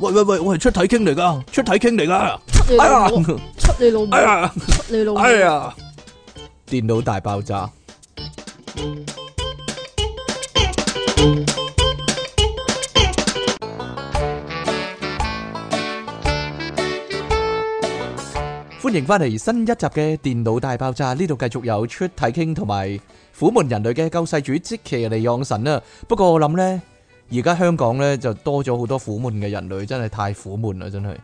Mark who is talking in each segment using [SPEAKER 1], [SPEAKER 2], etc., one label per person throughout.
[SPEAKER 1] 喂喂喂，我係出體傾嚟噶，出體傾嚟噶，
[SPEAKER 2] 出你
[SPEAKER 1] 哎
[SPEAKER 2] 老母，
[SPEAKER 1] 呀，
[SPEAKER 2] 出你老母
[SPEAKER 1] 哎，呀，
[SPEAKER 2] 出你老母，
[SPEAKER 1] 哎呀，電腦大爆炸，歡迎翻嚟新一集嘅電腦大爆炸，呢度繼續有出體傾同埋苦悶人類嘅救世主即其利養神啊！不過我諗呢，而家香港呢就多咗好多苦悶嘅人類，真係太苦悶啦，真係。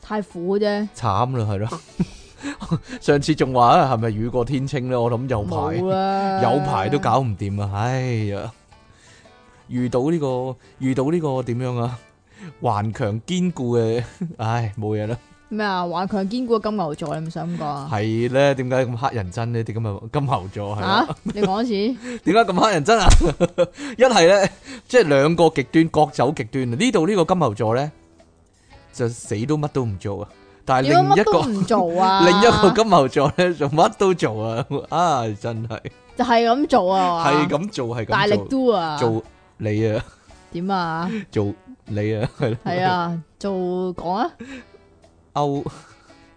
[SPEAKER 2] 太苦啫，
[SPEAKER 1] 慘啦，係咯。 上次仲話啊，係咪雨過天青咧？我諗有排
[SPEAKER 2] 冇啦，
[SPEAKER 1] 有排都搞唔掂啊！唉呀，遇到呢、個遇到呢個點樣啊？頑強堅固嘅，唉冇嘢啦。
[SPEAKER 2] 咩啊？頑強堅固嘅金牛座，你唔想咁講啊？
[SPEAKER 1] 係咧，點解咁黑人憎呢啲咁嘅金牛座係啦？
[SPEAKER 2] 啊，你講一次，
[SPEAKER 1] 點解咁黑人憎啊？ 一係咧，即係兩個極端，各走極端啊！呢度呢個金牛座咧，就死都乜都唔做啊！但 係
[SPEAKER 2] 點解
[SPEAKER 1] 另一
[SPEAKER 2] 乜
[SPEAKER 1] 個
[SPEAKER 2] 都。唔做啊？
[SPEAKER 1] 另一個金牛座咧，做乜都做啊！啊，真係
[SPEAKER 2] 就係咁做 啊，
[SPEAKER 1] 係
[SPEAKER 2] 係嘛
[SPEAKER 1] 咁做，係
[SPEAKER 2] 大
[SPEAKER 1] 咁
[SPEAKER 2] 力
[SPEAKER 1] 做，
[SPEAKER 2] do 啊，
[SPEAKER 1] 做你啊，
[SPEAKER 2] 點啊？
[SPEAKER 1] 做你啊，係咯，
[SPEAKER 2] 係，啊，做講啊，
[SPEAKER 1] 勾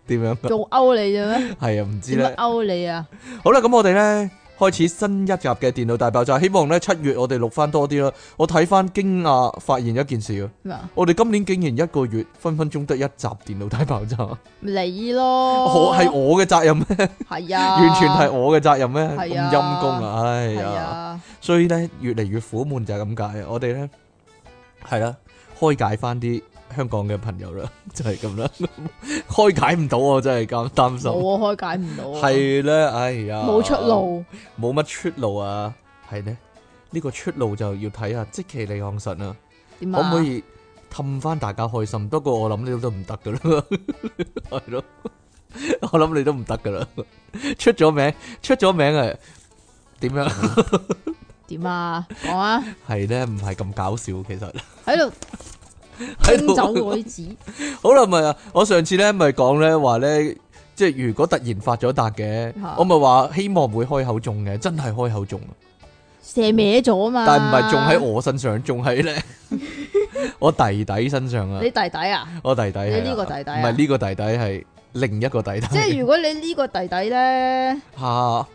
[SPEAKER 1] 點樣啊？
[SPEAKER 2] 做勾你啫咩？
[SPEAKER 1] 係啊，唔知
[SPEAKER 2] 點解
[SPEAKER 1] 咧。
[SPEAKER 2] 勾你啊？
[SPEAKER 1] 好啦，咁我哋咧開始新一集嘅電腦大爆炸，希望咧七月我哋錄翻多啲啦。我睇翻驚訝發現一件事啊，
[SPEAKER 2] 咩啊？
[SPEAKER 1] 我哋今年竟然一個月分分鐘得一集電腦大爆炸，
[SPEAKER 2] 你咯，
[SPEAKER 1] 我係我嘅責任咩？
[SPEAKER 2] 係啊，
[SPEAKER 1] 完全係我嘅責任咩？咁
[SPEAKER 2] 係啊
[SPEAKER 1] 陰公啊，唉
[SPEAKER 2] 係
[SPEAKER 1] 呀！
[SPEAKER 2] 啊，
[SPEAKER 1] 所以咧越嚟越苦悶就係咁解啊！我哋咧係啦，開解翻啲香港嘅朋友啦， 就係咁啦，開解唔到啊我真係咁擔心。
[SPEAKER 2] 冇啊，開解唔到啊，
[SPEAKER 1] 係咧，哎呀，
[SPEAKER 2] 冇出，路，
[SPEAKER 1] 冇乜出路啊！係咧，呢個出路就要睇下即其利昂神啊，
[SPEAKER 2] 點
[SPEAKER 1] 可
[SPEAKER 2] 啊？
[SPEAKER 1] 唔可以氹翻大家開心？不過我諗你都唔得噶啦， 係咯，我諗你都唔得噶啦，出咗名，出咗名啊！點樣？
[SPEAKER 2] 點啊？講啊，
[SPEAKER 1] 係咧，唔係咁搞笑，其實。
[SPEAKER 2] 喺度
[SPEAKER 1] 喺
[SPEAKER 2] 拎走
[SPEAKER 1] 度
[SPEAKER 2] 我啲紙，
[SPEAKER 1] 好啦，咪啊！我上次咧咪講咧話咧，即係如果突然發咗達嘅
[SPEAKER 2] 嚇，
[SPEAKER 1] 我咪話希望會開口中嘅，真係開口中，
[SPEAKER 2] 射歪咗啊嘛，
[SPEAKER 1] 但係唔係中喺我身上，中 喺咧我弟弟身上啊
[SPEAKER 2] 你！弟弟啊？
[SPEAKER 1] 我弟弟係啊
[SPEAKER 2] 你呢個弟弟啊
[SPEAKER 1] 唔係呢個弟弟係另一個弟弟，
[SPEAKER 2] 即係如果你呢個弟弟咧
[SPEAKER 1] 嚇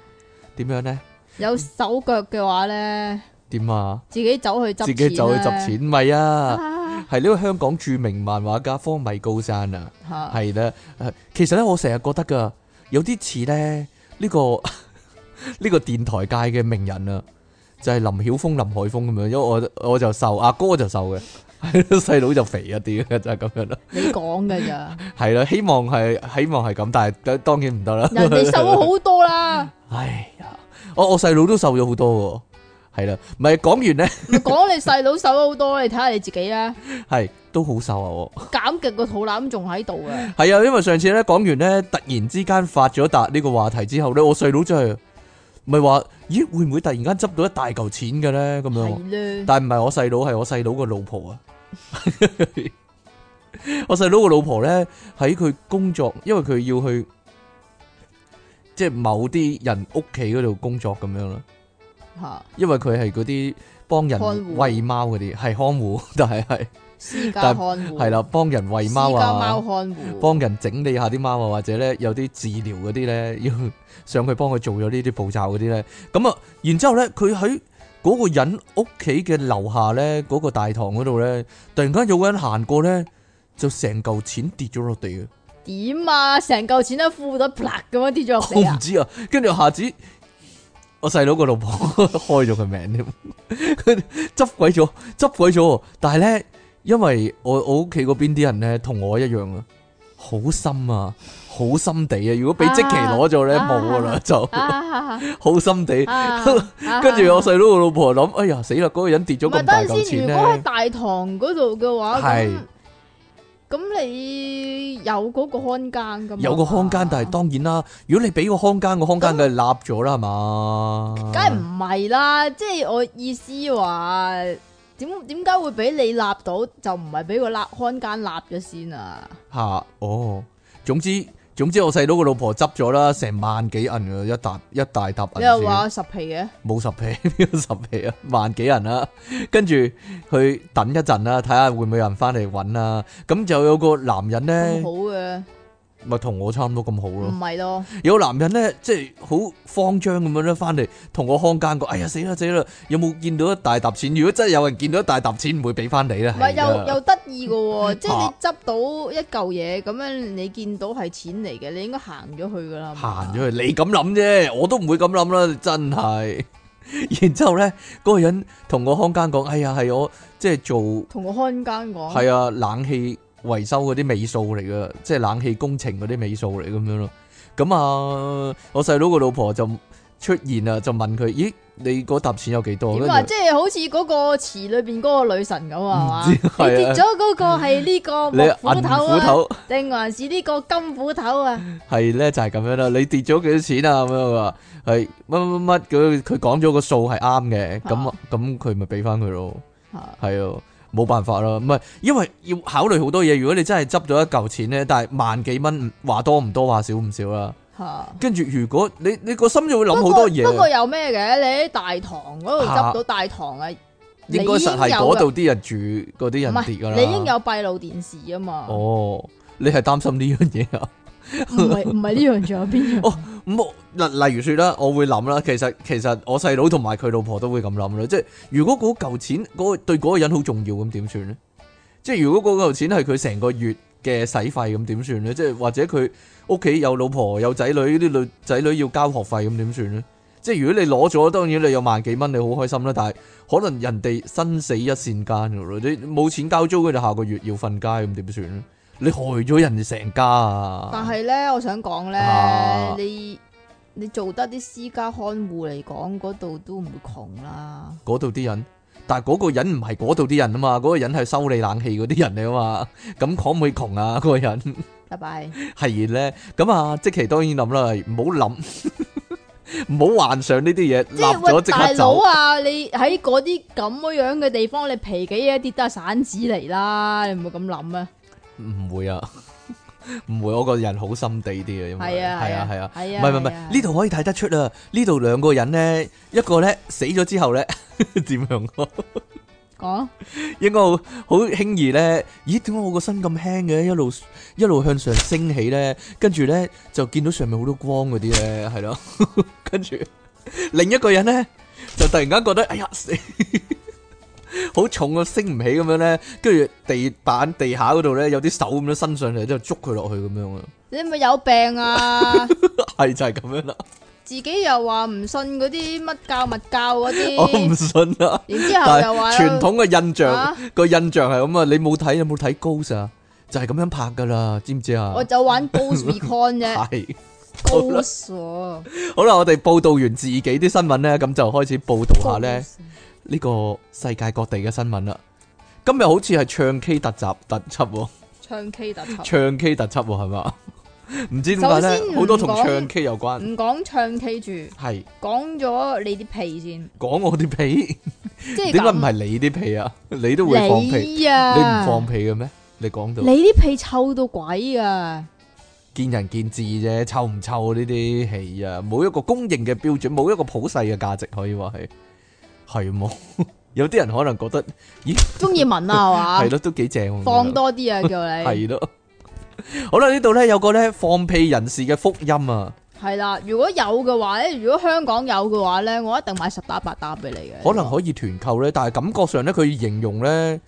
[SPEAKER 1] 點樣咧？
[SPEAKER 2] 有手腳嘅話咧，
[SPEAKER 1] 點啊？
[SPEAKER 2] 自己走去執
[SPEAKER 1] 自己走去執
[SPEAKER 2] 錢
[SPEAKER 1] 錢咪
[SPEAKER 2] 啦
[SPEAKER 1] 啊！
[SPEAKER 2] 啊
[SPEAKER 1] 係呢個香港著名漫畫家方米高山啊！
[SPEAKER 2] 嚇
[SPEAKER 1] 系啦，誒其實咧，我成日覺得噶，有啲似咧呢個 呢個電台界嘅名人啊，就係林曉峰、林海峰咁樣，因為我我就瘦，阿哥就瘦嘅， 係咯細佬就肥一啲嘅，就 係咁樣啦。
[SPEAKER 2] 你講 嘅咋？
[SPEAKER 1] 係啦，希望係希望係咁，但係當然唔得啦。
[SPEAKER 2] 人哋瘦咗好多啦，
[SPEAKER 1] 哎呀，我我細佬都瘦咗好多喎，係啦，唔係講完咧，
[SPEAKER 2] 唔講你細佬瘦咗好多，你睇下你自己啦，
[SPEAKER 1] 係都好瘦啊我。
[SPEAKER 2] 減極個肚腩仲喺度啊！
[SPEAKER 1] 系啊，因為上次咧講完咧，突然之間發咗達呢個話題之後咧，我細佬真係咪話，咦會唔會突然間執到一大嚿錢嘅咧？咁樣，
[SPEAKER 2] 係咧，
[SPEAKER 1] 但唔係我細佬，係我細佬個老婆啊。 我細佬個老婆咧喺佢工作，因為佢要去即係某啲人屋企嗰度工作咁樣啦，
[SPEAKER 2] 嚇
[SPEAKER 1] 因為佢係嗰啲幫人
[SPEAKER 2] 看護
[SPEAKER 1] 餵貓嗰啲，係看護，但係係
[SPEAKER 2] 私家
[SPEAKER 1] 但
[SPEAKER 2] 看護
[SPEAKER 1] 係啦，幫人餵貓
[SPEAKER 2] 哦私家
[SPEAKER 1] 啊
[SPEAKER 2] 貓。看護，
[SPEAKER 1] 幫人整理下啲貓啊，或者咧有啲治療嗰啲咧， 要上去幫佢做咗呢啲步驟嗰啲咧，咁啊，然之後咧，佢喺嗰個人屋企嘅樓下咧，嗰、個大堂嗰度咧，突然間有個人行過咧，就成嚿錢跌咗落地嘅，
[SPEAKER 2] 點啊？成嚿錢喺褲袋啪咁樣跌咗落
[SPEAKER 1] 我唔
[SPEAKER 2] 地啊！
[SPEAKER 1] 知啊，跟住下子我細佬個老婆 開咗佢名添， 佢執鬼咗，執鬼咗喎，但係咧，因為我我屋企嗰邊啲人咧同我一樣啊。好深啊，好心地啊！如果俾即期攞咗咧，
[SPEAKER 2] 啊
[SPEAKER 1] 冇噶啦，就
[SPEAKER 2] 啊
[SPEAKER 1] 好心地。
[SPEAKER 2] 啊！
[SPEAKER 1] 跟住我
[SPEAKER 2] 食
[SPEAKER 1] 細佬個老婆諗，哎呀死啦！嗰、個人跌咗
[SPEAKER 2] 唔係
[SPEAKER 1] 咁大
[SPEAKER 2] 等
[SPEAKER 1] 嚿
[SPEAKER 2] 陣
[SPEAKER 1] 錢
[SPEAKER 2] 先，如果喺
[SPEAKER 1] 咧，
[SPEAKER 2] 大堂嗰度嘅話，
[SPEAKER 1] 係
[SPEAKER 2] 咁咁你有嗰個看更噶嘛？
[SPEAKER 1] 有個看更，但係當然啦，如果你俾個看更，個看更梗係立咗啦，係嘛？
[SPEAKER 2] 梗係唔係啦，即係我意思話，點點解會俾你立到，就唔係俾個立看間立咗先啊？
[SPEAKER 1] 吓、哦。總之總之我細佬個老婆執咗啦，成萬幾銀㗎，啊一沓一大沓銀
[SPEAKER 2] 你又
[SPEAKER 1] 紙
[SPEAKER 2] 話。我十皮嘅，
[SPEAKER 1] 冇十皮， 邊有十皮啊？萬幾人啦、跟住佢等一陣啦，睇下會唔會有人翻嚟揾啦。咁就有個男人
[SPEAKER 2] 咁
[SPEAKER 1] 咧
[SPEAKER 2] 好，嗯嘅，
[SPEAKER 1] 咪同我差唔多咁好咯。
[SPEAKER 2] 唔係咯，
[SPEAKER 1] 有個男人咧，即係好慌張咁樣咧，翻嚟同我看更講：哎呀死啦死啦！有冇見到一大沓錢？如果真係有人見到一大沓錢，唔會俾翻你咧。
[SPEAKER 2] 唔係
[SPEAKER 1] 係啊
[SPEAKER 2] 又又得意 嘅喎，即係
[SPEAKER 1] 啊
[SPEAKER 2] 你執到一嚿嘢咁樣，你見到係錢嚟嘅，你應該行咗去噶啦，係嘛
[SPEAKER 1] 行咗去，你咁諗啫，我都唔會咁諗啦，真係。 然之後咧，嗰個人同我看更講：哎呀，係我即係做。
[SPEAKER 2] 同個看更講，
[SPEAKER 1] 係啊，冷氣維修嗰啲尾數嚟噶，即係冷氣工程嗰啲尾數嚟咁樣咯。咁啊，我細佬個老婆就出現啦，就問佢：咦，你嗰沓錢有幾多？
[SPEAKER 2] 點啊？即係好似嗰個池裏邊嗰個女神咁啊，
[SPEAKER 1] 唔
[SPEAKER 2] 係
[SPEAKER 1] 知
[SPEAKER 2] 嘛？
[SPEAKER 1] 係啊
[SPEAKER 2] 你跌咗嗰個係呢 個
[SPEAKER 1] 你
[SPEAKER 2] 木
[SPEAKER 1] 銀
[SPEAKER 2] 斧頭
[SPEAKER 1] 斧
[SPEAKER 2] 啊，
[SPEAKER 1] 頭
[SPEAKER 2] 定還是呢個金斧頭啊？
[SPEAKER 1] 係咧，就係咁樣啦。你跌咗幾多錢啊？咁樣話係乜乜乜，佢佢講咗個數係啱嘅，咁
[SPEAKER 2] 啊
[SPEAKER 1] 咁佢咪俾翻佢咯。
[SPEAKER 2] 嚇
[SPEAKER 1] 係啊，冇辦法啦，唔係因為要考慮好多嘢。如果你真係執咗一嚿錢咧，但係萬幾蚊，話多唔多，話少唔少啦。
[SPEAKER 2] 嚇！
[SPEAKER 1] 跟住如果你你個心就會諗
[SPEAKER 2] 不
[SPEAKER 1] 好
[SPEAKER 2] 過
[SPEAKER 1] 多嘢，啊
[SPEAKER 2] 不過有咩嘅？你喺大堂嗰度
[SPEAKER 1] 嚇
[SPEAKER 2] 執到大堂啊，你
[SPEAKER 1] 應該實係
[SPEAKER 2] 已經有
[SPEAKER 1] 嗰
[SPEAKER 2] 㗎
[SPEAKER 1] 度啲人住嗰啲
[SPEAKER 2] 唔
[SPEAKER 1] 人跌噶
[SPEAKER 2] 係
[SPEAKER 1] 啦。
[SPEAKER 2] 你已經有閉路電視啊嘛，唔
[SPEAKER 1] 哦，你係擔心呢樣嘢啊？
[SPEAKER 2] 係唔係呢樣仲有邊樣？
[SPEAKER 1] 哦咁我例例如說啦，我會諗啦，其實其實我細佬同埋佢老婆都會咁諗啦，即係如果嗰嚿錢嗰、個對嗰個人好重要，咁點算呢？即係如果嗰嚿錢係佢成個月嘅使費，咁點算呢？即係或者佢屋企有老婆有仔女，啲女仔女要交學費，咁點算呢？即係如果你攞咗，當然你有萬幾蚊，你好開心啦。但係可能人哋生死一線間噶咯，你冇錢交租，佢就下個月要瞓街，咁點算呢？你害咗人哋成家啊！
[SPEAKER 2] 但係咧，我想講
[SPEAKER 1] 啊
[SPEAKER 2] 咧，你你做得啲私家看護嚟講，嗰度都唔會窮啦。
[SPEAKER 1] 嗰度啲人，但係嗰個人唔係嗰度啲人啊嘛，嗰、個人係修理冷氣嗰啲人嚟啊嘛， 咁可唔可以窮啊？嗰、 個人
[SPEAKER 2] 拜拜，
[SPEAKER 1] 係咧，咁啊，即其當然諗啦，唔好諗， 唔好幻想呢啲嘢，
[SPEAKER 2] 即
[SPEAKER 1] 立
[SPEAKER 2] 係
[SPEAKER 1] 咗
[SPEAKER 2] 喂
[SPEAKER 1] 即
[SPEAKER 2] 大
[SPEAKER 1] 刻
[SPEAKER 2] 佬
[SPEAKER 1] 走。
[SPEAKER 2] 啊！你喺嗰啲咁樣嘅地方，你皮幾嘢跌都係散紙嚟啦，你唔會咁諗啊？
[SPEAKER 1] 唔會啊， 唔會，我個人好心地啲啊，因為
[SPEAKER 2] 係啊，
[SPEAKER 1] 係啊，係啊。唔
[SPEAKER 2] 係
[SPEAKER 1] 係
[SPEAKER 2] 啊，
[SPEAKER 1] 唔係唔係
[SPEAKER 2] 係啊，
[SPEAKER 1] 呢度可以睇得出啊！呢度兩個人咧，一個咧死咗之後咧 點樣啊？
[SPEAKER 2] 講
[SPEAKER 1] 應該好好輕易咧，咦？點解我個身咁輕嘅？一路一路向上升起咧，跟住咧就見到上面好多光嗰啲咧，係咯。 跟住另一個人咧就突然間覺得，哎呀死， 好重啊，升唔起咁樣咧，跟住地板地下嗰度咧有啲手咁樣伸上嚟，之後捉佢落去咁樣啊，
[SPEAKER 2] 你咪有病啊！
[SPEAKER 1] 係就係咁樣啦。
[SPEAKER 2] 自己又話唔信嗰啲乜教乜教嗰
[SPEAKER 1] 我唔
[SPEAKER 2] 啲，
[SPEAKER 1] 信啦，
[SPEAKER 2] 然之後
[SPEAKER 1] 但
[SPEAKER 2] 又話
[SPEAKER 1] 係傳統嘅印象
[SPEAKER 2] 啊
[SPEAKER 1] 個印象係咁啊，你冇睇有冇睇 Ghost 啊？就係咁樣拍噶啦，知唔知啊？
[SPEAKER 2] 我就玩 Ghost Recon 啫
[SPEAKER 1] 係。啦
[SPEAKER 2] ，Ghost 喎
[SPEAKER 1] 好啦，我哋報道完自己啲新聞咧，咁就開始報道下咧
[SPEAKER 2] Ghost
[SPEAKER 1] 呢個世界各地嘅新聞啦。今日好似係唱 K 特集特輯喎，
[SPEAKER 2] 唱 K 特輯，
[SPEAKER 1] 唱 K 特輯喎係嘛？唔知點解
[SPEAKER 2] 首
[SPEAKER 1] 咧，
[SPEAKER 2] 先
[SPEAKER 1] 好多同
[SPEAKER 2] 唔講
[SPEAKER 1] 唱 K 有關，
[SPEAKER 2] 唔講唱 K 住，
[SPEAKER 1] 係
[SPEAKER 2] 講咗你啲屁先，
[SPEAKER 1] 講我啲 屁，
[SPEAKER 2] 即
[SPEAKER 1] 點
[SPEAKER 2] 係
[SPEAKER 1] 解唔
[SPEAKER 2] 咁
[SPEAKER 1] 係你啲屁啊？你都會放屁，
[SPEAKER 2] 你
[SPEAKER 1] 你
[SPEAKER 2] 啊？
[SPEAKER 1] 唔放屁嘅咩？你講到
[SPEAKER 2] 你啲屁臭到鬼 啊！
[SPEAKER 1] 見仁見智啫，臭唔臭呢啲係啊，冇一個公認嘅標準，冇一個普世嘅價值可以話係係冇。 有啲人可能覺得
[SPEAKER 2] 中意聞啊
[SPEAKER 1] 係
[SPEAKER 2] 係嘛？
[SPEAKER 1] 咯，都幾正喎。
[SPEAKER 2] 放多啲啊， 叫你
[SPEAKER 1] 系咯。好啦，呢度咧有個咧放屁人士嘅福音啊，
[SPEAKER 2] 係啦。如果有嘅話咧，如果香港有嘅話咧，我一定買十打八打俾你嘅。
[SPEAKER 1] 可能可以團購咧，但係感覺上咧佢形容咧，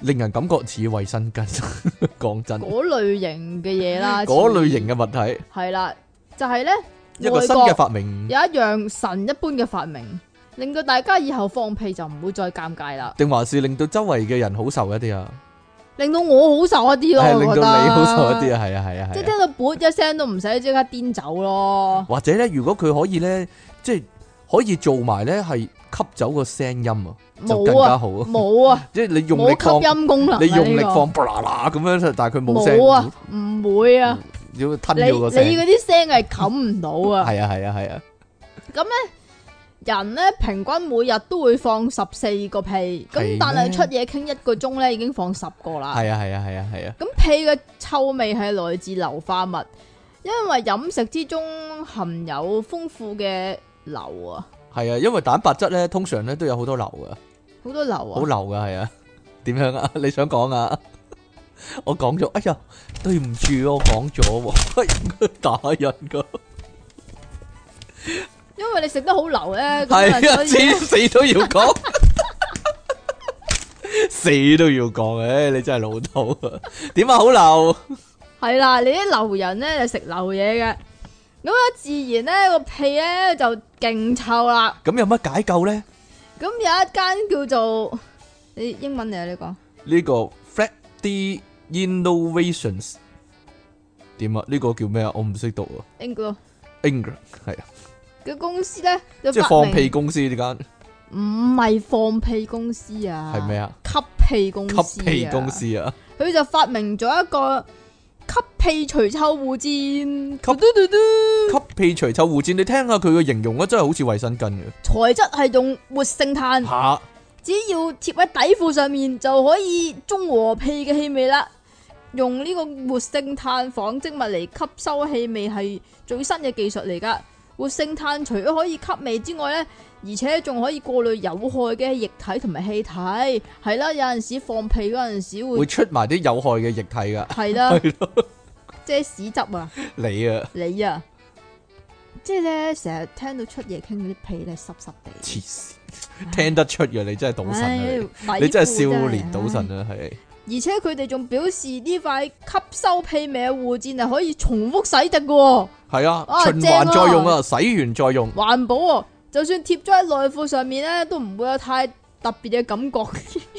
[SPEAKER 1] 令人感覺似衛生巾。 講真，
[SPEAKER 2] 嗰類型嘅嘢 啦，
[SPEAKER 1] 嗰類型嘅物體，
[SPEAKER 2] 係啦，就係咧，
[SPEAKER 1] 一個
[SPEAKER 2] 外
[SPEAKER 1] 新
[SPEAKER 2] 國
[SPEAKER 1] 嘅發明，
[SPEAKER 2] 有一樣神一般嘅發明，令到大家以後放屁就唔會再尷尬啦，
[SPEAKER 1] 定還是令到周圍嘅人好受一啲啊？
[SPEAKER 2] 令到我好受一啲
[SPEAKER 1] 係
[SPEAKER 2] 咯，
[SPEAKER 1] 令到
[SPEAKER 2] 我覺得
[SPEAKER 1] 你好受一啲，啊？係啊，係啊，
[SPEAKER 2] 即
[SPEAKER 1] 係
[SPEAKER 2] 係
[SPEAKER 1] 啊。
[SPEAKER 2] 聽到噗一聲都唔使即刻癲走咯，
[SPEAKER 1] 或者咧，如果佢可以咧，即係可以做埋咧，係吸走個聲音啊，就更
[SPEAKER 2] 冇
[SPEAKER 1] 加
[SPEAKER 2] 啊，
[SPEAKER 1] 好啊。
[SPEAKER 2] 冇啊，
[SPEAKER 1] 即係你 用力
[SPEAKER 2] 冇
[SPEAKER 1] 放
[SPEAKER 2] 吸，音功能啊，
[SPEAKER 1] 你用力
[SPEAKER 2] 呢個
[SPEAKER 1] 放，啦啦咁樣，但係佢冇聲。
[SPEAKER 2] 冇啊，唔會啊，
[SPEAKER 1] 要
[SPEAKER 2] 你
[SPEAKER 1] 吞
[SPEAKER 2] 你
[SPEAKER 1] 咗個聲。
[SPEAKER 2] 嗰啲聲係冚唔到啊，
[SPEAKER 1] 係啊係啊係啊，
[SPEAKER 2] 人咧平均每日都會放十四個屁，
[SPEAKER 1] 係
[SPEAKER 2] 咁但
[SPEAKER 1] 咩
[SPEAKER 2] 係出嘢傾一個鐘咧已經放十個啦。
[SPEAKER 1] 係啊係啊係啊係啊，
[SPEAKER 2] 咁屁嘅臭味係來自硫化物，因为饮食之中含有丰富嘅硫啊，
[SPEAKER 1] 系啊，因為蛋白質咧通常咧都有好多硫噶，
[SPEAKER 2] 好多硫
[SPEAKER 1] 好
[SPEAKER 2] 啊，
[SPEAKER 1] 流噶係啊。 點樣啊？ 你想講啊？我講咗，哎呀，對唔住，我講 咗喎，打人噶，
[SPEAKER 2] 因为你食得好 流咧，咁
[SPEAKER 1] 係啊，
[SPEAKER 2] 啊，所以
[SPEAKER 1] 死死都要講， 死都要講，唉、你真係老土啊！點啊？好流，
[SPEAKER 2] 系啦，你啲流人咧就食流嘢嘅，咁啊自然咧个屁咧就劲臭啦。
[SPEAKER 1] 咁有乜解救咧？
[SPEAKER 2] 咁有一間叫做你英文嚟啊呢個
[SPEAKER 1] 呢個 Flat D Innovations 點啊？呢、個叫咩啊？我唔識讀啊
[SPEAKER 2] 英國
[SPEAKER 1] ，England 係啊，
[SPEAKER 2] 嘅公司咧，就
[SPEAKER 1] 即係
[SPEAKER 2] 發
[SPEAKER 1] 放
[SPEAKER 2] 明
[SPEAKER 1] 屁公司呢間
[SPEAKER 2] 唔係放屁公司啊，
[SPEAKER 1] 係咩啊？
[SPEAKER 2] 吸屁公司、啊，
[SPEAKER 1] 吸屁公，司啊，
[SPEAKER 2] 佢就發明咗一個吸屁除臭護墊，
[SPEAKER 1] 吸吸屁除臭護墊，你聽下佢嘅形容啊，真係好似衛生巾嘅
[SPEAKER 2] 材質係用活性炭，
[SPEAKER 1] 嚇。
[SPEAKER 2] 只要貼喺底褲上面就可以中和屁嘅氣味啦。用呢個活性炭紡織物嚟吸收氣味係最新嘅技術嚟噶。活性炭除咗可以吸味之外呢，而且仲可以過濾有害嘅液體同埋氣體。係啦，有陣時放屁嗰陣時
[SPEAKER 1] 會
[SPEAKER 2] 會
[SPEAKER 1] 出埋啲有害嘅液體噶，
[SPEAKER 2] 係啦，
[SPEAKER 1] 係咯，
[SPEAKER 2] 即係屎汁啊，
[SPEAKER 1] 你啊，
[SPEAKER 2] 你啊，即係呢，成日聽到出嘢傾嗰啲屁咧濕濕地，
[SPEAKER 1] 黐線，聽得出嘅你真係賭神
[SPEAKER 2] 唉
[SPEAKER 1] 啊！
[SPEAKER 2] 米
[SPEAKER 1] 你你真係
[SPEAKER 2] 褲
[SPEAKER 1] 少
[SPEAKER 2] 係
[SPEAKER 1] 年賭
[SPEAKER 2] 唉
[SPEAKER 1] 神啊，係
[SPEAKER 2] 而且佢哋仲表示呢塊吸收屁味嘅護墊係可以重複洗滌嘅喎，
[SPEAKER 1] 係啊，
[SPEAKER 2] 啊
[SPEAKER 1] 循
[SPEAKER 2] 正啊
[SPEAKER 1] 環再用啊，洗完再用。
[SPEAKER 2] 環保喎。就算貼咗喺內褲上面咧，都唔會有太特別嘅感覺。唔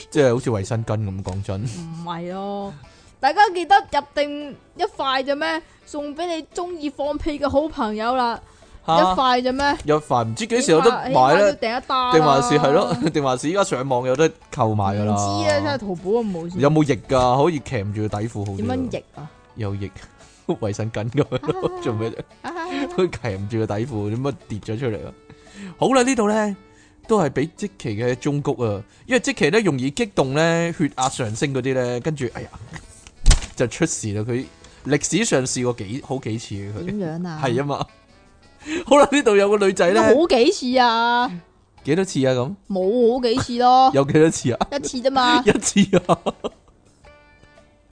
[SPEAKER 1] 即係好似衛生巾咁講真，
[SPEAKER 2] 係咯，大家記得入定一塊啫咩，送俾你中意放屁嘅好朋友啦，一
[SPEAKER 1] 嚇
[SPEAKER 2] 塊啫咩？
[SPEAKER 1] 有飯唔知幾時有得
[SPEAKER 2] 起碼
[SPEAKER 1] 買咧，
[SPEAKER 2] 起碼要訂一啊單
[SPEAKER 1] 定還是係咯，定還是依家上網有得購買噶
[SPEAKER 2] 唔
[SPEAKER 1] 啦。
[SPEAKER 2] 知啊，真係淘寶啊冇先。
[SPEAKER 1] 有冇翼㗎？可以鉗住個底褲好啲。
[SPEAKER 2] 點樣？液 啊？
[SPEAKER 1] 有翼，衛生巾咁樣 咯，做咩啫？
[SPEAKER 2] 啊
[SPEAKER 1] 佢鉗住個底褲，點乜跌咗出嚟啊？好啦，呢度咧都係俾即期嘅忠谷啊，因為即期咧容易激動咧，血壓上升嗰啲咧，跟住哎呀就出事啦！佢歷史上試過幾好幾次嘅
[SPEAKER 2] 點
[SPEAKER 1] 佢，
[SPEAKER 2] 樣啊？
[SPEAKER 1] 係啊嘛。好啦，呢度有個女仔咧，
[SPEAKER 2] 好幾次啊？
[SPEAKER 1] 幾多次啊？咁
[SPEAKER 2] 冇好幾次咯，
[SPEAKER 1] 有幾多次 啊？
[SPEAKER 2] 一次啫 嘛。
[SPEAKER 1] 一次 啊，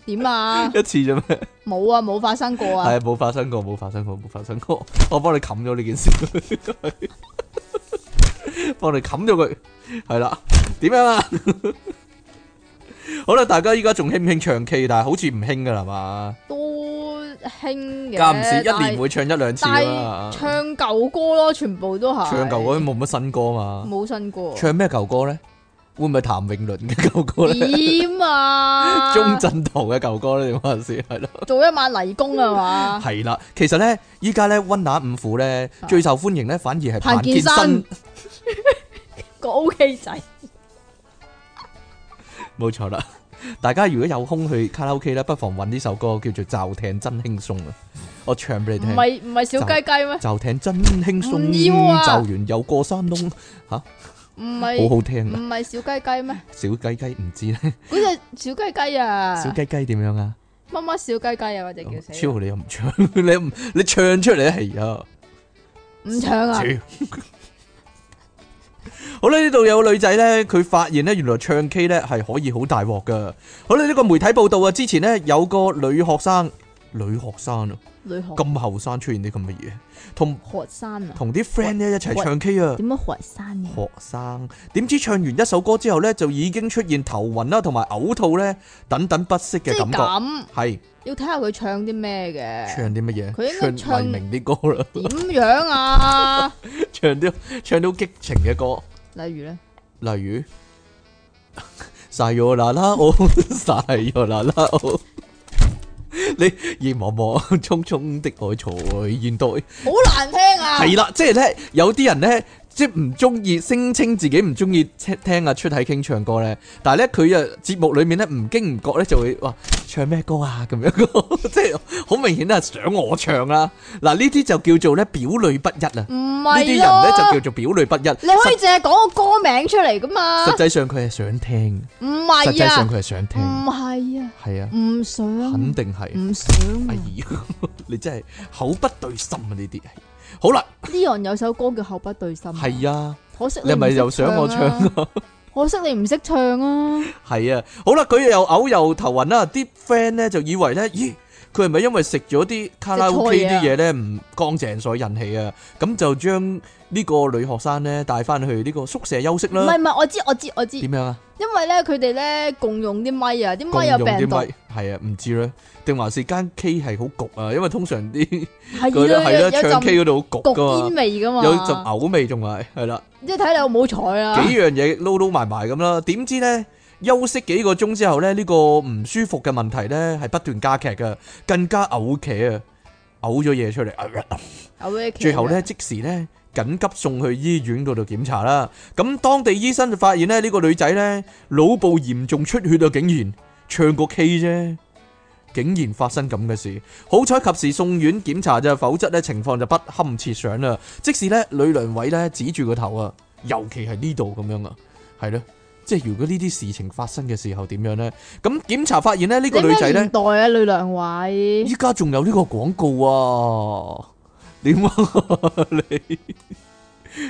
[SPEAKER 2] 點啊？
[SPEAKER 1] 一次啫咩？
[SPEAKER 2] 冇啊，冇發生過啊！
[SPEAKER 1] 係冇發生過，冇發生過，冇發生過。 我幫你冚咗呢件事， 幫你冚咗佢，係啦。點樣啊？ 好啦，大家依家仲興唔興唱 K？但係好似唔興噶啦嘛，
[SPEAKER 2] 都興嘅，
[SPEAKER 1] 間唔時一年
[SPEAKER 2] 但係
[SPEAKER 1] 會唱一兩次
[SPEAKER 2] 但
[SPEAKER 1] 啦
[SPEAKER 2] 係。唱舊歌咯，全部都係
[SPEAKER 1] 唱舊歌冇乜新歌嘛，
[SPEAKER 2] 冇新歌。
[SPEAKER 1] 唱咩舊歌咧？會唔會譚詠麟嘅舊歌咧？
[SPEAKER 2] 點啊？
[SPEAKER 1] 鍾鎮濤嘅舊歌咧？定還是係咯？
[SPEAKER 2] 做一晚泥工啊嘛？
[SPEAKER 1] 系啦，其實咧，依家咧温拿五虎咧
[SPEAKER 2] 啊
[SPEAKER 1] 最受歡迎咧，反而係
[SPEAKER 2] 彭
[SPEAKER 1] 彭
[SPEAKER 2] 健
[SPEAKER 1] 健
[SPEAKER 2] 新
[SPEAKER 1] 新，
[SPEAKER 2] 個 OK 仔
[SPEAKER 1] 冇錯啦。 大家如果有空去卡拉 OK 咧，不妨揾呢首歌叫做《驟艇真輕鬆》啊，我唱俾你
[SPEAKER 2] 唔
[SPEAKER 1] 聽。
[SPEAKER 2] 係唔係小雞雞咩？
[SPEAKER 1] 驟艇真輕鬆，
[SPEAKER 2] 唔要啊哎
[SPEAKER 1] 就完又過山窿，
[SPEAKER 2] 唔
[SPEAKER 1] 好
[SPEAKER 2] 係
[SPEAKER 1] 好聽
[SPEAKER 2] 唔
[SPEAKER 1] 啊！
[SPEAKER 2] 係小雞雞咩？
[SPEAKER 1] 小雞雞唔知咧，
[SPEAKER 2] 嗰只小雞雞啊，
[SPEAKER 1] 小雞雞點樣啊？
[SPEAKER 2] 乜乜小雞雞啊，或者叫死
[SPEAKER 1] 超你又唔唱， 你唔你唱出嚟係啊！
[SPEAKER 2] 唔唱啊？
[SPEAKER 1] 好啦，呢度有個女仔呢，佢發現呢，原來唱 K 呢係可以好大鑊噶。好啦，呢、個媒體報道啊，之前呢，有個女學生，女學生啊，
[SPEAKER 2] 女學
[SPEAKER 1] 咁後生出現啲咁嘅嘢，同
[SPEAKER 2] 學生啊？
[SPEAKER 1] 同啲 friend 呢一齊唱 K 啊。
[SPEAKER 2] 點樣學生嘅？
[SPEAKER 1] 學生點知唱完一首歌之後呢，就已經出現頭暈啦，同埋嘔吐呢等等不適
[SPEAKER 2] 即
[SPEAKER 1] 嘅
[SPEAKER 2] 係
[SPEAKER 1] 感覺。
[SPEAKER 2] 咁，
[SPEAKER 1] 係
[SPEAKER 2] 要睇下佢唱啲咩嘅。
[SPEAKER 1] 唱啲乜
[SPEAKER 2] 佢應
[SPEAKER 1] 嘢？唱
[SPEAKER 2] 該唱
[SPEAKER 1] 黎明啲歌啦，
[SPEAKER 2] 點樣啊？
[SPEAKER 1] 唱啲唱到激情嘅歌。
[SPEAKER 2] 例如咧，
[SPEAKER 1] 例如 晒咗啦 啦哦，晒咗啦啦哦，你熱望望匆匆的愛才現代
[SPEAKER 2] 好難聽啊！
[SPEAKER 1] 係啦，即係咧有啲人咧即係唔中意，聲稱自己唔中意聽聽阿出體傾唱歌咧，但係咧佢啊節目裡面咧唔經唔覺咧就會話唱咩歌啊咁樣， 即係好明顯都係想我唱啦。嗱呢啲就叫做咧表裏不一啊，呢
[SPEAKER 2] 唔
[SPEAKER 1] 啲人
[SPEAKER 2] 係
[SPEAKER 1] 咧
[SPEAKER 2] 咯
[SPEAKER 1] 就叫，做表裏不一。
[SPEAKER 2] 你可以淨係講個歌名出嚟噶嘛？
[SPEAKER 1] 實際上佢係想聽，
[SPEAKER 2] 唔
[SPEAKER 1] 實
[SPEAKER 2] 係
[SPEAKER 1] 際上
[SPEAKER 2] 啊，
[SPEAKER 1] 佢係想聽，
[SPEAKER 2] 唔係啊，
[SPEAKER 1] 係啊，
[SPEAKER 2] 唔想，
[SPEAKER 1] 肯定係。
[SPEAKER 2] 唔想啊
[SPEAKER 1] 哎。呀， 你真係口不對心啊！呢啲係好啦，
[SPEAKER 2] Leon 有首歌叫《口不對心》，
[SPEAKER 1] 係啊，
[SPEAKER 2] 可惜
[SPEAKER 1] 你係咪
[SPEAKER 2] 唔識
[SPEAKER 1] 又想我唱
[SPEAKER 2] 啊？可惜你唔識唱啊！
[SPEAKER 1] 係啊，好啦，佢又嘔又頭暈啦，啲 friend 咧就以為咧，咦，佢係咪因為食咗啲卡拉 OK
[SPEAKER 2] 食錯嘢
[SPEAKER 1] 啲
[SPEAKER 2] 啊
[SPEAKER 1] 嘢咧唔乾淨所以引起啊？咁就將呢個女學生咧帶翻去呢個宿舍休息
[SPEAKER 2] 唔係
[SPEAKER 1] 啦。
[SPEAKER 2] 唔係，我知我知我知，
[SPEAKER 1] 點樣啊？
[SPEAKER 2] 因為咧佢哋咧共用啲咪啊，啲
[SPEAKER 1] 共
[SPEAKER 2] 咪有
[SPEAKER 1] 用
[SPEAKER 2] 病
[SPEAKER 1] 啲
[SPEAKER 2] 毒，
[SPEAKER 1] 咪係啊，唔知咧，定還是間 K 係好焗啊？因為通常啲佢
[SPEAKER 2] 係
[SPEAKER 1] 咧
[SPEAKER 2] 啊
[SPEAKER 1] 係
[SPEAKER 2] 有
[SPEAKER 1] 啦，
[SPEAKER 2] 有
[SPEAKER 1] 唱
[SPEAKER 2] 陣
[SPEAKER 1] K 嗰度好焗
[SPEAKER 2] 焗
[SPEAKER 1] 噶
[SPEAKER 2] 煙
[SPEAKER 1] 嘛，
[SPEAKER 2] 味噶嘛，
[SPEAKER 1] 有陣嘔味仲係係啦。
[SPEAKER 2] 即係睇你好冇彩啊！
[SPEAKER 1] 幾樣嘢撈撈埋埋咁啦。點知呢？休息幾個鐘之後呢，呢、個唔舒服嘅問題呢係不斷加劇嘅，更加嘔茄啊，嘔咗嘢出嚟。
[SPEAKER 2] 有咩奇啊
[SPEAKER 1] 最後呢，，即時呢，緊急送去醫院嗰度檢查啦。咁當地醫生就發現呢，呢、個女仔呢，腦部嚴重出血啊，竟然唱個 K 啫。竟然發生咁嘅事，好彩及時送院檢查啫，否則呢情況就不堪設想啦。即使呢，呂良偉呢指住個頭啊，尤其係呢度咁樣啊，係咯，即係如果呢啲事情發生嘅時候點樣呢？咁檢查發現呢，呢、個
[SPEAKER 2] 你
[SPEAKER 1] 女
[SPEAKER 2] 咩
[SPEAKER 1] 仔呢
[SPEAKER 2] 年。代啊？呂良偉
[SPEAKER 1] 依家仲有呢個廣告啊！點啊 你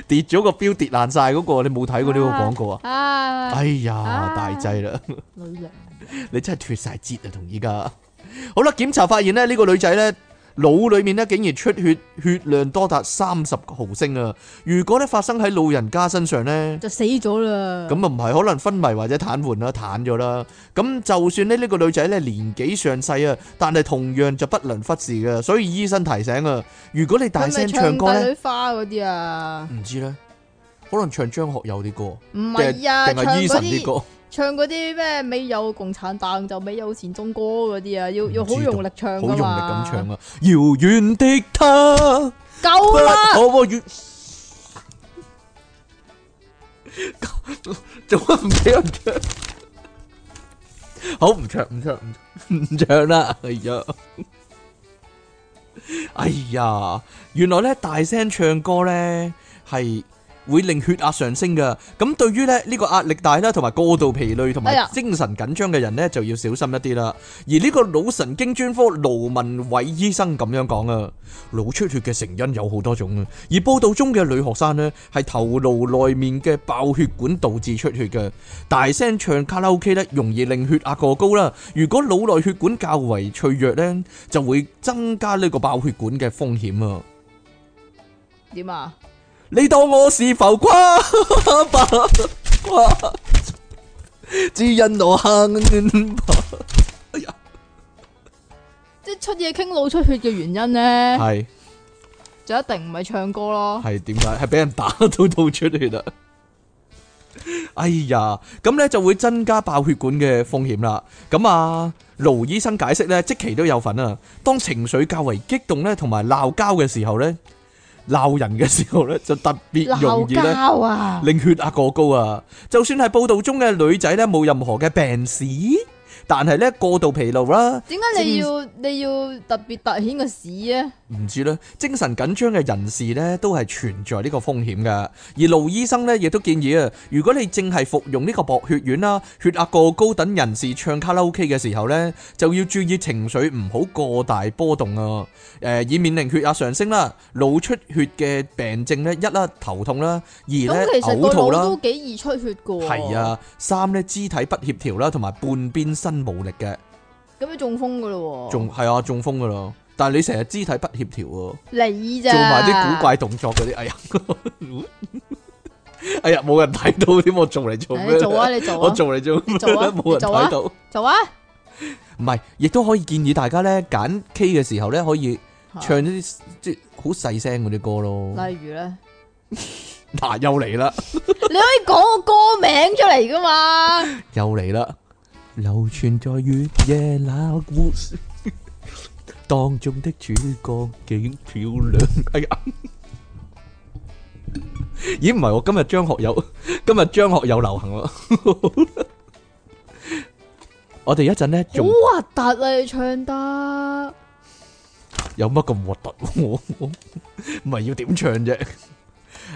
[SPEAKER 1] 跌咗個標跌爛晒嗰個，你冇睇過呢個廣告啊？
[SPEAKER 2] 啊，
[SPEAKER 1] 哎呀，
[SPEAKER 2] 啊
[SPEAKER 1] 大劑啦！
[SPEAKER 2] 呂良
[SPEAKER 1] 你真係脱晒節啊，同依家。 好啦，檢查發現咧，呢個女仔咧腦裏面咧竟然出血，血量多達三十毫升啊！如果咧發生喺老人家身上咧，
[SPEAKER 2] 就死咗啦，
[SPEAKER 1] 咁啊唔係可能昏迷或者癱瘓啦，癱咗啦。咁就算呢呢個女仔咧年紀尚細啊，但係同樣就不能忽視嘅。所以醫生提醒啊，如果你大聲
[SPEAKER 2] 佢咪
[SPEAKER 1] 唱歌
[SPEAKER 2] 大
[SPEAKER 1] 咧，
[SPEAKER 2] 女花嗰啲啊，
[SPEAKER 1] 唔知咧，可能唱張學友啲歌，
[SPEAKER 2] 唔係啊，
[SPEAKER 1] 定
[SPEAKER 2] 唱
[SPEAKER 1] 係 Eason
[SPEAKER 2] 嗰
[SPEAKER 1] 啲
[SPEAKER 2] 啲。
[SPEAKER 1] 歌，
[SPEAKER 2] 唱嗰啲咩美有共產黨就美有前中歌嗰啲啊，要
[SPEAKER 1] 唔
[SPEAKER 2] 要好
[SPEAKER 1] 知道
[SPEAKER 2] 用力唱
[SPEAKER 1] 好用
[SPEAKER 2] 噶
[SPEAKER 1] 力
[SPEAKER 2] 嘛，
[SPEAKER 1] 咁唱啊！遙遠的他，不
[SPEAKER 2] 夠啦，
[SPEAKER 1] 可越。 做乜唔俾人唱？好唔唱唔唱唔唱唔唱啦！哎呀，哎呀，原來咧大聲唱歌咧係會令血壓上升噶。咁對於咧呢個壓力大啦，同埋過度疲累同
[SPEAKER 2] 哎
[SPEAKER 1] 埋
[SPEAKER 2] 呀
[SPEAKER 1] 精神緊張嘅人咧，就要小心一啲啦。而呢個腦神經專科盧文偉醫生咁樣講啊，腦出血嘅成因有好多種啊。而報道中嘅女學生呢，係頭腦內面嘅爆血管導致出血嘅。大聲唱卡拉 OK 咧，容易令血壓過高啦。如果腦內血管較為脆弱呢，就會增加呢個爆血管嘅風險啊！
[SPEAKER 2] 點啊？
[SPEAKER 1] 你當我是浮誇 吧？誇只因我慳吧。
[SPEAKER 2] 即係出嘢傾腦出血嘅原因咧，
[SPEAKER 1] 係
[SPEAKER 2] 就一定唔係唱歌咯。
[SPEAKER 1] 係點解？係俾人打到到出血啊啦！哎呀，咁呢就會增加爆血管嘅風險啦。咁啊，盧醫生解釋呢，即期都有份啊。當情緒較為激動呢，同埋鬧交嘅時候呢，鬧人嘅時候呢，就特別容
[SPEAKER 2] 鬧
[SPEAKER 1] 易呢。嗯
[SPEAKER 2] 交啊！
[SPEAKER 1] 令血壓過高啊！就算係報道中嘅女仔呢，冇任何嘅病史，但係呢過度疲勞啦，
[SPEAKER 2] 點解你要你要特別突顯個屎啊？
[SPEAKER 1] 唔知呢精神緊張嘅人士呢，都係存在呢個風險噶。而盧醫生呢，亦都建議啊，如果你正係服用呢個薄血丸啦、血壓過高等人士唱卡拉 OK 嘅時候呢，就要注意情緒唔好過大波動啊，誒、以免令血壓上升啦。腦出血嘅病症呢，一啦頭痛啦，二呢
[SPEAKER 2] 咁其實個
[SPEAKER 1] 嘔吐
[SPEAKER 2] 腦
[SPEAKER 1] 啦。
[SPEAKER 2] 都幾易出血噶。
[SPEAKER 1] 係，啊，三咧肢體不協調啦，同埋半邊身無力嘅，
[SPEAKER 2] 咁你中風噶咯喎？
[SPEAKER 1] 仲係啊中風噶啦。但係你成日肢體不協調喎，
[SPEAKER 2] 你咋？
[SPEAKER 1] 做埋啲古怪動作嗰啲，哎呀， 哎呀，冇人睇到添，我做嚟做
[SPEAKER 2] 唉。
[SPEAKER 1] 咩？
[SPEAKER 2] 你做啊！你 做
[SPEAKER 1] 我
[SPEAKER 2] 啊！
[SPEAKER 1] 做嚟做咩
[SPEAKER 2] 你做 啊
[SPEAKER 1] 冇人
[SPEAKER 2] 你做啊
[SPEAKER 1] 睇到。唔
[SPEAKER 2] 做啊！
[SPEAKER 1] 係，亦都可以建議大家咧揀 K 嘅時候咧，可以 唱啲即係好細聲嗰啲歌咯。
[SPEAKER 2] 啊例如咧，
[SPEAKER 1] 嗱，又嚟啦，
[SPEAKER 2] 你可以講個歌名出嚟噶嘛？
[SPEAKER 1] 又嚟啦，流傳在月夜那 故事當中的主角竟漂亮。哎呀， 咦，唔係我今日張學友， 今日張學友流行喎。 我哋一陣咧，
[SPEAKER 2] 好
[SPEAKER 1] 仲
[SPEAKER 2] 核突啊！你唱得
[SPEAKER 1] 有乜咁核突？ 我我唔係要點唱啫？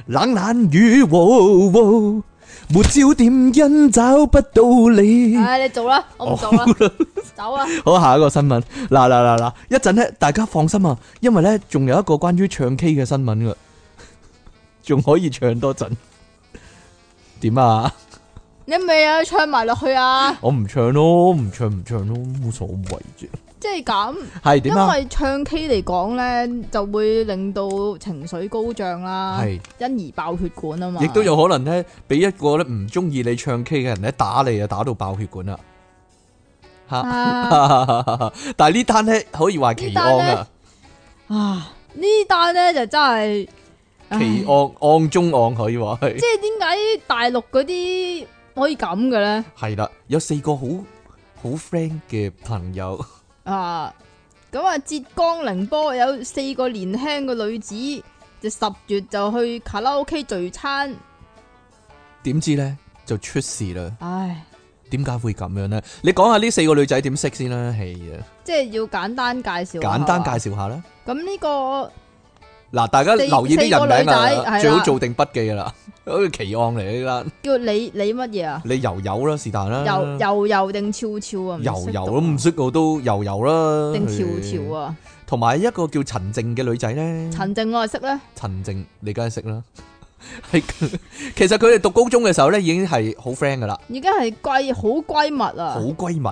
[SPEAKER 1] 冷冷雨，喔喔沒焦點，因找不到你。
[SPEAKER 2] 唉，你做啦，我唔
[SPEAKER 1] 哦
[SPEAKER 2] 做啦，走啊！
[SPEAKER 1] 好，下一個新聞，嗱嗱嗱嗱，一陣咧，大家放心啊，因為咧仲有一個關於唱 K 嘅新聞噶， 仲可以唱多陣。點啊？
[SPEAKER 2] 你咪啊唱埋落去啊！
[SPEAKER 1] 我唔唱咯，唔唱唔唱咯，冇所謂啫。
[SPEAKER 2] 即係咁，
[SPEAKER 1] 係
[SPEAKER 2] 因
[SPEAKER 1] 點啊？
[SPEAKER 2] 為唱 K 嚟講咧，就會令到情緒高漲啦，
[SPEAKER 1] 係，
[SPEAKER 2] 因而爆血管啊嘛。
[SPEAKER 1] 亦都有可能咧，俾一個咧唔中意你唱 K 嘅人咧打你啊，打到爆血管啊！吓，
[SPEAKER 2] 啊
[SPEAKER 1] 但係呢單咧可以話奇
[SPEAKER 2] 呢
[SPEAKER 1] 案
[SPEAKER 2] 單
[SPEAKER 1] 啊
[SPEAKER 2] 呢，啊！呢單咧就真係唉
[SPEAKER 1] 奇案案中案可以話係。
[SPEAKER 2] 即係點解大陸嗰啲可以咁嘅咧？
[SPEAKER 1] 系啦，有四個好好 friend 嘅朋友，
[SPEAKER 2] 啊，咁啊，浙江寧波有四個年輕嘅女子，就十月就去卡拉 OK 聚餐，
[SPEAKER 1] 點知呢就出事啦？
[SPEAKER 2] 唉，
[SPEAKER 1] 點解會咁樣呢？你講下呢四個女仔點識先啦？係啊，
[SPEAKER 2] 即係要簡單介紹。
[SPEAKER 1] 簡單介紹下啦。
[SPEAKER 2] 紹。咁呢、個
[SPEAKER 1] 嗱，大家
[SPEAKER 2] 四
[SPEAKER 1] 留意啲人名
[SPEAKER 2] 四個女仔係
[SPEAKER 1] 啊，
[SPEAKER 2] 啦
[SPEAKER 1] 最好做定筆記噶啦。 好似奇案嚟呢單，
[SPEAKER 2] 叫李李乜嘢啊？
[SPEAKER 1] 你油油啦，是但啦，
[SPEAKER 2] 柔柔柔定俏俏啊？唔識
[SPEAKER 1] 油油
[SPEAKER 2] 讀
[SPEAKER 1] 都唔識我都油油啦，
[SPEAKER 2] 定
[SPEAKER 1] 佢
[SPEAKER 2] 俏俏。啊？
[SPEAKER 1] 同埋一個叫陳靜嘅女仔呢。
[SPEAKER 2] 陳靜我係識咧，
[SPEAKER 1] 陳靜，你梗係識啦。 係其實佢哋讀高中嘅時候呢，已經係好 friend 噶啦，
[SPEAKER 2] 已經係閨好閨密
[SPEAKER 1] 好
[SPEAKER 2] 啊！
[SPEAKER 1] 閨密。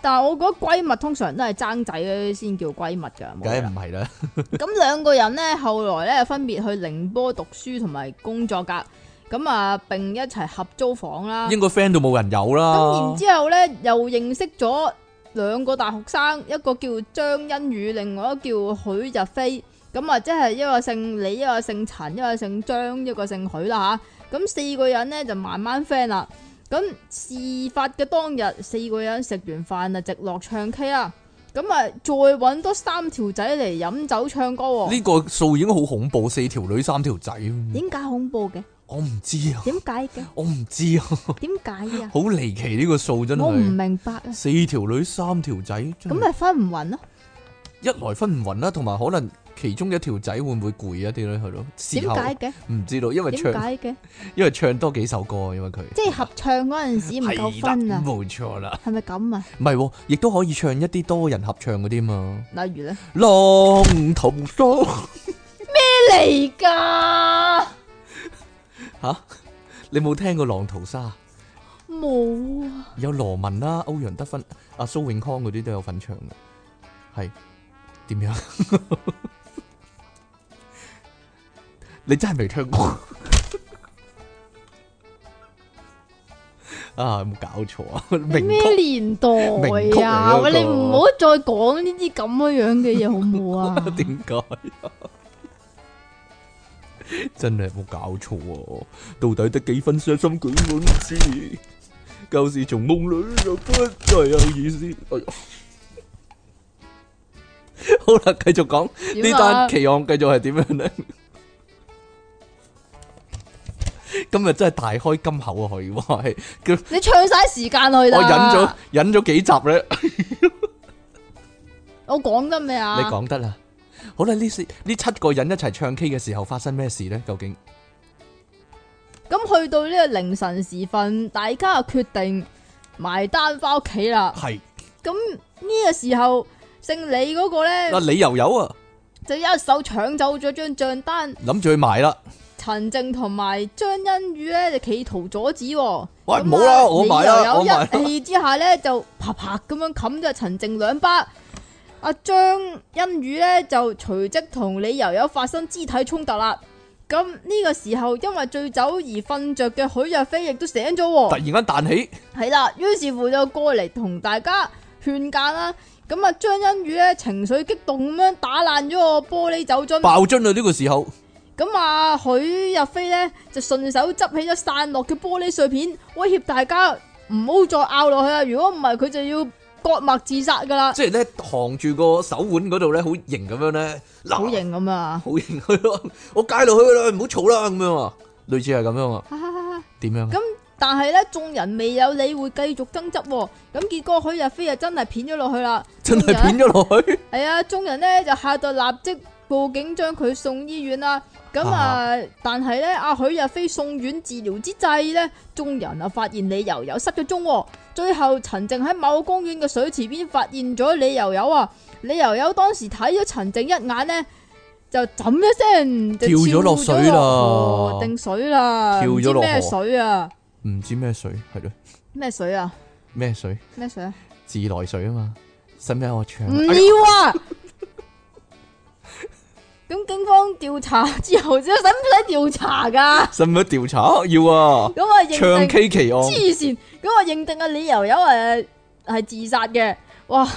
[SPEAKER 2] 但係我覺得閨蜜通常都係爭仔先叫閨蜜㗎，冇
[SPEAKER 1] 梗係
[SPEAKER 2] 嘢啦
[SPEAKER 1] 唔係啦，
[SPEAKER 2] 咁兩個人呢，後來呢，分別去寧波讀書同埋工作噶，咁啊並一齊合租房啦。
[SPEAKER 1] 應該 friend 到冇人有
[SPEAKER 2] 咁啊然
[SPEAKER 1] 啦。
[SPEAKER 2] 之後呢，又認識咗兩個大學生，一個叫張欣宇，另外一個叫許日飛。咁啊，即係一個姓李，一個姓陳，一個姓張，一個姓許啦吓。咁四個人呢，就慢慢 friend 啦。咁事發嘅當日，四個人食完飯啊，直落唱 K 啊。咁啊，再揾多三條仔嚟飲酒唱歌喎。
[SPEAKER 1] 呢個數已經好恐怖，四條女三條仔，嗯
[SPEAKER 2] 點解恐怖嘅？
[SPEAKER 1] 我唔知啊，
[SPEAKER 2] 點解嘅？
[SPEAKER 1] 我唔知啊，
[SPEAKER 2] 點解啊？
[SPEAKER 1] 好離奇呢個數真
[SPEAKER 2] 我唔
[SPEAKER 1] 係。
[SPEAKER 2] 明白啊！
[SPEAKER 1] 四條女三條仔，
[SPEAKER 2] 咁啊
[SPEAKER 1] 咁
[SPEAKER 2] 咪分唔匀咯？
[SPEAKER 1] 一來分唔勻啦，同埋可能其中一條仔會唔會攰一啲咧？係咯，
[SPEAKER 2] 點
[SPEAKER 1] 事後
[SPEAKER 2] 解嘅？
[SPEAKER 1] 唔知道，因為
[SPEAKER 2] 點
[SPEAKER 1] 唱
[SPEAKER 2] 解嘅？
[SPEAKER 1] 因為唱多幾首歌，因為佢
[SPEAKER 2] 即係合唱嗰阵时唔夠分
[SPEAKER 1] 係啦
[SPEAKER 2] 啊？
[SPEAKER 1] 冇錯啦，
[SPEAKER 2] 係咪咁啊？
[SPEAKER 1] 唔係喎，亦都可以唱一啲多人合唱嗰啲嘛，
[SPEAKER 2] 例如咧
[SPEAKER 1] 浪淘沙。
[SPEAKER 2] 咩嚟㗎？
[SPEAKER 1] 吓？你冇聽過《浪淘沙》？
[SPEAKER 2] 冇啊！
[SPEAKER 1] 有羅文啦、歐陽德芬、阿蘇永康嗰啲都有份唱嘅，係點樣？ 你真係未聽過 啊？有冇搞錯啊？ 名
[SPEAKER 2] 咩
[SPEAKER 1] 曲
[SPEAKER 2] 年代
[SPEAKER 1] 名曲嚟
[SPEAKER 2] 啊？
[SPEAKER 1] 嗰個？
[SPEAKER 2] 喂，你唔好再講呢啲咁樣樣嘅嘢好唔好啊
[SPEAKER 1] 點解啊？真係冇搞錯啊！到底得幾分傷心佢我都知，舊時從夢裏又不再有意思。哎呀， 好啦，繼續講呢
[SPEAKER 2] 點啊
[SPEAKER 1] 單奇案，繼續係點樣呢？今日真係大開金口啊！可以話係，
[SPEAKER 2] 你唱晒時間去
[SPEAKER 1] 我忍咗
[SPEAKER 2] 啦！
[SPEAKER 1] 忍咗幾集咧。
[SPEAKER 2] 我講得未啊？
[SPEAKER 1] 你講得啦。好啦，呢四呢七個人一齊唱 K 嘅時候發生咩事呢？究竟？
[SPEAKER 2] 咁去到呢個凌晨時分，大家就決定埋單翻屋企啦。
[SPEAKER 1] 係
[SPEAKER 2] 咁呢個時候，姓李嗰個
[SPEAKER 1] 啊，
[SPEAKER 2] 咧
[SPEAKER 1] 李悠悠啊，
[SPEAKER 2] 就一手搶走咗張帳單，
[SPEAKER 1] 諗住去買啦。
[SPEAKER 2] 陳靜同埋張欣宇咧就企圖阻止喎。
[SPEAKER 1] 喂，
[SPEAKER 2] 咁
[SPEAKER 1] 唔好啦，
[SPEAKER 2] 啊
[SPEAKER 1] 我買啦，我買啦。
[SPEAKER 2] 李悠悠一氣之下咧就啪啪咁樣冚咗陳靜兩巴。阿張欣宇咧就隨即同李悠悠發生肢體衝突啦。咁呢個時候，因為醉酒而瞓着嘅許若飛亦都醒咗喎
[SPEAKER 1] 突。然間彈起，
[SPEAKER 2] 系啦，於是乎就過嚟同大家勸架啦。咁啊，張欣宇咧情緒激動咁樣打爛咗個玻璃酒樽。
[SPEAKER 1] 爆樽啊啦！呢個時候，
[SPEAKER 2] 咁啊，許入飛咧就順手執起咗散落嘅玻璃碎片，威脅大家唔好再拗落去啊！如果唔係，佢就要割脈自殺噶啦，
[SPEAKER 1] 即係咧，行住個手腕嗰度咧，好型咁樣咧，嗱
[SPEAKER 2] 好，型咁啊！
[SPEAKER 1] 好型去咯，我戒落去啦，唔好嘈啦咁樣啊！類似係咁樣啊？
[SPEAKER 2] 哈哈 哈哈
[SPEAKER 1] 點樣啊？
[SPEAKER 2] 但系咧，眾人未有理會，繼續爭執喎。咁結果許日飛啊，真係片咗落去啦。
[SPEAKER 1] 真係片咗落去，
[SPEAKER 2] 係啊，眾人咧就嚇到立即報警，將佢送醫院啦。咁啊，但係咧，阿許日飛送院治療之際咧，眾人啊發現李悠悠失咗蹤喎。最後陳靜喺某公園嘅水池邊發現咗李悠悠啊。李悠悠當時睇咗陳靜一眼呢，就咁一聲就
[SPEAKER 1] 跳咗落水啦
[SPEAKER 2] 跳咗河定水啦，
[SPEAKER 1] 跳
[SPEAKER 2] 唔
[SPEAKER 1] 咗
[SPEAKER 2] 知
[SPEAKER 1] 落河
[SPEAKER 2] 咩水啊？
[SPEAKER 1] 唔知咩水係咯，
[SPEAKER 2] 咩水啊？
[SPEAKER 1] 咩水？
[SPEAKER 2] 咩水啊？
[SPEAKER 1] 自來水啊嘛，使唔使我唱啊？
[SPEAKER 2] 唔
[SPEAKER 1] 哎呀
[SPEAKER 2] 要啊！ 咁警方調查之後，即係使唔使調查噶？
[SPEAKER 1] 使唔使調查？要啊！
[SPEAKER 2] 咁啊
[SPEAKER 1] 唱
[SPEAKER 2] 認定
[SPEAKER 1] K 奇案
[SPEAKER 2] 黐線，咁啊認定啊李悠悠誒係自殺嘅，哇！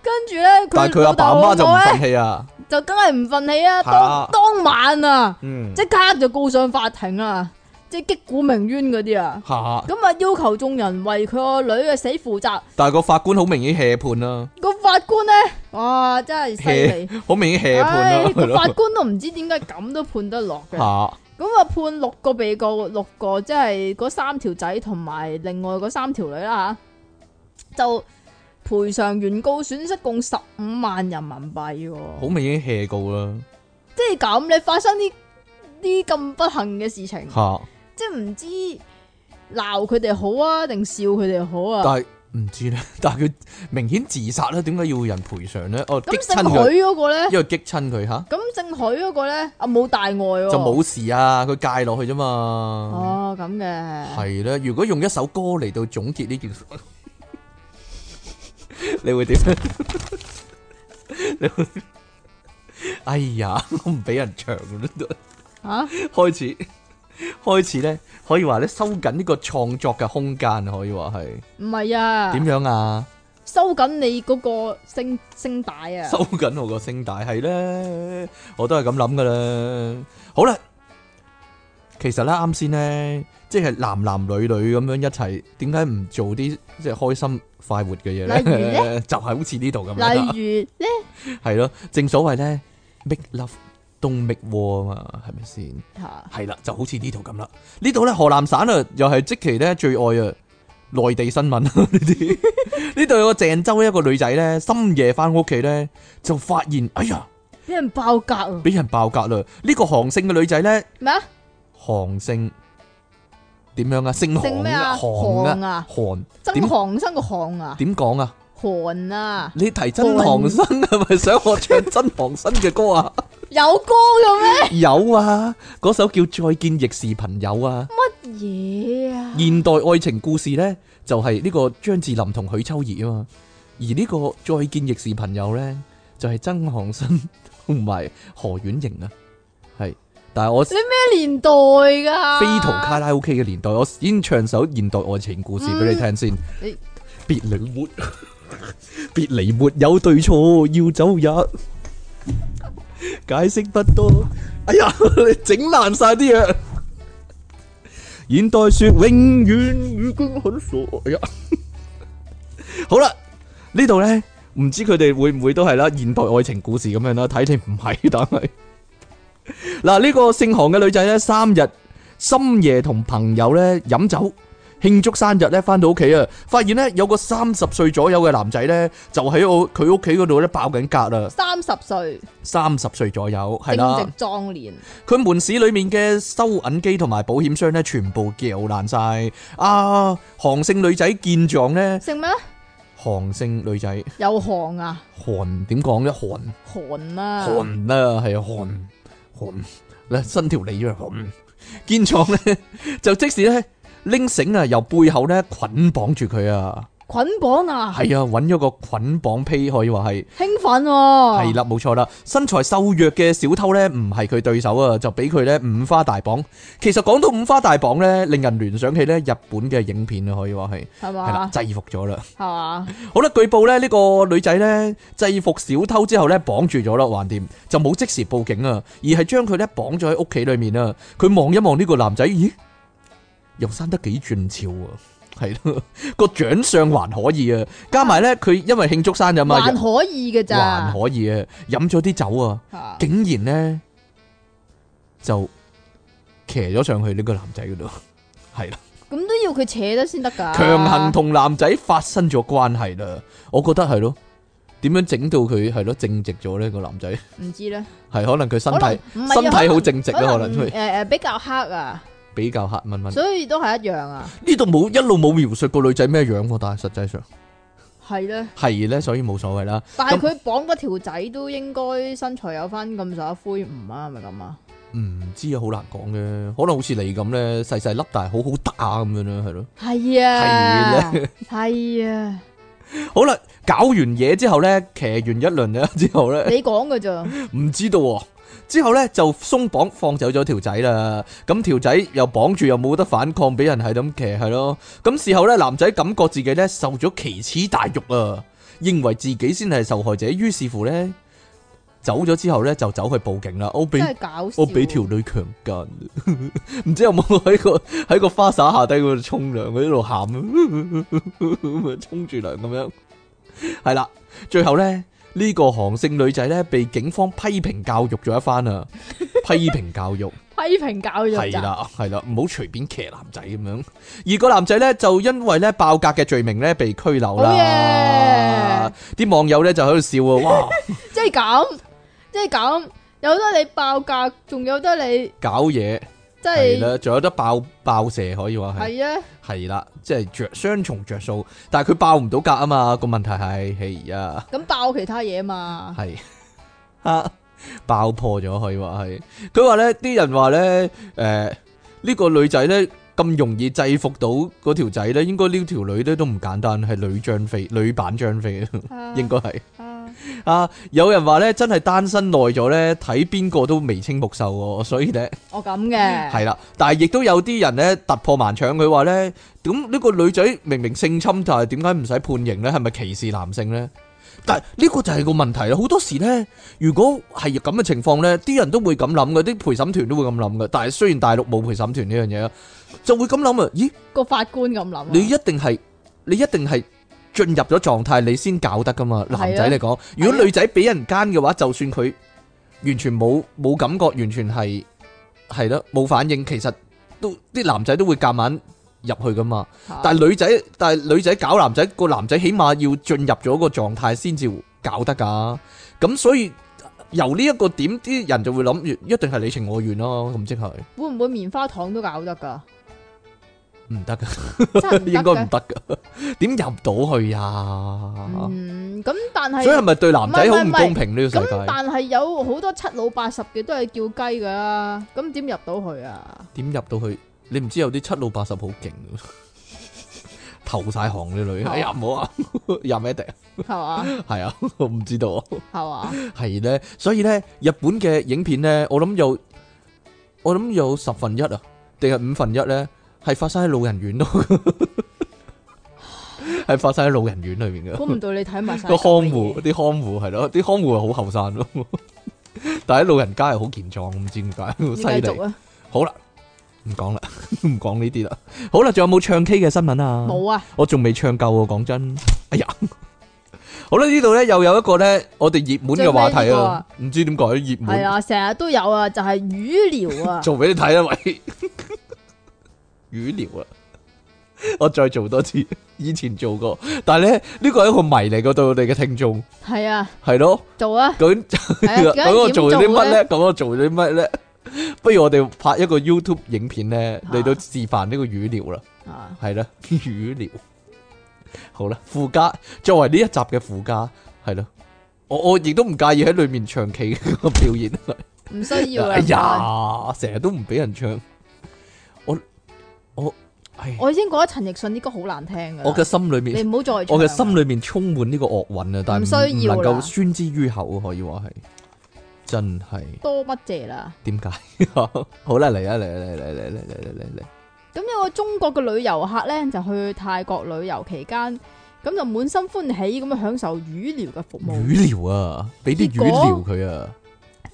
[SPEAKER 2] 跟住咧，
[SPEAKER 1] 但係
[SPEAKER 2] 佢
[SPEAKER 1] 佢阿爸
[SPEAKER 2] 老豆
[SPEAKER 1] 阿媽就唔
[SPEAKER 2] 老母呢
[SPEAKER 1] 忿氣啊！
[SPEAKER 2] 就梗係唔忿氣啊！
[SPEAKER 1] 嚇
[SPEAKER 2] 當當晚啊，
[SPEAKER 1] 嗯，
[SPEAKER 2] 即刻就告上法庭啊，即係擊鼓鳴冤嗰啲啊！
[SPEAKER 1] 嚇！
[SPEAKER 2] 咁啊，要求眾人為佢個女嘅死負責。
[SPEAKER 1] 但係個法官好明顯 hea 判啦，
[SPEAKER 2] 個法官咧，哇，真係犀 利！
[SPEAKER 1] 好明顯 hea 判啦，
[SPEAKER 2] 唉，
[SPEAKER 1] 係
[SPEAKER 2] 個法
[SPEAKER 1] 咯
[SPEAKER 2] 官都唔知點解咁都判得落嘅。
[SPEAKER 1] 嚇！
[SPEAKER 2] 咁啊，判六個被告，六個即係嗰三條仔同埋另外嗰三條女啦吓，就賠償原告損失共十五萬人民幣喎。
[SPEAKER 1] 好明顯 hea 告啦，
[SPEAKER 2] 即係咁，你發生呢啲咁不幸嘅事情，
[SPEAKER 1] 嚇！
[SPEAKER 2] 即係唔知鬧佢哋好啊，定笑佢哋好啊？
[SPEAKER 1] 但係唔知咧， 但係佢明顯自殺啦，點解要人賠償咧？哦，激
[SPEAKER 2] 咁姓
[SPEAKER 1] 親佢，
[SPEAKER 2] 許嗰個咧，
[SPEAKER 1] 因為激親佢吓，
[SPEAKER 2] 咁姓許嗰個咧，啊冇大礙喎，
[SPEAKER 1] 就冇事啊，佢戒落去啫嘛。
[SPEAKER 2] 哦咁嘅，
[SPEAKER 1] 係啦，如果用一首歌嚟到總結呢件事， 你會點？ 你會？哎呀， 我唔俾人唱啦都。
[SPEAKER 2] 吓
[SPEAKER 1] 開始開始咧，可以話咧收緊呢個創作嘅空間，可以話係
[SPEAKER 2] 唔係啊？
[SPEAKER 1] 點樣啊？
[SPEAKER 2] 收緊你嗰個聲聲帶啊！
[SPEAKER 1] 收緊我個聲帶係咧，我都係咁諗噶啦。好啦，其實咧啱先咧，即係男男女女咁樣一齊，點解唔做啲即係開心快活嘅嘢
[SPEAKER 2] 例如
[SPEAKER 1] 咧
[SPEAKER 2] 呢？
[SPEAKER 1] 就係好似呢度咁樣啊啦，
[SPEAKER 2] 例如咧，
[SPEAKER 1] 係咯，正所謂咧，make love don't make war 啊嘛，係咪先？
[SPEAKER 2] 吓
[SPEAKER 1] 係啦，就好似呢度咁啦。呢度咧河南省啊，又係即期咧最愛啊內地新聞啊 呢啲。呢度有個鄭州一個女仔咧，深夜翻屋企咧就發現，哎呀，
[SPEAKER 2] 俾人爆格啊！
[SPEAKER 1] 俾人爆格啦！呢、個韓姓嘅女仔咧，
[SPEAKER 2] 咩啊？
[SPEAKER 1] 韓姓點樣啊？姓
[SPEAKER 2] 姓
[SPEAKER 1] 韓
[SPEAKER 2] 咩啊？
[SPEAKER 1] 韓
[SPEAKER 2] 韓
[SPEAKER 1] 啊，
[SPEAKER 2] 啊，
[SPEAKER 1] 韓
[SPEAKER 2] 曾
[SPEAKER 1] 點
[SPEAKER 2] 韓生個韓啊，
[SPEAKER 1] 點講啊？
[SPEAKER 2] 韓啊，
[SPEAKER 1] 你提真韓生係咪想我唱真韓生嘅歌 啊？
[SPEAKER 2] 有歌嘅
[SPEAKER 1] 有啊，嗰首叫《再見亦是朋友》啊。
[SPEAKER 2] 咩？嘢啊！
[SPEAKER 1] 現代愛情故事呢，就係、呢個張智霖同許秋怡啊嘛，而呢個再見亦是朋友呢，就係、曾航生同埋何婉瑩啊，係，但係我非
[SPEAKER 2] 咩年代噶？
[SPEAKER 1] 途卡拉 OK 嘅年代，我先唱首現代愛情故事俾你聽先。
[SPEAKER 2] 你
[SPEAKER 1] 別離沒， 別離沒有對錯，要走也解釋不多。哎呀， 你整爛晒啲嘢。現代說永遠已經很傻。哎呀，好啦，呢度呢，唔知佢哋會唔會都係啦，現代愛情故事咁樣啦，睇你唔係，但係嗱呢個姓韓嘅女仔呢，三日深夜同朋友呢飲酒。慶祝生日咧，翻到屋企啊，發現咧有個三十歲左右嘅男仔咧，就喺我佢屋企嗰度咧爆緊格啦，
[SPEAKER 2] 三十歲
[SPEAKER 1] 三十歲左右係
[SPEAKER 2] 正
[SPEAKER 1] 啦
[SPEAKER 2] 值，壯年，
[SPEAKER 1] 佢門市裏面嘅收銀機同埋保險箱咧，全部撬爛晒。啊，韓姓女仔見狀咧，
[SPEAKER 2] 姓咩？
[SPEAKER 1] 韓姓女仔
[SPEAKER 2] 有韓啊，
[SPEAKER 1] 韓點講咧？韓
[SPEAKER 2] 韓啊，
[SPEAKER 1] 韓啦，係啊，韓韓咧伸條脷啊，韓見狀咧 就即使咧拎繩啊，由背後咧捆綁住佢啊。
[SPEAKER 2] 捆綁啊，
[SPEAKER 1] 系啊，揾咗個捆綁胚可以話係，
[SPEAKER 2] 興奮喎，
[SPEAKER 1] 係啦，冇錯啦。身材瘦弱嘅小偷呢，唔係佢對手啊，就俾佢呢五花大綁。其實講到五花大綁呢，令人聯想起呢日本嘅影片啊，可以話係，
[SPEAKER 2] 係
[SPEAKER 1] 係啦
[SPEAKER 2] 嘛，，
[SPEAKER 1] 制服咗啦。
[SPEAKER 2] 係嘛，
[SPEAKER 1] 好啦，據報呢，呢個女仔呢，制服小偷之後呢，綁住咗啦，橫掂就冇即時報警啊，而係將佢呢綁咗喺屋企裏面啊。佢望一望呢個男仔，咦，又生得幾俊俏啊！係咯， 個長相還可以啊，加埋呢，佢因為慶祝生日嘛，
[SPEAKER 2] 還可以嘅咋，
[SPEAKER 1] 啊還可以啊，飲咗啲酒啊，
[SPEAKER 2] 嚇
[SPEAKER 1] 竟然呢，就騎咗上去呢個男仔嗰度，係啦，
[SPEAKER 2] 咁都要佢扯得先得噶。
[SPEAKER 1] 強行同男仔發生咗關係啦，我覺得係咯，點樣整到佢係咯正直咗呢個男仔
[SPEAKER 2] 唔知咧，
[SPEAKER 1] 係可能佢身
[SPEAKER 2] 可能
[SPEAKER 1] 體
[SPEAKER 2] 唔係啊
[SPEAKER 1] 身體好正直啦，可能佢
[SPEAKER 2] 誒誒比較黑啊，
[SPEAKER 1] 比較黑蚊蚊。
[SPEAKER 2] 所以都係一樣啊，
[SPEAKER 1] 呢度冇一路冇描述個女仔咩樣喎，但係實際上
[SPEAKER 2] 係咧。
[SPEAKER 1] 係咧，所以冇所謂啦。
[SPEAKER 2] 但係佢綁嗰條仔都應該身材有翻咁上下灰唔啊，係咪咁啊？
[SPEAKER 1] 唔知啊，好難講嘅，可能好似你咁咧，細細粒但係好好打咁樣咧，係咯。
[SPEAKER 2] 係啊，係啊，
[SPEAKER 1] 好啦，搞完嘢之後咧，騎完一輪咧之後咧。
[SPEAKER 2] 你講嘅咋？
[SPEAKER 1] 唔知道喎、之後呢，就鬆綁放走咗條仔啦，咁條仔又綁住又冇得反抗，俾人係咁騎係咯。咁事後呢，男仔感覺自己呢受咗奇恥大辱啊，認為自己先係受害者，於是乎呢，走咗之後呢，就走去報警啦。我俾
[SPEAKER 2] 真係搞笑。
[SPEAKER 1] 我俾條女強姦， 唔知有冇喺個喺個花灑下低嗰度沖涼，佢喺度喊， 咁啊沖住涼咁樣。係啦，最後咧呢、個韓姓女仔咧被警方批評教育咗一番 啊，批評教育。
[SPEAKER 2] 批評教育
[SPEAKER 1] 系
[SPEAKER 2] 咋？
[SPEAKER 1] 啦，系啦，唔好隨便騎男仔咁樣。而個男仔呢，就因為咧爆格嘅罪名咧被拘留
[SPEAKER 2] 好
[SPEAKER 1] 啦
[SPEAKER 2] 嘢。
[SPEAKER 1] 啲網友咧就喺度笑啊，哇，
[SPEAKER 2] 即係咁，即係咁，有得你爆格，仲有得你
[SPEAKER 1] 搞嘢
[SPEAKER 2] 即
[SPEAKER 1] 係
[SPEAKER 2] 係
[SPEAKER 1] 啦，仲有得爆爆射可以話係。
[SPEAKER 2] 係啊，
[SPEAKER 1] 係啦，即係着雙重着數，但係佢爆唔到格啊嘛，個問題係係啊，
[SPEAKER 2] 咁爆其他嘢嘛。
[SPEAKER 1] 係 啊，爆破咗可以話係。佢話咧，啲人話咧，誒、呢、個女仔咧咁容易制服到嗰條仔咧，應該呢條女咧都唔簡單，係女張飛，女版張飛，
[SPEAKER 2] 啊
[SPEAKER 1] 應該係
[SPEAKER 2] 啊
[SPEAKER 1] 啊。有人話咧，真係單身耐咗咧，睇邊個都眉清目秀喎，所以咧。
[SPEAKER 2] 我咁嘅，
[SPEAKER 1] 系啦，但系亦都有啲人咧突破盲腸，佢話咧，咁呢個女仔明明性侵，但係點解唔使判刑咧？係咪歧視男性咧？但係呢個就係個問題啦。好多時咧，如果係咁嘅情況咧，啲人都會咁諗嘅，啲陪審團都會咁諗嘅。但係雖然大陸冇陪審團呢樣嘢啊，就會咁諗啊，咦，
[SPEAKER 2] 個法官咁諗啊。
[SPEAKER 1] 你一定係你一定係進入咗狀態，你先搞得噶嘛？
[SPEAKER 2] 係啊
[SPEAKER 1] 男仔嚟講，如果女仔俾人奸嘅話，就算佢完全冇冇感覺，完全係係咯冇反應，其實都啲男仔都會夾硬入去噶嘛。
[SPEAKER 2] 嚇
[SPEAKER 1] 但係女仔，但係女仔搞男仔，個男仔起碼要進入咗個狀態先至搞得㗎。咁所以由呢一個點，啲人就會諗住一定係你情我願咯。咁即係
[SPEAKER 2] 會唔會棉花糖都 搞得㗎？
[SPEAKER 1] 唔得㗎。
[SPEAKER 2] 真係
[SPEAKER 1] 應
[SPEAKER 2] 唔
[SPEAKER 1] 該
[SPEAKER 2] 得
[SPEAKER 1] 唔
[SPEAKER 2] 嘅。
[SPEAKER 1] 得噶， 點入到去啊？
[SPEAKER 2] 嗯，咁但係
[SPEAKER 1] 所以係咪對男仔好唔公平呢個世
[SPEAKER 2] 咁
[SPEAKER 1] 界？
[SPEAKER 2] 但係有好多七老八十嘅都係叫雞噶啦，咁點入到去啊？
[SPEAKER 1] 點入到去？你唔知有啲七老八十好勁㗎， 投晒行啲女，
[SPEAKER 2] 係嘛
[SPEAKER 1] 哎呀唔好啊， 入咩迪？
[SPEAKER 2] 係嘛？
[SPEAKER 1] 係啊，我唔知道啊，
[SPEAKER 2] 係嘛？
[SPEAKER 1] 係咧，所以咧，日本嘅影片咧，我諗有，我諗有十分一啊，定係五分一咧，係發生喺老人院度， 係發生喺老人院裏面嘅。
[SPEAKER 2] 估唔到你睇埋 晒
[SPEAKER 1] 個看
[SPEAKER 2] 咁多
[SPEAKER 1] 護，
[SPEAKER 2] 嘢
[SPEAKER 1] 啲看護係咯，啲看護係好後生咯， 但係啲老人家係好健壯，唔知點解，
[SPEAKER 2] 你
[SPEAKER 1] 犀
[SPEAKER 2] 繼
[SPEAKER 1] 利
[SPEAKER 2] 續。啊！
[SPEAKER 1] 好啦，唔講啦， 唔講呢啲啦。好啦，仲有冇唱 K 嘅新聞啊？
[SPEAKER 2] 冇啊，
[SPEAKER 1] 我仲未唱夠喎，講真。哎呀，好啦，呢度咧又有一個咧，我哋熱門嘅話題
[SPEAKER 2] 最尾呢個
[SPEAKER 1] 啊
[SPEAKER 2] 啊，
[SPEAKER 1] 唔知點解熱
[SPEAKER 2] 係
[SPEAKER 1] 門，
[SPEAKER 2] 啊，成日都有啊，就係魚療啊，
[SPEAKER 1] 嗯 做俾你睇啦，喂，魚聊啊！我再做多次， 以前做過，但係咧呢個係一個迷嚟嘅，對我哋嘅聽眾
[SPEAKER 2] 係啊，
[SPEAKER 1] 係咯。
[SPEAKER 2] 做啊，
[SPEAKER 1] 究竟
[SPEAKER 2] 係啊，
[SPEAKER 1] 咁我
[SPEAKER 2] 究竟
[SPEAKER 1] 做咗
[SPEAKER 2] 點
[SPEAKER 1] 啲乜
[SPEAKER 2] 咧？
[SPEAKER 1] 咧？咁我做咗啲乜咧？不如我哋拍一個 YouTube 影片咧，
[SPEAKER 2] 啊
[SPEAKER 1] 嚟到示範呢個語料啦，
[SPEAKER 2] 啊，
[SPEAKER 1] 係啦，語料。好啦，附加作為呢一集嘅附加，係咯，我我亦都唔介意喺裏面唱 K 個表演。
[SPEAKER 2] 唔需要啦。啊
[SPEAKER 1] 哎
[SPEAKER 2] 唔該，
[SPEAKER 1] 呀，成日都唔俾人唱，我我唉，
[SPEAKER 2] 我已經覺得陳奕迅啲歌好難聽噶。
[SPEAKER 1] 我嘅心裏面
[SPEAKER 2] 你。唔好再唱
[SPEAKER 1] 我嘅
[SPEAKER 2] 啦
[SPEAKER 1] 心裏面充滿呢個惡運啊，但
[SPEAKER 2] 唔
[SPEAKER 1] 係唔
[SPEAKER 2] 需要
[SPEAKER 1] 能
[SPEAKER 2] 啦
[SPEAKER 1] 夠宣之於口啊，可以話係真係
[SPEAKER 2] 多乜謝啦。
[SPEAKER 1] 點解？ 好啦，嚟啦嚟啦嚟啦嚟啦嚟啦嚟啦嚟啦
[SPEAKER 2] 咁有個中國嘅旅遊客咧，就去泰國旅遊期間，咁就滿心歡喜咁樣享受魚療嘅服務。
[SPEAKER 1] 魚療啊，俾啲魚療佢啊，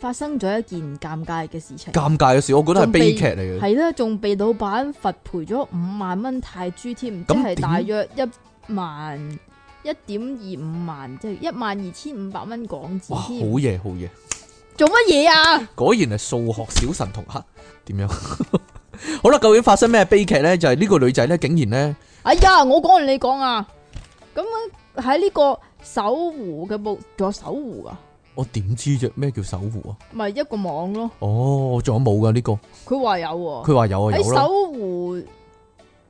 [SPEAKER 2] 發生咗一件尷尬嘅事情，
[SPEAKER 1] 尷尬嘅事，我覺得係悲劇嚟嘅。
[SPEAKER 2] 係啦，仲被老闆罰賠咗五萬蚊泰铢添，即
[SPEAKER 1] 咁
[SPEAKER 2] 係
[SPEAKER 1] 點
[SPEAKER 2] 大約一萬一點二五萬，即係一萬二千五百蚊港
[SPEAKER 1] 哇，
[SPEAKER 2] 紙
[SPEAKER 1] 好
[SPEAKER 2] 添。
[SPEAKER 1] 嘢好嘢，
[SPEAKER 2] 做乜嘢啊？
[SPEAKER 1] 果然係數學小神童黑點樣？ 好啦，究竟發生咩悲劇呢？就係、呢個女仔呢，竟然呢，
[SPEAKER 2] 哎呀，我講完你講啊。咁喺呢個守湖嘅部，仲有守湖啊，
[SPEAKER 1] 我點知啫？咩叫守護啊？
[SPEAKER 2] 咪一個網咯。
[SPEAKER 1] 哦，仲有冇噶呢個？
[SPEAKER 2] 佢話有喎、
[SPEAKER 1] 佢話有啊，
[SPEAKER 2] 喺
[SPEAKER 1] 有啦。
[SPEAKER 2] 搜湖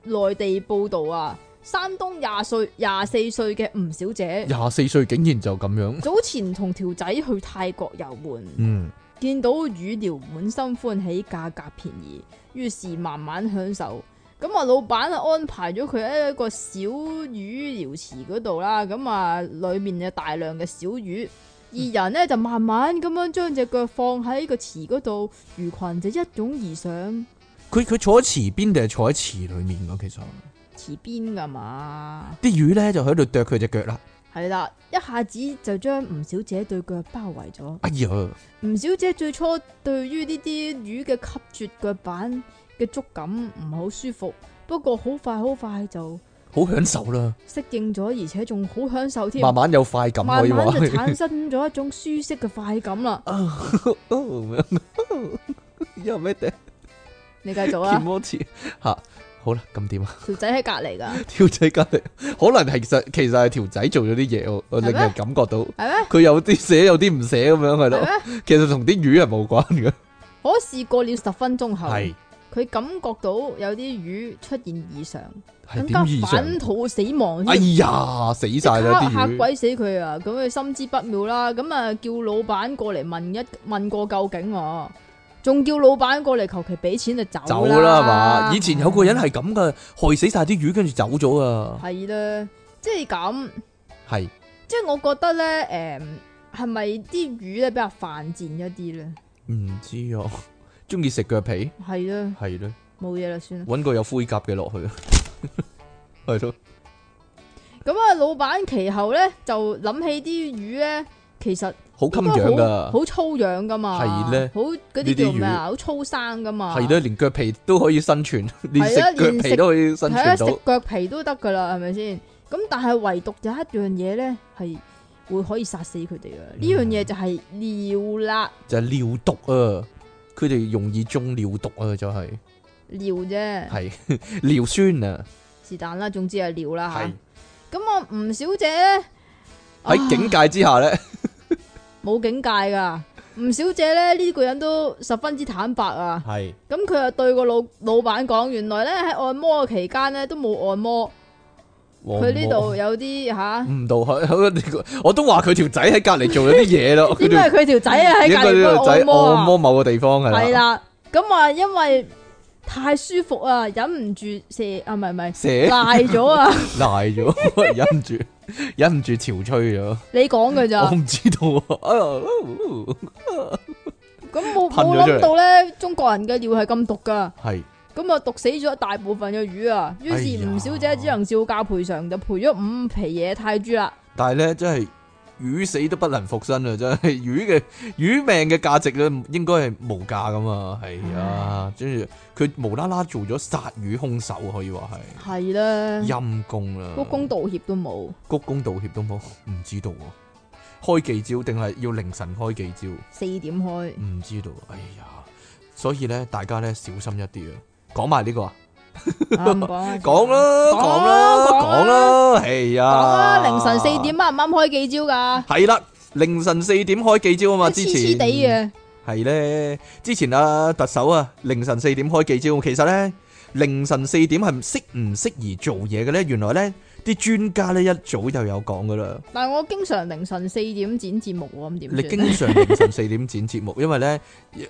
[SPEAKER 2] 內地報道啊，山東廿歲廿四歲嘅吳小姐，
[SPEAKER 1] 廿四歲竟然就咁樣，
[SPEAKER 2] 早前同條仔去泰國遊玩，
[SPEAKER 1] 嗯，
[SPEAKER 2] 見到魚療滿心歡喜，價格便宜，於是慢慢享受。咁啊，老闆啊安排咗佢喺一個小魚療池嗰度啦，咁啊，裡面有大量嘅小魚。二
[SPEAKER 1] 嗯
[SPEAKER 2] 人呢就慢慢咁樣將只腳放喺個池嗰度，魚群就一擁而上。
[SPEAKER 1] 佢佢坐喺池邊定係坐喺池裡面噶？其實
[SPEAKER 2] 池邊噶嘛，
[SPEAKER 1] 啲魚呢就喺度啄佢只腳啦。
[SPEAKER 2] 系啦，一下子就將吳小姐對腳包圍咗。
[SPEAKER 1] 哎呀，
[SPEAKER 2] 吳小姐最初對於呢啲魚嘅吸住腳板嘅觸感唔係好舒服，不過好快好快就
[SPEAKER 1] 好享受啦，
[SPEAKER 2] 適應咗，而且仲好享受添。
[SPEAKER 1] 慢慢有快感可
[SPEAKER 2] 慢
[SPEAKER 1] 以
[SPEAKER 2] 慢
[SPEAKER 1] 話
[SPEAKER 2] 就。產生咗一種舒適嘅快感啦。
[SPEAKER 1] 哦有咩嘅？
[SPEAKER 2] 你繼 續
[SPEAKER 1] 見
[SPEAKER 2] 啊，
[SPEAKER 1] 摩池吓，好啦，咁點啊？
[SPEAKER 2] 條仔喺隔 離㗎，
[SPEAKER 1] 條仔隔離，可能係其實其實係條仔做咗啲嘢，我我
[SPEAKER 2] 係咩
[SPEAKER 1] 令人感覺到
[SPEAKER 2] 係咩？
[SPEAKER 1] 佢有啲寫有啲唔寫咁樣係咯。
[SPEAKER 2] 係咩？
[SPEAKER 1] 其實同啲魚係冇關 嘅，
[SPEAKER 2] 可是過了十分鐘後，
[SPEAKER 1] 係
[SPEAKER 2] 佢感覺到有啲魚出現異常，
[SPEAKER 1] 係
[SPEAKER 2] 更
[SPEAKER 1] 點
[SPEAKER 2] 加
[SPEAKER 1] 異常？
[SPEAKER 2] 反肚死亡
[SPEAKER 1] 哎
[SPEAKER 2] 添
[SPEAKER 1] 呀，死晒啦
[SPEAKER 2] 嚇
[SPEAKER 1] 啲
[SPEAKER 2] 嚇
[SPEAKER 1] 魚！
[SPEAKER 2] 鬼死佢啊！咁佢心知不妙啦，咁啊叫老闆過嚟問一問個究竟喎，仲叫老闆過嚟求其俾錢就走
[SPEAKER 1] 走啦係嘛？以前有個人係咁噶，害死晒啲魚，跟住走咗啊！
[SPEAKER 2] 係啦，即係咁，
[SPEAKER 1] 係
[SPEAKER 2] 即係我覺得咧，誒係咪啲魚咧比較犯賤一啲咧？
[SPEAKER 1] 唔知啊，中意食腳皮
[SPEAKER 2] 係啦，
[SPEAKER 1] 係咯，
[SPEAKER 2] 冇嘢啦，算啦。
[SPEAKER 1] 揾個有灰甲嘅落去啊， 係咯。
[SPEAKER 2] 咁啊，老闆其後咧就諗起啲魚咧，其實
[SPEAKER 1] 好襟
[SPEAKER 2] 應該
[SPEAKER 1] 養
[SPEAKER 2] 好
[SPEAKER 1] 噶，
[SPEAKER 2] 好粗養噶嘛，
[SPEAKER 1] 係呢
[SPEAKER 2] 好嗰
[SPEAKER 1] 呢啲
[SPEAKER 2] 啲叫咩
[SPEAKER 1] 魚
[SPEAKER 2] 啊？好粗生噶嘛，
[SPEAKER 1] 係啦，連腳皮都可以生存，連食
[SPEAKER 2] 啊係啦啊
[SPEAKER 1] 腳
[SPEAKER 2] 連
[SPEAKER 1] 皮
[SPEAKER 2] 食
[SPEAKER 1] 都可以生
[SPEAKER 2] 係啊，
[SPEAKER 1] 存
[SPEAKER 2] 食
[SPEAKER 1] 到。
[SPEAKER 2] 腳皮都得噶啦，係咪先？咁但係唯獨有一樣嘢咧，係會可以殺死佢哋嘅。
[SPEAKER 1] 嗯
[SPEAKER 2] 呢樣嘢就係尿啦，
[SPEAKER 1] 就係尿毒啊，佢哋容易中尿毒啊，就 係
[SPEAKER 2] 尿啫，
[SPEAKER 1] 係尿酸啊，
[SPEAKER 2] 是但啦，總之係尿啦
[SPEAKER 1] 係
[SPEAKER 2] 吓。咁啊，吳小姐咧
[SPEAKER 1] 啊喺境界之下咧，
[SPEAKER 2] 冇境界噶。吳小姐咧呢個人都十分之坦白啊。
[SPEAKER 1] 係
[SPEAKER 2] 咁佢又對個老老闆講，原來咧喺按摩嘅期間咧都冇按摩，佢呢度有啲吓，
[SPEAKER 1] 唔到 佢，我都話佢條仔喺隔離做咗啲嘢 咯，佢
[SPEAKER 2] 應該
[SPEAKER 1] 條
[SPEAKER 2] 係佢條仔啊喺
[SPEAKER 1] 應
[SPEAKER 2] 隔
[SPEAKER 1] 該
[SPEAKER 2] 離
[SPEAKER 1] 呢
[SPEAKER 2] 幫
[SPEAKER 1] 條
[SPEAKER 2] 我
[SPEAKER 1] 仔
[SPEAKER 2] 按摩啊
[SPEAKER 1] 按。摩某個地方係
[SPEAKER 2] 系
[SPEAKER 1] 啦，
[SPEAKER 2] 啦，咁啊，因为太舒服啊，忍唔住射啊，唔系唔系
[SPEAKER 1] 蛇
[SPEAKER 2] 赖咗啊！
[SPEAKER 1] 賴咗， 忍唔住忍唔住潮吹咗，
[SPEAKER 2] 你讲噶咋
[SPEAKER 1] 我？唔知道啊啊，
[SPEAKER 2] 咁冇
[SPEAKER 1] 噴咗
[SPEAKER 2] 冇
[SPEAKER 1] 出嚟
[SPEAKER 2] 谂到咧，中国人嘅尿系咁毒噶，
[SPEAKER 1] 係
[SPEAKER 2] 咁啊毒死咗大部分嘅鱼啊！于
[SPEAKER 1] 哎
[SPEAKER 2] 是
[SPEAKER 1] 呀
[SPEAKER 2] 吴小姐只能照价赔偿，就赔咗五皮野泰铢啦。
[SPEAKER 1] 但係咧，真係魚死都不能復生啊！真係魚嘅 魚命嘅價值咧，應該係無價噶嘛。係啊，跟住佢無啦啦做咗殺魚兇手，可以話
[SPEAKER 2] 系
[SPEAKER 1] 係
[SPEAKER 2] 啦，
[SPEAKER 1] 陰公啦，
[SPEAKER 2] 鞠躬道歉都冇，
[SPEAKER 1] 鞠躬道歉都冇，唔知道喎。開記招定係要凌晨開記招？
[SPEAKER 2] 四点 开
[SPEAKER 1] 唔知道。哎呀，所以咧，大家咧小心一啲啊！講埋呢個啊，
[SPEAKER 2] 啊，唔讲啦，
[SPEAKER 1] 講啦，
[SPEAKER 2] 講
[SPEAKER 1] 講啦，
[SPEAKER 2] 講
[SPEAKER 1] 講啦，哎呀，
[SPEAKER 2] 讲啦，啊凌晨四点啱唔啱开几招噶？
[SPEAKER 1] 係啦，凌晨四點開記招啊嘛，
[SPEAKER 2] 黐
[SPEAKER 1] 之
[SPEAKER 2] 黐
[SPEAKER 1] 前
[SPEAKER 2] 地嘅，
[SPEAKER 1] 系咧，之前啊特首啊凌晨四點開記招，其實咧凌晨四點係適唔適宜做嘢嘅咧？原來咧啲專家咧一早就有講噶啦。
[SPEAKER 2] 但系我经常凌晨四点剪节目喎，咁点
[SPEAKER 1] 你
[SPEAKER 2] 算
[SPEAKER 1] 經常
[SPEAKER 2] 啊
[SPEAKER 1] 凌晨四點剪節目， 因為咧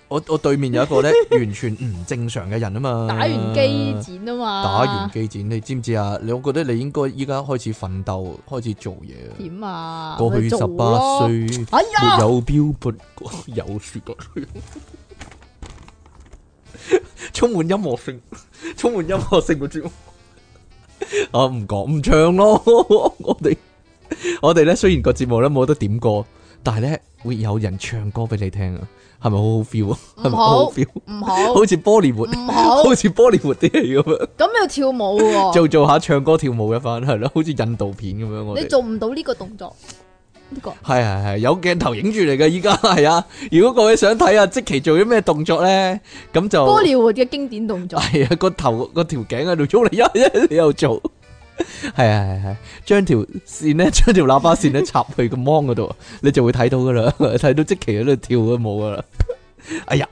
[SPEAKER 1] 我我對面有一個 咧完全唔正常嘅人啊嘛。
[SPEAKER 2] 打完機剪啊嘛，
[SPEAKER 1] 打完機剪，你知唔知啊？你我覺得你應該依家開始奮鬥，開始做嘢。
[SPEAKER 2] 點啊？
[SPEAKER 1] 過去
[SPEAKER 2] 咪做
[SPEAKER 1] 十八
[SPEAKER 2] 咯，
[SPEAKER 1] 歲，
[SPEAKER 2] 哎
[SPEAKER 1] 沒
[SPEAKER 2] 呀，
[SPEAKER 1] 有標撥過，有雪過， 充滿音樂性，充滿音樂性嘅節目。啊，唔講唔唱咯，我哋我哋咧雖然個節目咧冇得點歌，但係咧會有人唱歌俾你聽啊，係咪好好 feel 啊？係咪好好
[SPEAKER 2] 嗯唔好
[SPEAKER 1] feel？
[SPEAKER 2] 唔好
[SPEAKER 1] 好似 Bollywood，
[SPEAKER 2] 唔好，
[SPEAKER 1] 好似 Bollywood 啲戲咁啊樣，
[SPEAKER 2] 咁要跳舞 喎，
[SPEAKER 1] 做做下唱歌跳舞一番係咯，好似印度片咁樣我
[SPEAKER 2] 你
[SPEAKER 1] 哋。
[SPEAKER 2] 做唔到呢個動作，呢個
[SPEAKER 1] 系系系，有鏡頭影住嚟嘅，依家 係啊！如果各位想睇啊，即期做啲咩動作咧，咁就
[SPEAKER 2] 波利活嘅經典動作，
[SPEAKER 1] 係啊，個頭個條頸喺度喐嚟 喐去，你又做，係啊係係，將條線咧， 將條喇叭線咧插去個芒嗰度，你就會睇到噶啦， 睇到即期喺度跳都冇噶啦。 哎呀，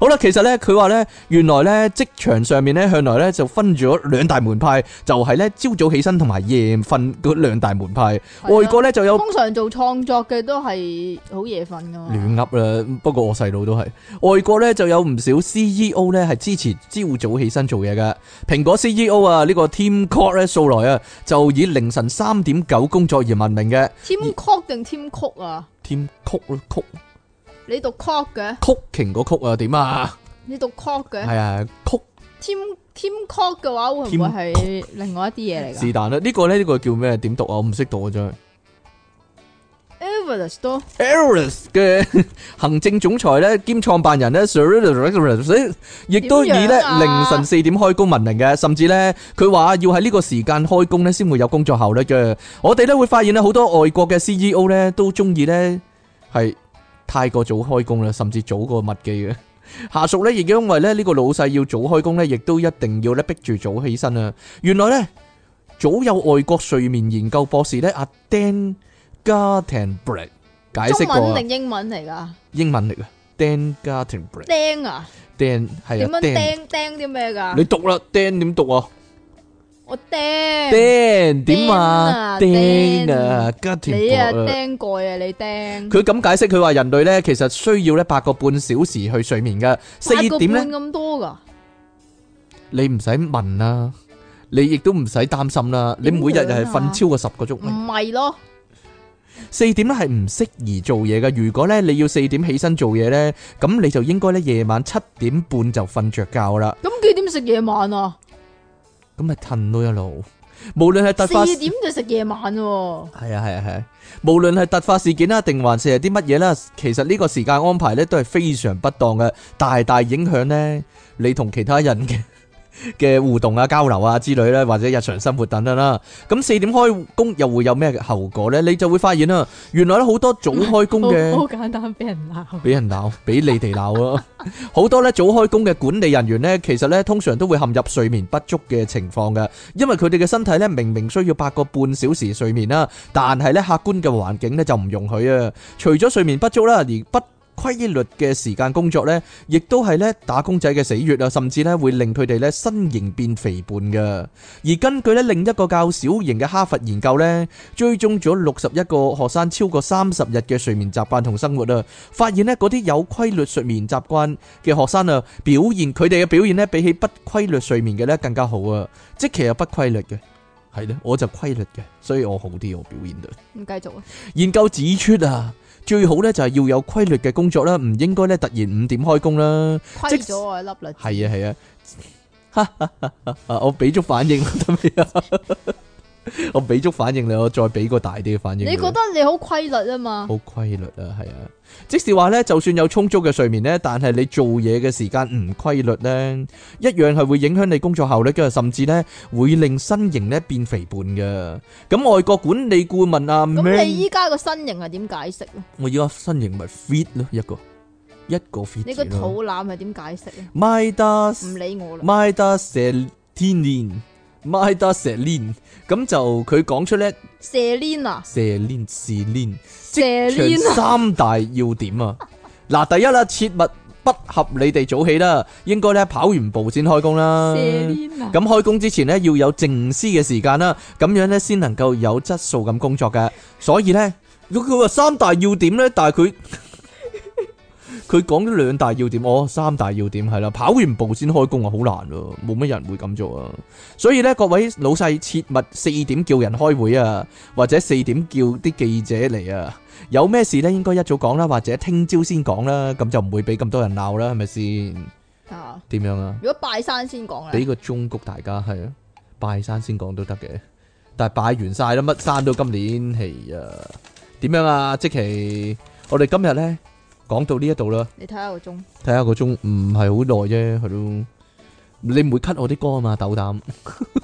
[SPEAKER 1] 好啦，其實咧，佢話咧，原來咧職場上面咧，向來咧就分咗兩大門派，就係咧朝早起身同埋夜瞓嗰兩大門派。 外國
[SPEAKER 2] 咧
[SPEAKER 1] 咧就有。
[SPEAKER 2] 啊通常做創作嘅都係好夜瞓噶嘛，
[SPEAKER 1] 哦亂噏啦，不過我細佬都係外國咧，就有唔少 CEO 咧係支持朝早起身做嘢嘅。蘋果 CEO 啊，呢個 Tim Cook 咧素來啊就以凌晨三點九工作而聞名嘅。
[SPEAKER 2] Team Cook 定 Team Cook 啊？
[SPEAKER 1] Tim Cook 咯，Cook
[SPEAKER 2] 你讀 Cook 嘅，
[SPEAKER 1] Cooking 個 Cook 啊，點啊？
[SPEAKER 2] 你讀 Cook 嘅
[SPEAKER 1] 係啊，Cook
[SPEAKER 2] ，Team Team Cook 嘅話會唔
[SPEAKER 1] Team
[SPEAKER 2] 會係另外一啲嘢嚟㗎
[SPEAKER 1] 是但啦。呢個咧呢個叫咩？點讀啊？我唔識讀啊，真係。
[SPEAKER 2] Everest 都
[SPEAKER 1] Eris 嘅 行政總裁咧兼創辦人咧 s i r i 亦都以咧
[SPEAKER 2] 點樣啊
[SPEAKER 1] 凌晨四點開工聞名嘅，甚至咧佢話要喺呢個時間開工咧先會有工作效率嘅。我哋咧會發現咧好多外國嘅 CEO 咧都中意咧係太過早開工啦，甚至早過麥記嘅。下屬咧亦因為咧呢個老細要早開工咧，亦都一定要咧逼住早起身啊。原來咧早有外國睡眠研究博士咧阿 Dan Gartenberg 解釋
[SPEAKER 2] 中
[SPEAKER 1] 過
[SPEAKER 2] 文
[SPEAKER 1] 啊
[SPEAKER 2] 定英文嚟㗎？
[SPEAKER 1] 英文嚟啊，Dan Gartenberg
[SPEAKER 2] 釘啊？
[SPEAKER 1] Dan 係
[SPEAKER 2] 點
[SPEAKER 1] 啊
[SPEAKER 2] 樣
[SPEAKER 1] Dan，
[SPEAKER 2] 釘釘啲咩㗎？
[SPEAKER 1] 你讀啦，Dan 點讀啊？
[SPEAKER 2] 我釘
[SPEAKER 1] Dan 點啊
[SPEAKER 2] 釘啊
[SPEAKER 1] ？Dan 啊
[SPEAKER 2] 你啊，
[SPEAKER 1] ，Gartenberg 啊。
[SPEAKER 2] 釘過啊，你釘
[SPEAKER 1] 佢咁解釋，佢話人類咧其實需要咧八個半小時去睡眠嘅，四
[SPEAKER 2] 八個
[SPEAKER 1] 點咧
[SPEAKER 2] 半咁多㗎？
[SPEAKER 1] 你唔使問啦，你亦都唔使擔心啦，你
[SPEAKER 2] 啊
[SPEAKER 1] 每日又係瞓超過十個鐘
[SPEAKER 2] 唔。係咯，
[SPEAKER 1] 四點咧係唔適宜做嘢嘅。如果咧你要四點起身做嘢咧，咁你就應該咧夜晚七點半就瞓着覺啦。
[SPEAKER 2] 咁幾點食夜晚啊？
[SPEAKER 1] 咁咪褪到一路。無論係突發
[SPEAKER 2] 四點就食夜晚喎。
[SPEAKER 1] 係啊係啊係啊，無論係突發事件啦，啊定還是係啲乜嘢啦，其實呢個時間安排咧都係非常不當嘅，大大影響咧你同其他人嘅 嘅互動啊、交流啊之類咧，或者日常生活等等啦。咁四點開工又會有咩後果咧？你就會發現啦，原來咧好多早開工嘅。
[SPEAKER 2] 好好簡單，俾人鬧。
[SPEAKER 1] 俾人鬧，俾你哋鬧啊！好多咧早開工嘅管理人員呢，其實呢通常都會陷入睡眠不足嘅情況嘅，因為佢哋嘅身體呢明明需要八個半小時睡眠啦，但係呢客觀嘅環境呢就唔容許啊。除咗睡眠不足啦，而不規律嘅時間工作呢，亦都係呢打工仔嘅死穴啊，甚至呢會令佢哋呢身形變肥胖嘅。而根據呢另一個較小型嘅哈佛研究呢，追蹤咗六十一個學生超過三十日嘅睡眠習慣同生活啊。發現呢嗰啲有規律睡眠習慣嘅學生啊，表現佢哋嘅表現呢，比起不規律睡眠嘅呢更加好啊！即其實不規律嘅，係咧，我就規律嘅，所以我好啲，我表現得。
[SPEAKER 2] 唔繼續啊！
[SPEAKER 1] 研究指出啊，最好呢就係要有規律嘅工作啦，唔應該呢突然五點開工啦。
[SPEAKER 2] 虧咗我一粒啦。
[SPEAKER 1] 係啊係啊，啊我俾足反應啦得未啊？ 我俾足反應你，我再俾個大啲嘅反應
[SPEAKER 2] 你
[SPEAKER 1] 你。
[SPEAKER 2] 覺得你好規律啊嘛？
[SPEAKER 1] 好規律啊，係啊。即是話呢，就算有充足嘅睡眠呢，但係你做嘢嘅時間唔規律呢，一樣係會影響你工作效率嘅，甚至呢會令身形呢變肥胖嘅。咁外國管理顧問啊
[SPEAKER 2] 咁
[SPEAKER 1] Man，
[SPEAKER 2] 你依家個身形係點解釋啊？
[SPEAKER 1] 我而家身形咪 fit 咯，一個一個 fit
[SPEAKER 2] 你個
[SPEAKER 1] 字咯。
[SPEAKER 2] 肚腩係點解釋啊？
[SPEAKER 1] Midas
[SPEAKER 2] 唔理我啦。
[SPEAKER 1] Midas Selin，Midas Selin，咁就佢講出呢。
[SPEAKER 2] 射 l 啊，
[SPEAKER 1] 射链、是链、
[SPEAKER 2] 射鏈
[SPEAKER 1] 職場三大要點啊！ 嗱，第一啦，切勿不合理地早起啦，應該咧跑完步先開工啦
[SPEAKER 2] 射。l 啊，
[SPEAKER 1] 咁開工之前咧要有靜思嘅時間啦，咁樣咧先能夠有質素咁工作嘅。所以咧，如果佢話三大要點咧，但係佢佢講咗兩大要點，哦，三大要點係啦，跑完步先開工啊，好難咯，冇乜人會咁做啊。所以咧，各位老細切勿四點叫人開會啊，或者四點叫啲記者嚟啊。有咩事咧，應該一早講啦，或者聽朝先講啦，咁就唔會俾咁多人鬧啦，係咪先？
[SPEAKER 2] 啊，
[SPEAKER 1] 點樣啊？
[SPEAKER 2] 如果拜山先講
[SPEAKER 1] 俾
[SPEAKER 2] 咧，
[SPEAKER 1] 個忠告大家係啊，拜山先講都得嘅，但係拜完晒啦，乜山都今年係啊，點樣啊？即其我哋今日咧講到呢一度啦，
[SPEAKER 2] 你睇下個鐘，
[SPEAKER 1] 睇下個鐘唔係好耐啫，係咯。你唔會 cut 我啲歌啊嘛，斗膽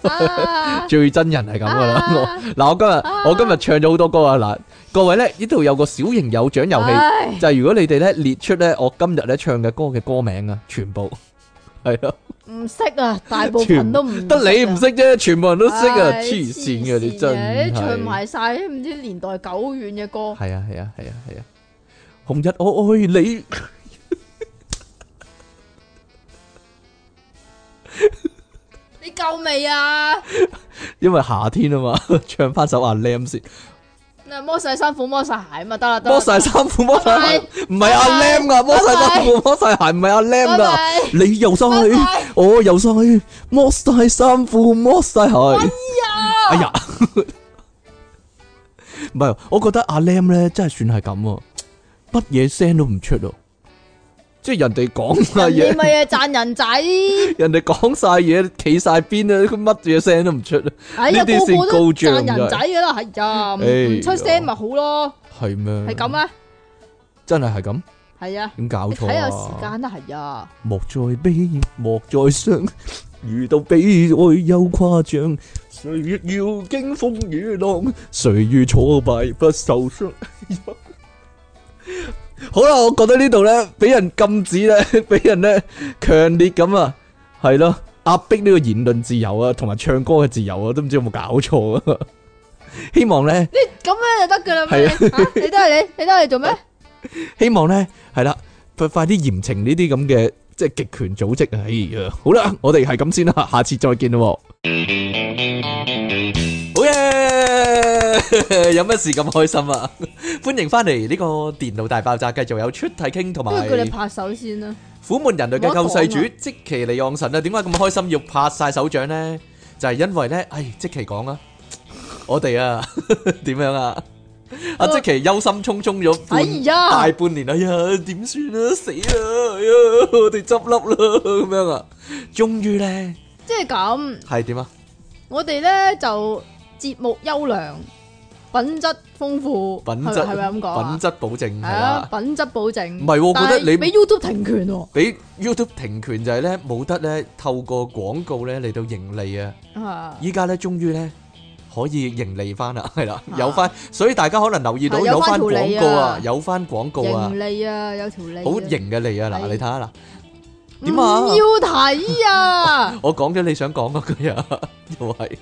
[SPEAKER 2] 啊
[SPEAKER 1] 最真人係咁噶啦。
[SPEAKER 2] 啊
[SPEAKER 1] 我嗱我今日我今日唱咗好多歌啊，嗱各位咧，呢度有個小型有獎 遊戲，
[SPEAKER 2] 唉
[SPEAKER 1] 就係如果你哋咧列出咧我今日咧唱嘅歌嘅歌名啊，全部係咯，
[SPEAKER 2] 唔識啊，大部分都唔
[SPEAKER 1] 得你唔
[SPEAKER 2] 識
[SPEAKER 1] 識啫，全部人都識啊，
[SPEAKER 2] 唉
[SPEAKER 1] 黐線嘅你真
[SPEAKER 2] 嘅
[SPEAKER 1] 係。
[SPEAKER 2] 唱埋晒啲唔知年代久遠嘅歌，
[SPEAKER 1] 系啊系啊系啊系啊，紅日我愛你。
[SPEAKER 2] 你夠未啊？
[SPEAKER 1] 因為夏天啊嘛， 唱翻首阿 Lam 先，
[SPEAKER 2] 嗱，摸晒衫褲，摸晒鞋啊嘛，得啦得啦，
[SPEAKER 1] 摸晒衫褲，摸晒鞋，唔係阿
[SPEAKER 2] 拜拜
[SPEAKER 1] Lam 噶，摸晒衫褲，摸晒鞋，唔係阿
[SPEAKER 2] 拜
[SPEAKER 1] Lam 啊噶，
[SPEAKER 2] 拜，
[SPEAKER 1] 你游晒
[SPEAKER 2] 拜
[SPEAKER 1] 去，
[SPEAKER 2] 拜，
[SPEAKER 1] 我游晒去，摸晒衫褲，摸晒鞋，哎呀，唔係，我覺得阿 Lam 咧真係算係咁喎，乜嘢聲都唔出咯，即係人哋講晒嘢
[SPEAKER 2] 你。咪啊賺人仔，
[SPEAKER 1] 人哋講晒嘢，企晒邊啊，佢乜嘢聲都唔出啊，
[SPEAKER 2] 哎呀
[SPEAKER 1] 呢啲先
[SPEAKER 2] 個個都
[SPEAKER 1] 高漲
[SPEAKER 2] 賺人
[SPEAKER 1] 真係
[SPEAKER 2] 仔噶啦，係呀，唔
[SPEAKER 1] 哎
[SPEAKER 2] 唔出聲咪好咯，
[SPEAKER 1] 係咩？
[SPEAKER 2] 係咁，啊，
[SPEAKER 1] 真係係咁，
[SPEAKER 2] 係啊，
[SPEAKER 1] 點搞
[SPEAKER 2] 你
[SPEAKER 1] 錯
[SPEAKER 2] 睇下時
[SPEAKER 1] 啊？
[SPEAKER 2] 間啦，係啊，
[SPEAKER 1] 莫再悲，莫再傷，遇到悲哀又誇張，誰越要經風雨浪，誰遇挫敗不受傷。 好啦，我覺得呢度咧，俾人禁止咧， 俾人咧強烈咁啊，係咯，壓迫呢個言論自由啊，同埋唱歌嘅自由啊，都唔知有冇搞錯啊！ 希望咧。
[SPEAKER 2] 咁樣就得噶啦咩？
[SPEAKER 1] 係啊
[SPEAKER 2] 嚇你都係你，你都係做咩？
[SPEAKER 1] 希望咧係啦，快快啲嚴懲呢啲咁嘅即係極權組織啊！哎呀，好啦，我哋係咁先啦，下次再見咯喎。好嘢！ 有乜事咁開心啊？ 歡迎翻嚟呢個電腦大爆炸，繼續有出體傾同
[SPEAKER 2] 不如叫
[SPEAKER 1] 埋
[SPEAKER 2] 你拍手先啦。
[SPEAKER 1] 苦悶人類嘅救世
[SPEAKER 2] 唔好講
[SPEAKER 1] 主即其利昂神啊！點解咁開心要拍晒手掌呢？就係因為呢，唉，即其講啊，我哋啊 點樣啊？阿即其憂心忡忡咗
[SPEAKER 2] 哎
[SPEAKER 1] 半大
[SPEAKER 2] 呀，
[SPEAKER 1] 半年，哎呀，點算啊？死啦！哎呀，我哋執笠啦，咁樣啊，終於咧
[SPEAKER 2] 即係咁，
[SPEAKER 1] 係點啊？
[SPEAKER 2] 我哋咧就節目優良，品質豐富，
[SPEAKER 1] 品質
[SPEAKER 2] 係咪係咪咁講啊
[SPEAKER 1] 品？質保證係
[SPEAKER 2] 係啊
[SPEAKER 1] 啦，，
[SPEAKER 2] 品質保證。
[SPEAKER 1] 唔係喎我覺得
[SPEAKER 2] 但係
[SPEAKER 1] 你
[SPEAKER 2] 俾 YouTube 停權喎，
[SPEAKER 1] 俾 YouTube 停權就係咧冇得咧透過廣告咧嚟到盈利啊！
[SPEAKER 2] 啊
[SPEAKER 1] 依家咧終於咧可以盈利翻啦，係啦，
[SPEAKER 2] 啊
[SPEAKER 1] 有翻，所以大家可能留意到
[SPEAKER 2] 啊
[SPEAKER 1] 有
[SPEAKER 2] 有
[SPEAKER 1] 翻
[SPEAKER 2] 返條脷
[SPEAKER 1] 廣
[SPEAKER 2] 啊
[SPEAKER 1] 告啊，有翻廣告啊
[SPEAKER 2] 盈，利啊，有條利。
[SPEAKER 1] 好型嘅利啊！ 嗱，
[SPEAKER 2] 係
[SPEAKER 1] 你睇下啦，
[SPEAKER 2] 唔
[SPEAKER 1] 點啊！
[SPEAKER 2] 要睇啊
[SPEAKER 1] 我講咗你想講嗰句啊，又係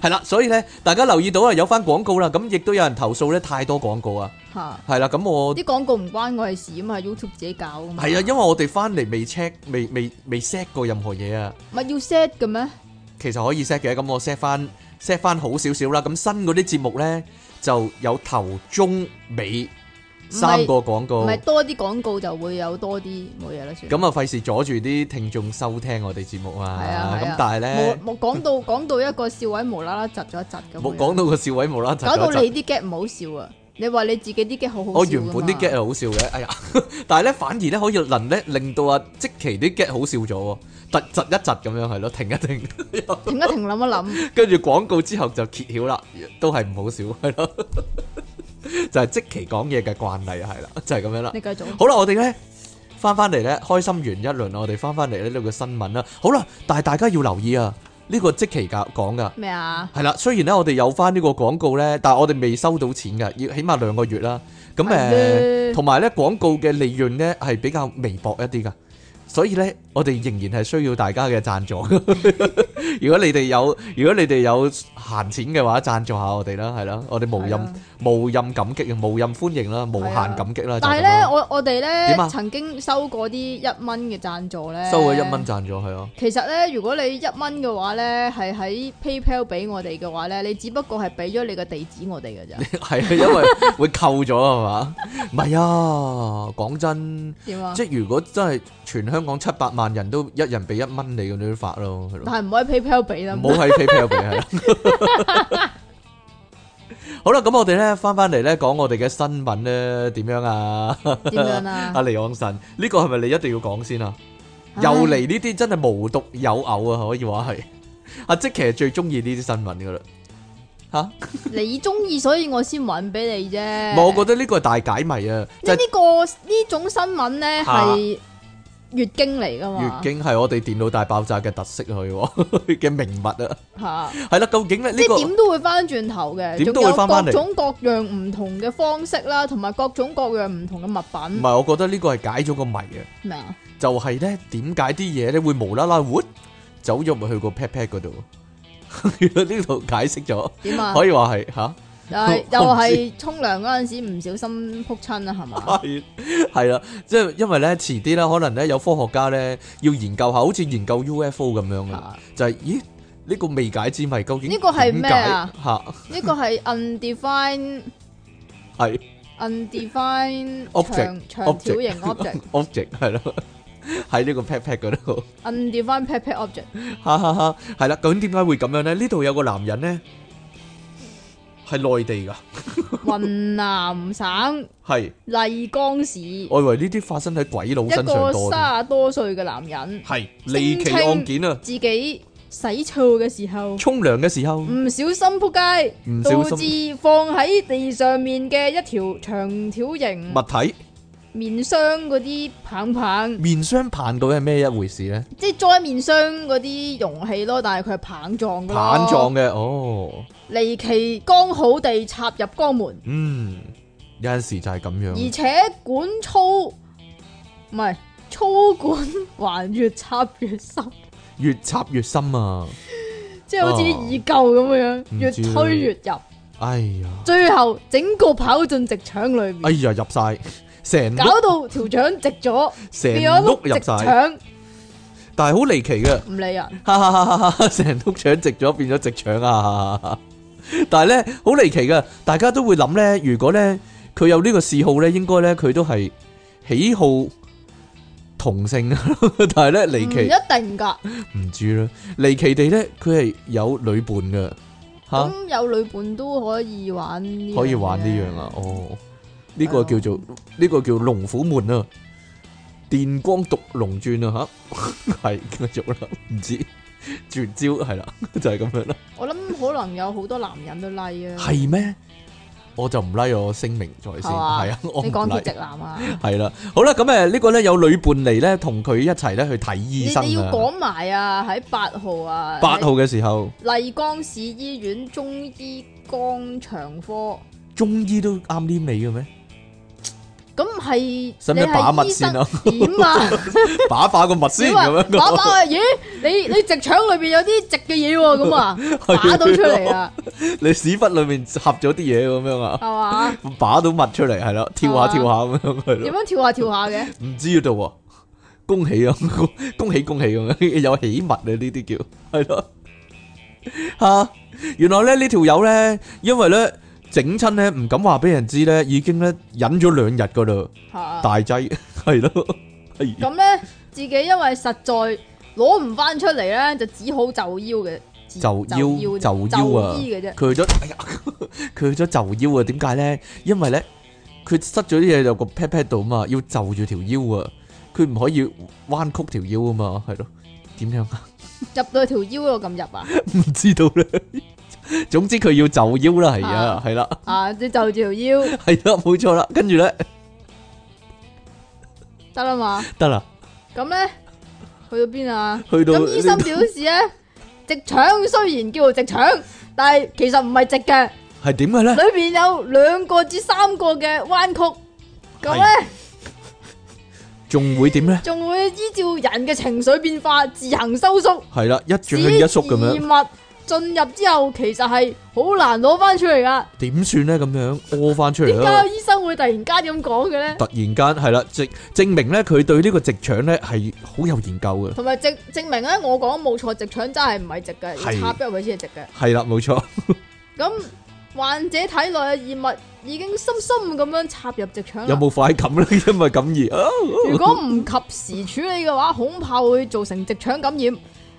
[SPEAKER 1] 係啦，所以咧，大家留意到啊，有翻廣告啦，咁亦都有人投訴咧，太多廣告啊，
[SPEAKER 2] 嚇，
[SPEAKER 1] 係啦，咁我
[SPEAKER 2] 啲廣告唔關我哋事啊嘛係，YouTube 自己搞噶嘛。
[SPEAKER 1] 係啊，因為我哋翻嚟未 check，未未未 set 過任何嘢啊，
[SPEAKER 2] 唔係要 set 嘅咩？
[SPEAKER 1] 其實可以 set 嘅，咁我 set 翻 set 翻好少少啦，咁新嗰啲節目咧就有頭、中、尾三個廣
[SPEAKER 2] 唔
[SPEAKER 1] 告，
[SPEAKER 2] 係多啲廣告就會有多啲冇嘢啦，算。
[SPEAKER 1] 咁啊費事阻住啲聽眾收聽我哋節目啊
[SPEAKER 2] 係啊，係
[SPEAKER 1] 咁
[SPEAKER 2] 啊
[SPEAKER 1] 但係咧
[SPEAKER 2] 冇冇講到 講到一個笑位無啦啦窒咗一窒咁樣。
[SPEAKER 1] 冇講到個笑位無啦啦窒咗
[SPEAKER 2] 搞
[SPEAKER 1] 一窒
[SPEAKER 2] 到你啲 get 唔好笑啊！你話你自己啲 get 好好笑㗎嘛
[SPEAKER 1] 我原本啲 get 係好笑嘅，哎呀！但係咧反而咧可以能咧令到阿即奇啲 get 好笑咗喎，突窒一窒咁樣係咯，停一停，
[SPEAKER 2] 停一停諗一 諗，
[SPEAKER 1] 跟住廣告之後就揭曉啦，都係唔好笑係咯，就係即奇講嘢嘅慣例係啦，就係、咁樣 啦。
[SPEAKER 2] 你繼續。
[SPEAKER 1] 好啦，我哋咧翻翻嚟咧，開心完一輪啦，我哋翻翻嚟呢度嘅新聞啦。好啦，但係大家要留意啊，呢、個即奇講講噶。
[SPEAKER 2] 咩啊？
[SPEAKER 1] 係啦，雖然咧我哋有翻呢個廣告咧，但係我哋未收到錢㗎，要起碼兩個月啦。咁
[SPEAKER 2] 係
[SPEAKER 1] 誒，
[SPEAKER 2] 咧
[SPEAKER 1] 同埋咧廣告嘅利潤咧係比較微薄一啲㗎，所以咧我哋仍然係需要大家嘅贊助。 如果你哋有，如果你哋有閒錢嘅話，贊助下我哋啦，係啦，我哋無
[SPEAKER 2] 係啊
[SPEAKER 1] 任無任感激，無任歡迎啦，無限感激啦。
[SPEAKER 2] 但
[SPEAKER 1] 啊就咁
[SPEAKER 2] 係咧，
[SPEAKER 1] 啦
[SPEAKER 2] 我我哋咧
[SPEAKER 1] 點啊
[SPEAKER 2] 曾經收過啲一蚊嘅贊助咧，
[SPEAKER 1] 收咗一蚊。贊助係啊，
[SPEAKER 2] 其實咧，如果你一蚊嘅話咧，係喺 PayPal 俾我哋嘅話咧，你只不過係俾咗你個地址我哋嘅咋，
[SPEAKER 1] 係啊，因為會扣咗係嘛？唔係啊，講真。
[SPEAKER 2] 點啊？
[SPEAKER 1] 即係如果真係全香港七百萬人都一人俾一蚊你，咁你都發咯，係
[SPEAKER 2] 但
[SPEAKER 1] 咯，
[SPEAKER 2] 係唔可以 PayPal 俾啦
[SPEAKER 1] 唔。好喺 PayPal 俾係啦。好啦，咁我哋咧翻翻嚟咧講我哋嘅新聞咧點樣啊？
[SPEAKER 2] 點 樣啊
[SPEAKER 1] 阿？尼昂神呢個係咪你一定要講先啊？
[SPEAKER 2] 唉
[SPEAKER 1] 又嚟呢啲真係無獨有偶啊，可以話係。阿即其實最中意呢啲新聞噶啦，
[SPEAKER 2] 你中意，所以我先揾俾你啫。
[SPEAKER 1] 唔係我覺得呢個係大解謎啊，就
[SPEAKER 2] 呢
[SPEAKER 1] 係
[SPEAKER 2] 呢個呢種新聞咧
[SPEAKER 1] 嚇
[SPEAKER 2] 係月經嚟噶
[SPEAKER 1] 月
[SPEAKER 2] 嘛，
[SPEAKER 1] 經係我哋電腦大爆炸嘅特色佢喎 嘅名物啊，
[SPEAKER 2] 吓，
[SPEAKER 1] 係啦，究竟咧呢
[SPEAKER 2] 即係
[SPEAKER 1] 個
[SPEAKER 2] 點都會翻轉頭嘅，
[SPEAKER 1] 點都
[SPEAKER 2] 仲
[SPEAKER 1] 會
[SPEAKER 2] 有
[SPEAKER 1] 返返嚟
[SPEAKER 2] 各種各樣唔同嘅方式啦，同埋各種各樣唔同嘅物
[SPEAKER 1] 唔
[SPEAKER 2] 品，
[SPEAKER 1] 係，我覺得呢個係解咗個謎啊，
[SPEAKER 2] 咩啊？
[SPEAKER 1] 就係咧點解啲嘢咧會無啦啦活走咗入去個 pat pat 嗰度， 呢度解釋咗，
[SPEAKER 2] 點啊？
[SPEAKER 1] 可以話係吓。
[SPEAKER 2] 又係
[SPEAKER 1] 我
[SPEAKER 2] 又
[SPEAKER 1] 唔知
[SPEAKER 2] 係沖涼嗰陣時唔小心撲親啊，係嘛？
[SPEAKER 1] 系系啦，即係因為咧，遲啲咧，可能咧有科學家咧要研究下，好似研究 UFO 咁樣嘅，
[SPEAKER 2] 嚇
[SPEAKER 1] 就係咦呢個未解之謎究竟
[SPEAKER 2] 呢個係咩啊
[SPEAKER 1] 點
[SPEAKER 2] 呢個係 undefined
[SPEAKER 1] 解？系
[SPEAKER 2] undefined
[SPEAKER 1] Object，
[SPEAKER 2] 長長條型 object
[SPEAKER 1] object 係咯，喺呢個 pat pat 嗰度，
[SPEAKER 2] undefined pet pet object
[SPEAKER 1] 哈哈哈！係啦，究竟點解會咁樣咧？呢度有個男人咧係內地噶，
[SPEAKER 2] 雲南省
[SPEAKER 1] 係
[SPEAKER 2] 麗江市 一
[SPEAKER 1] 我以為呢啲發生喺鬼佬身上多
[SPEAKER 2] 個
[SPEAKER 1] 添，
[SPEAKER 2] 三十多歲嘅男人，
[SPEAKER 1] 係離奇案件啊！
[SPEAKER 2] 自己洗澡嘅時候
[SPEAKER 1] 沖涼嘅時候
[SPEAKER 2] 唔小心撲街，
[SPEAKER 1] 唔
[SPEAKER 2] 導
[SPEAKER 1] 小心
[SPEAKER 2] 致放喺地上面嘅一條長條形
[SPEAKER 1] 物體
[SPEAKER 2] 面霜嗰啲棒棒，
[SPEAKER 1] 面霜棒到係咩一回事咧？
[SPEAKER 2] 即係裝面霜嗰啲容器咯，但係佢係棒狀嘅咯
[SPEAKER 1] 棒狀嘅，哦，
[SPEAKER 2] 離奇剛好地插入肛門，
[SPEAKER 1] 嗯，有陣時就係咁
[SPEAKER 2] 而
[SPEAKER 1] 樣，
[SPEAKER 2] 且管粗唔係粗管還越插越深，
[SPEAKER 1] 越插越深啊！
[SPEAKER 2] 即係好似啲耳垢咁樣，
[SPEAKER 1] 唔
[SPEAKER 2] 越
[SPEAKER 1] 知啦
[SPEAKER 2] 推越入，
[SPEAKER 1] 哎呀，
[SPEAKER 2] 最後整個跑進直腸裏
[SPEAKER 1] 哎
[SPEAKER 2] 面，
[SPEAKER 1] 呀，入晒成碌
[SPEAKER 2] 搞到條腸直咗，
[SPEAKER 1] 成
[SPEAKER 2] 變咗
[SPEAKER 1] 碌
[SPEAKER 2] 碌
[SPEAKER 1] 入
[SPEAKER 2] 直
[SPEAKER 1] 晒，
[SPEAKER 2] 腸，
[SPEAKER 1] 但係好離奇嘅，
[SPEAKER 2] 唔理啊人，
[SPEAKER 1] 哈哈哈哈哈！成碌腸直咗變咗直腸啊！但係咧好離奇嘅，大家都會諗咧，如果咧佢有呢個嗜好咧，應該咧佢都係喜好同性，但係咧
[SPEAKER 2] 唔
[SPEAKER 1] 離奇
[SPEAKER 2] 一定㗎。
[SPEAKER 1] 唔知啦，離奇地咧佢係有女伴嘅，吓。
[SPEAKER 2] 咁有女伴都可以玩呢，
[SPEAKER 1] 可以玩呢樣啊！！哦，呢、個叫做呢、個叫龍虎門啊，電光毒龍轉啊吓，係繼續啦，唔知絕招係啦，就係、咁樣啦，
[SPEAKER 2] 我諗可能有好多男人都 like 啊，
[SPEAKER 1] 係咩？我就唔拉、我聲明在先，
[SPEAKER 2] 係嘛
[SPEAKER 1] 係啊，我
[SPEAKER 2] 你
[SPEAKER 1] 唔
[SPEAKER 2] 講
[SPEAKER 1] l
[SPEAKER 2] 脱直男啊？
[SPEAKER 1] 係啦，好啦，咁誒呢個咧有女伴嚟咧，同佢一齊咧去睇醫
[SPEAKER 2] 你
[SPEAKER 1] 生
[SPEAKER 2] 你要
[SPEAKER 1] 啊。
[SPEAKER 2] 講埋啊，喺八號啊，
[SPEAKER 1] 八號嘅時候，
[SPEAKER 2] 麗江市醫院中醫肛腸科，
[SPEAKER 1] 中醫都啱黏你 嘅咩？
[SPEAKER 2] 咁係
[SPEAKER 1] 使唔使
[SPEAKER 2] 你係
[SPEAKER 1] 把脈
[SPEAKER 2] 醫
[SPEAKER 1] 先啊
[SPEAKER 2] 生點啊？
[SPEAKER 1] 把把個脈 先咁
[SPEAKER 2] 你話
[SPEAKER 1] 樣
[SPEAKER 2] 打
[SPEAKER 1] 講，
[SPEAKER 2] 打啊咦？你你直腸裏邊有啲直嘅嘢喎，咁啊
[SPEAKER 1] 係
[SPEAKER 2] 打到出嚟啊，
[SPEAKER 1] 你屎忽裡面合咗啲嘢咁樣啊？
[SPEAKER 2] 係嘛？
[SPEAKER 1] 把到物出嚟，係啦，跳下跳下咁樣係
[SPEAKER 2] 點
[SPEAKER 1] 咯，
[SPEAKER 2] 樣跳下跳下 嘅？
[SPEAKER 1] 唔知道喎。恭喜啊， 恭喜恭喜咁樣， 有喜物啊呢啲叫係咯吓。原來咧呢條友咧，因為咧整親咧唔敢話俾人知咧，已經咧忍咗兩日噶啦，
[SPEAKER 2] 嚇！
[SPEAKER 1] 大劑係咯，係
[SPEAKER 2] 咁咧，自己因為實在攞唔翻出嚟咧，就只好就腰嘅，自
[SPEAKER 1] 就腰就腰啊
[SPEAKER 2] 就醫嘅啫。
[SPEAKER 1] 佢去咗，哎呀， 佢去咗就腰啊？點解咧？因為咧佢塞咗啲嘢入個 pat pat 度啊嘛，要就住條腰啊，佢唔可以彎曲條腰啊嘛，係咯，點樣啊？
[SPEAKER 2] 入到條腰度 咁入啊！
[SPEAKER 1] 唔知道咧。總之佢要就腰啦，係啊
[SPEAKER 2] 啊，
[SPEAKER 1] 係啦，
[SPEAKER 2] 啊，你就住條腰
[SPEAKER 1] 係啦，冇錯啦。跟住咧，
[SPEAKER 2] 得啦嘛。
[SPEAKER 1] 得啦，
[SPEAKER 2] 咁咧，去到邊啊？
[SPEAKER 1] 去到
[SPEAKER 2] 咁醫生
[SPEAKER 1] 呢
[SPEAKER 2] 表示咧，直腸雖然叫做直腸，但係其實唔係直 嘅，
[SPEAKER 1] 係點嘅咧？
[SPEAKER 2] 裏边有兩個至三個嘅彎曲。咁
[SPEAKER 1] 係
[SPEAKER 2] 咧，
[SPEAKER 1] 仲會點咧？
[SPEAKER 2] 仲會依照人嘅情緒變化自行收縮。
[SPEAKER 1] 係啦，一
[SPEAKER 2] 只
[SPEAKER 1] 進一縮咁樣，
[SPEAKER 2] 物進入之後，其實係好難攞翻出嚟噶。
[SPEAKER 1] 點算咧？咁樣屙翻出嚟
[SPEAKER 2] 點
[SPEAKER 1] 啦
[SPEAKER 2] 解。醫生會突然間咁講嘅咧？
[SPEAKER 1] 突然間係啦，證證明咧佢對呢個直腸咧係好有研究嘅。
[SPEAKER 2] 同埋證證明咧，我講冇錯，直腸真係唔係直嘅，
[SPEAKER 1] 係
[SPEAKER 2] 要插入去先係直嘅。
[SPEAKER 1] 係啦，冇錯，
[SPEAKER 2] 咁患者體內嘅異物已經深深咁樣插入直腸啦
[SPEAKER 1] 有冇快感咧？ 因為咁而啊，
[SPEAKER 2] 如果唔及時處理嘅話，恐怕會造成直腸感染、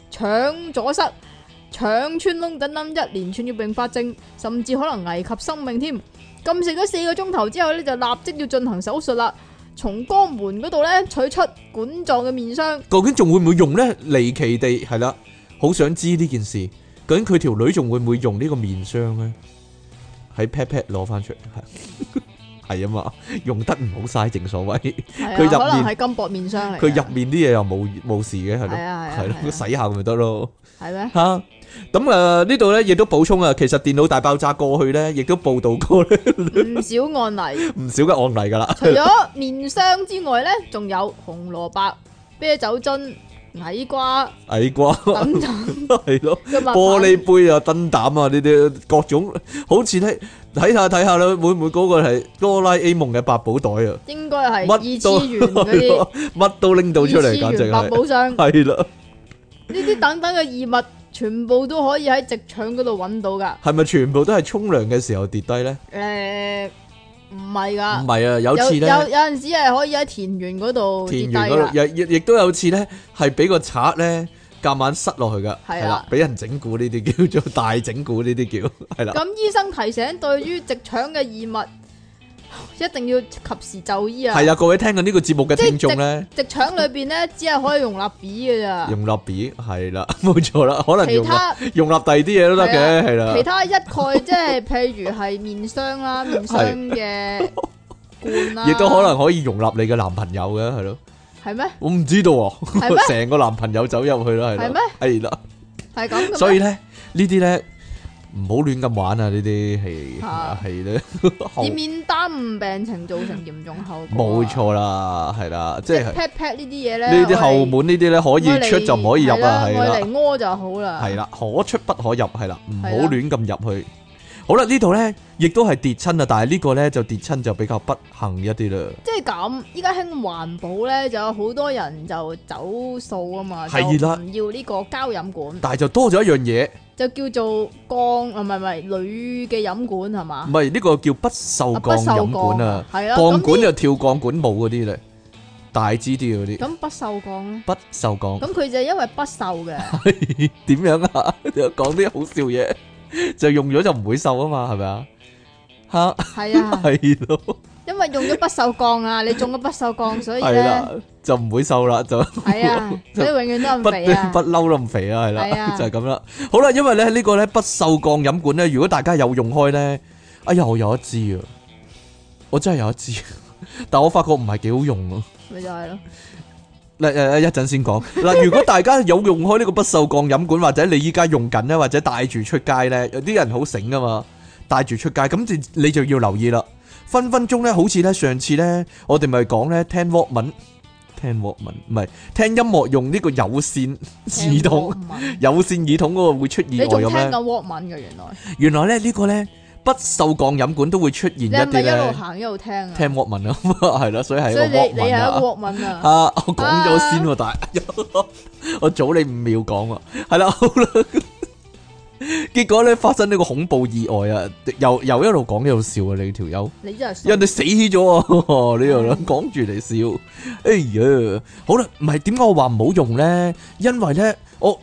[SPEAKER 2] 腸阻塞、腸穿窿等等一連串嘅併發症，甚至可能危及生命添。禁食咗四個鐘頭之後呢，就立即要進行手術啦。從肛門嗰度呢，取出管狀嘅面霜，
[SPEAKER 1] 究竟仲會唔會用咧？離奇地係啦，好想知呢件事。究竟佢條 女仲會唔會用呢個面霜咧？喺 pat pat 攞翻出嚟，係係啊嘛，用得唔好嘥，正所謂
[SPEAKER 2] 係啊
[SPEAKER 1] 佢入
[SPEAKER 2] 可能
[SPEAKER 1] 面
[SPEAKER 2] 係金箔面霜嚟嘅。
[SPEAKER 1] 佢入面啲嘢又冇冇事嘅，係
[SPEAKER 2] 係
[SPEAKER 1] 咯，
[SPEAKER 2] 啊
[SPEAKER 1] 係
[SPEAKER 2] 係
[SPEAKER 1] 咯
[SPEAKER 2] 啊，
[SPEAKER 1] 佢洗下咪得咯。
[SPEAKER 2] 係咩？
[SPEAKER 1] 吓。咁誒呢度咧，亦都補充啊，其實電腦大爆炸過去咧，亦都報導過咧
[SPEAKER 2] 唔少案例，
[SPEAKER 1] 唔少嘅案例噶啦。
[SPEAKER 2] 除咗面霜之外咧，仲有紅蘿蔔、啤酒樽、矮瓜
[SPEAKER 1] 矮瓜
[SPEAKER 2] 等等
[SPEAKER 1] 係咯，
[SPEAKER 2] 嘅物品
[SPEAKER 1] 玻璃杯啊、燈膽啊呢啲各種，好似咧睇下睇下啦，會唔會嗰個係哆啦 A 夢嘅百寶袋啊？
[SPEAKER 2] 應該係二
[SPEAKER 1] 乜都
[SPEAKER 2] 次元嗰啲
[SPEAKER 1] 乜都拎到出嚟，
[SPEAKER 2] 二
[SPEAKER 1] 簡
[SPEAKER 2] 次
[SPEAKER 1] 直
[SPEAKER 2] 元百
[SPEAKER 1] 係
[SPEAKER 2] 寶箱呢
[SPEAKER 1] 係啦，
[SPEAKER 2] 啲等等嘅異物，全部都可以喺直腸嗰度揾到噶。
[SPEAKER 1] 係咪全部都係沖涼嘅時候跌低咧？
[SPEAKER 2] 诶、唔係
[SPEAKER 1] 唔係
[SPEAKER 2] 噶，
[SPEAKER 1] 啊，有
[SPEAKER 2] 有
[SPEAKER 1] 次
[SPEAKER 2] 有
[SPEAKER 1] 咧。
[SPEAKER 2] 有阵时系可以喺田園嗰度跌
[SPEAKER 1] 田
[SPEAKER 2] 低
[SPEAKER 1] 園嗰
[SPEAKER 2] 噶
[SPEAKER 1] 度，，亦亦亦都有次咧，係俾個賊咧夾硬塞落去噶，
[SPEAKER 2] 係啊
[SPEAKER 1] 係啦，俾人整蠱呢啲叫 做大整蠱呢啲叫係啦，
[SPEAKER 2] 咁醫生提醒，對於直腸嘅異物，一定要及時就醫啊！
[SPEAKER 1] 係啊，各位聽緊呢個節目嘅
[SPEAKER 2] 即係
[SPEAKER 1] 聽眾咧，
[SPEAKER 2] 直腸裏边咧，只係可以容納 B 嘅咋，
[SPEAKER 1] 用蠟筆係啦， 冇錯啦，可能
[SPEAKER 2] 其
[SPEAKER 1] 用啊蠟
[SPEAKER 2] 他
[SPEAKER 1] 用蠟第二啲嘢都得嘅，係
[SPEAKER 2] 其
[SPEAKER 1] 啦，
[SPEAKER 2] 他一概即係譬如係面霜啦，面霜嘅罐啦，
[SPEAKER 1] 亦都可能可以容納你嘅男朋友嘅，係咯，
[SPEAKER 2] 係咩？
[SPEAKER 1] 我唔知道
[SPEAKER 2] 係咩
[SPEAKER 1] 喎， 成個男朋友走入去啦，係
[SPEAKER 2] 係
[SPEAKER 1] 啦
[SPEAKER 2] 咩，
[SPEAKER 1] 係啦，
[SPEAKER 2] 係咁嘅咩
[SPEAKER 1] 所以咧呢啲咧唔好亂咁玩啊，呢啲係
[SPEAKER 2] 啊
[SPEAKER 1] 係 咧，
[SPEAKER 2] 以免耽誤病情造成嚴重後果。
[SPEAKER 1] 冇，錯啦，係啦，即
[SPEAKER 2] 即
[SPEAKER 1] 係
[SPEAKER 2] 係。pat pat 呢啲嘢咧，
[SPEAKER 1] 呢啲後
[SPEAKER 2] 我哋
[SPEAKER 1] 門呢啲咧可以出就唔可以入啦，
[SPEAKER 2] 我
[SPEAKER 1] 係
[SPEAKER 2] 哋
[SPEAKER 1] 啦，
[SPEAKER 2] 嚟屙就好啦，
[SPEAKER 1] 係
[SPEAKER 2] 啦，
[SPEAKER 1] 啦，可出不可入，係啦，唔好
[SPEAKER 2] 係啦
[SPEAKER 1] 亂咁入去。好啦，呢度咧亦都係跌親啊，但係呢個咧就跌親就比較不幸一啲啦。
[SPEAKER 2] 即係咁。依家興環保咧，就有好多人就走數啊嘛，
[SPEAKER 1] 係啦
[SPEAKER 2] 就唔要呢個膠飲管，
[SPEAKER 1] 但係就多咗一樣嘢，
[SPEAKER 2] 就叫做鋼啊，唔係唔係鋁嘅飲管係嘛
[SPEAKER 1] 唔？係呢個叫不鏽鋼飲管啊，
[SPEAKER 2] 係啊，
[SPEAKER 1] 鋼管
[SPEAKER 2] 咁
[SPEAKER 1] 就跳鋼管舞嗰啲咧，大支啲嗰啲
[SPEAKER 2] 啲咁不鏽鋼咧，
[SPEAKER 1] 不鏽鋼
[SPEAKER 2] 咁佢就因為不鏽嘅，
[SPEAKER 1] 點樣啊？講啲好笑嘢，就用咗就唔會鏽啊嘛，係咪啊？吓
[SPEAKER 2] 係啊，
[SPEAKER 1] 係咯，
[SPEAKER 2] 因為用咗不鏽鋼啊，你中咗不鏽鋼，所以
[SPEAKER 1] 係啦
[SPEAKER 2] 咧，
[SPEAKER 1] 就唔會鏽啦，就。
[SPEAKER 2] 係 啊，所以永遠都
[SPEAKER 1] 不
[SPEAKER 2] 咁肥 啊
[SPEAKER 1] 不。嬲都咁肥啊，係
[SPEAKER 2] 係
[SPEAKER 1] 啦，
[SPEAKER 2] 啊
[SPEAKER 1] 就係咁啦。好啦，因為咧呢個咧不鏽鋼飲管咧，如果大家有用開咧，哎呀，我有一支啊，我真係有一支， 但我發覺唔係幾好用啊。
[SPEAKER 2] 咪就係咯，
[SPEAKER 1] 嗱誒一陣先講 嗱，如果大家有用開呢個不鏽鋼飲管，或者你依家用緊咧，或者帶住出街咧，有啲人好醒噶嘛，帶住出街，咁你你就要留意啦。分分鐘咧，好似咧上次咧，我哋咪講咧聽 Walkman，聽 Walkman 唔係聽音樂用呢個有線耳筒。
[SPEAKER 2] 聽 Walkman
[SPEAKER 1] 有線耳筒嗰個會出
[SPEAKER 2] 你
[SPEAKER 1] 意外
[SPEAKER 2] 仲聽
[SPEAKER 1] 咁
[SPEAKER 2] 緊
[SPEAKER 1] 咧，
[SPEAKER 2] Walkman 嘅原來，
[SPEAKER 1] 原來咧呢個咧不鏽鋼飲管都會出現一
[SPEAKER 2] 你係
[SPEAKER 1] 啲
[SPEAKER 2] 咪一路
[SPEAKER 1] 咧
[SPEAKER 2] 行一路聽啊？
[SPEAKER 1] 聽 w a l 啊， 係啦，所以係一個
[SPEAKER 2] 所以
[SPEAKER 1] w
[SPEAKER 2] 你
[SPEAKER 1] a l
[SPEAKER 2] 你係一個
[SPEAKER 1] 啊。
[SPEAKER 2] Walkman 啊？
[SPEAKER 1] 啊！我講咗先喎，但係 我早你五秒講喎，係啦，好啦。結果咧發生呢個恐怖意外啊！又又一路講一路笑啊！你條友，
[SPEAKER 2] 你真係傻
[SPEAKER 1] 人哋死咗啊！ 你又諗講住嚟笑，哎呀！好啦，唔係點解我話唔好用咧？因為咧，我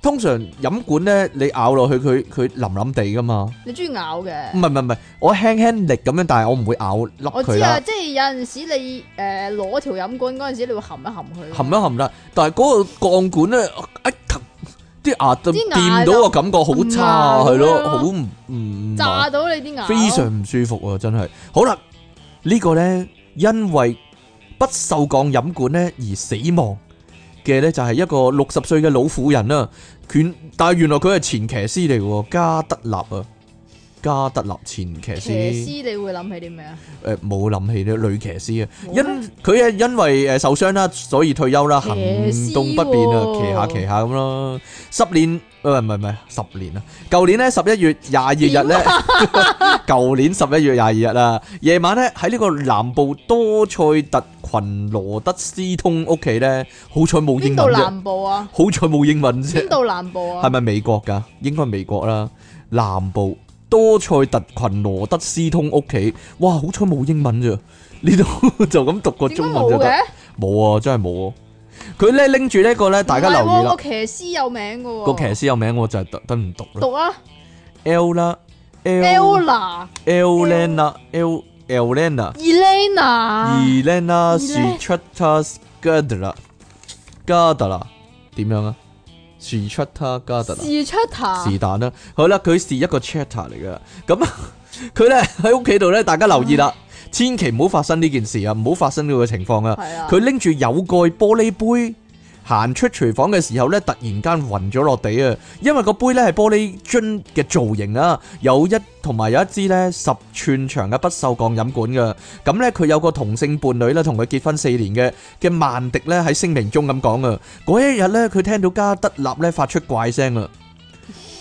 [SPEAKER 1] 通常飲管咧，你咬落去佢佢腍腍地噶嘛。
[SPEAKER 2] 你中意咬嘅
[SPEAKER 1] 唔。係唔係唔係，我輕輕力咁樣，但係我唔會咬
[SPEAKER 2] 我
[SPEAKER 1] 粒嗯佢
[SPEAKER 2] 知
[SPEAKER 1] 啦
[SPEAKER 2] 啊，。即係有陣時你誒攞條飲管嗰陣時，你會含一含佢。
[SPEAKER 1] 含一含啦，但係嗰個鋼管咧，一撳啲牙就
[SPEAKER 2] 啲牙
[SPEAKER 1] 掂
[SPEAKER 2] 就
[SPEAKER 1] 到個感覺好差，
[SPEAKER 2] 嗯
[SPEAKER 1] 係
[SPEAKER 2] 咁樣
[SPEAKER 1] 咯，
[SPEAKER 2] 咯
[SPEAKER 1] 好唔唔
[SPEAKER 2] 炸到你啲牙。
[SPEAKER 1] 非常唔舒服啊！真係。好啦，呢個咧，因為不鏽鋼飲管咧而死亡嘅咧，就係一個六十歲嘅老婦人啦。佢但係原來佢係前騎師嚟嘅喎，加德納啊，加德納前騎師。
[SPEAKER 2] 騎師，你會諗起啲咩啊？
[SPEAKER 1] 誒呃冇諗起呢女騎師啊，
[SPEAKER 2] 冇
[SPEAKER 1] 因佢係因為誒受傷啦，所以退休啦，
[SPEAKER 2] 騎
[SPEAKER 1] 行
[SPEAKER 2] 師
[SPEAKER 1] 動不便啊，
[SPEAKER 2] 喎
[SPEAKER 1] 騎下騎下咁咯。十年誒唔係唔係十年啊，舊年咧十一月廿二日咧，
[SPEAKER 2] 啊
[SPEAKER 1] 舊年十一月廿二日啊，夜晚咧喺呢個南部多塞特群羅德斯通屋企咧，好彩冇英
[SPEAKER 2] 邊度
[SPEAKER 1] 文啫，
[SPEAKER 2] 南部 啊？
[SPEAKER 1] 好彩冇英文啫
[SPEAKER 2] 邊。度南部
[SPEAKER 1] 係
[SPEAKER 2] 啊？
[SPEAKER 1] 咪美國㗎？應該美國啦。南部多塞特群羅德斯通屋企，哇！好彩冇英文咋，呢度 就咁讀個
[SPEAKER 2] 點解
[SPEAKER 1] 中文
[SPEAKER 2] 冇
[SPEAKER 1] 就得。
[SPEAKER 2] 嘅？
[SPEAKER 1] 冇啊，真係冇啊。佢咧拎住呢個咧，大家留
[SPEAKER 2] 唔係
[SPEAKER 1] 意
[SPEAKER 2] 喎
[SPEAKER 1] 啦
[SPEAKER 2] 個。騎師有名嘅
[SPEAKER 1] 個
[SPEAKER 2] 喎。
[SPEAKER 1] 騎師有名我就係特登唔讀啦。
[SPEAKER 2] 讀啊
[SPEAKER 1] L 啦，L
[SPEAKER 2] ，Ella、
[SPEAKER 1] L Len 啦，L Elena。
[SPEAKER 2] Elena。
[SPEAKER 1] Elena
[SPEAKER 2] Elena
[SPEAKER 1] Suchata Gadla Gadla 點樣啊？Suchata Gadla
[SPEAKER 2] 是出頭
[SPEAKER 1] 是但啦，好啦，佢是一個 chatter 嚟噶，咁啊 佢咧喺屋企度咧，大家留意啦，千祈唔好發生呢件事啊，唔好發生呢個情況啊！
[SPEAKER 2] 系啊，
[SPEAKER 1] 佢拎住有蓋玻璃杯行出廚房嘅時候呢，突然間暈咗落地啊！因為個杯呢係玻璃樽嘅造型啊，有一同埋有一支呢十寸長嘅不鏽鋼飲管噶。咁呢，佢有個同性伴侶呢，同佢結婚四年嘅嘅曼迪呢，喺聲明中咁講啊，嗰一日呢，佢聽到加德納呢發出怪聲啊！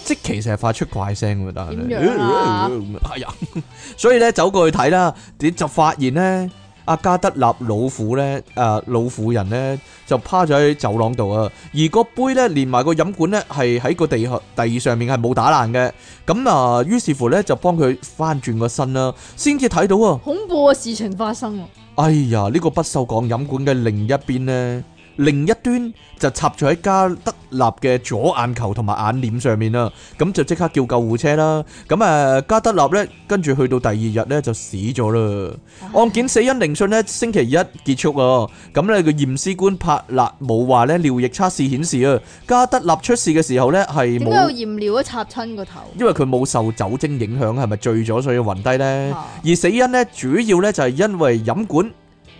[SPEAKER 1] 即其實係發出怪聲喎，但係
[SPEAKER 2] 點樣啊
[SPEAKER 1] 係啊， 所以咧走過去睇啦，你就發現咧。阿加德納老虎咧，誒、老婦人咧就趴咗喺走廊度啊，而個杯咧連埋個飲管咧係喺個地下地上面係冇打爛嘅，咁啊於是乎咧就幫佢翻轉個身啦，先至睇到啊，
[SPEAKER 2] 恐怖嘅事情發生喎，
[SPEAKER 1] 哎呀呢、個不鏽鋼飲管嘅另一邊咧，另一端就插咗喺加德納嘅左眼球同埋眼簾上面啦，咁就即刻叫救護車啦，咁誒、加德納咧跟住去到第二日咧就死咗啦。案件死因聆訊咧，星期一結束啊。咁咧個驗屍官帕勒姆話咧，尿液測試顯示啊，加德納出事嘅時候咧係
[SPEAKER 2] 點解要
[SPEAKER 1] 冇，
[SPEAKER 2] 驗尿都插親個頭？
[SPEAKER 1] 因為佢冇受酒精影響，係咪醉咗所以暈低呢？
[SPEAKER 2] 啊
[SPEAKER 1] 而死因咧主要咧就係因為飲管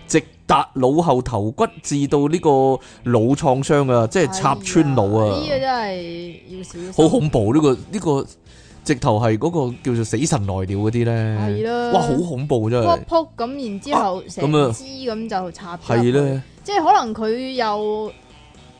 [SPEAKER 1] 直達腦後頭骨，致到呢個腦創傷啊，即係插穿腦
[SPEAKER 2] 哎呀呢個
[SPEAKER 1] 啊，
[SPEAKER 2] 真係要小心。
[SPEAKER 1] 好恐怖呢、個呢、個直頭係嗰個叫做死神來了嗰啲
[SPEAKER 2] 係
[SPEAKER 1] 呢。
[SPEAKER 2] 啦
[SPEAKER 1] 哇，好恐怖真係
[SPEAKER 2] 撲，撲咁，然之後成
[SPEAKER 1] 咁啊
[SPEAKER 2] 支咁就插咗入去
[SPEAKER 1] 係咧。
[SPEAKER 2] 即係可能佢又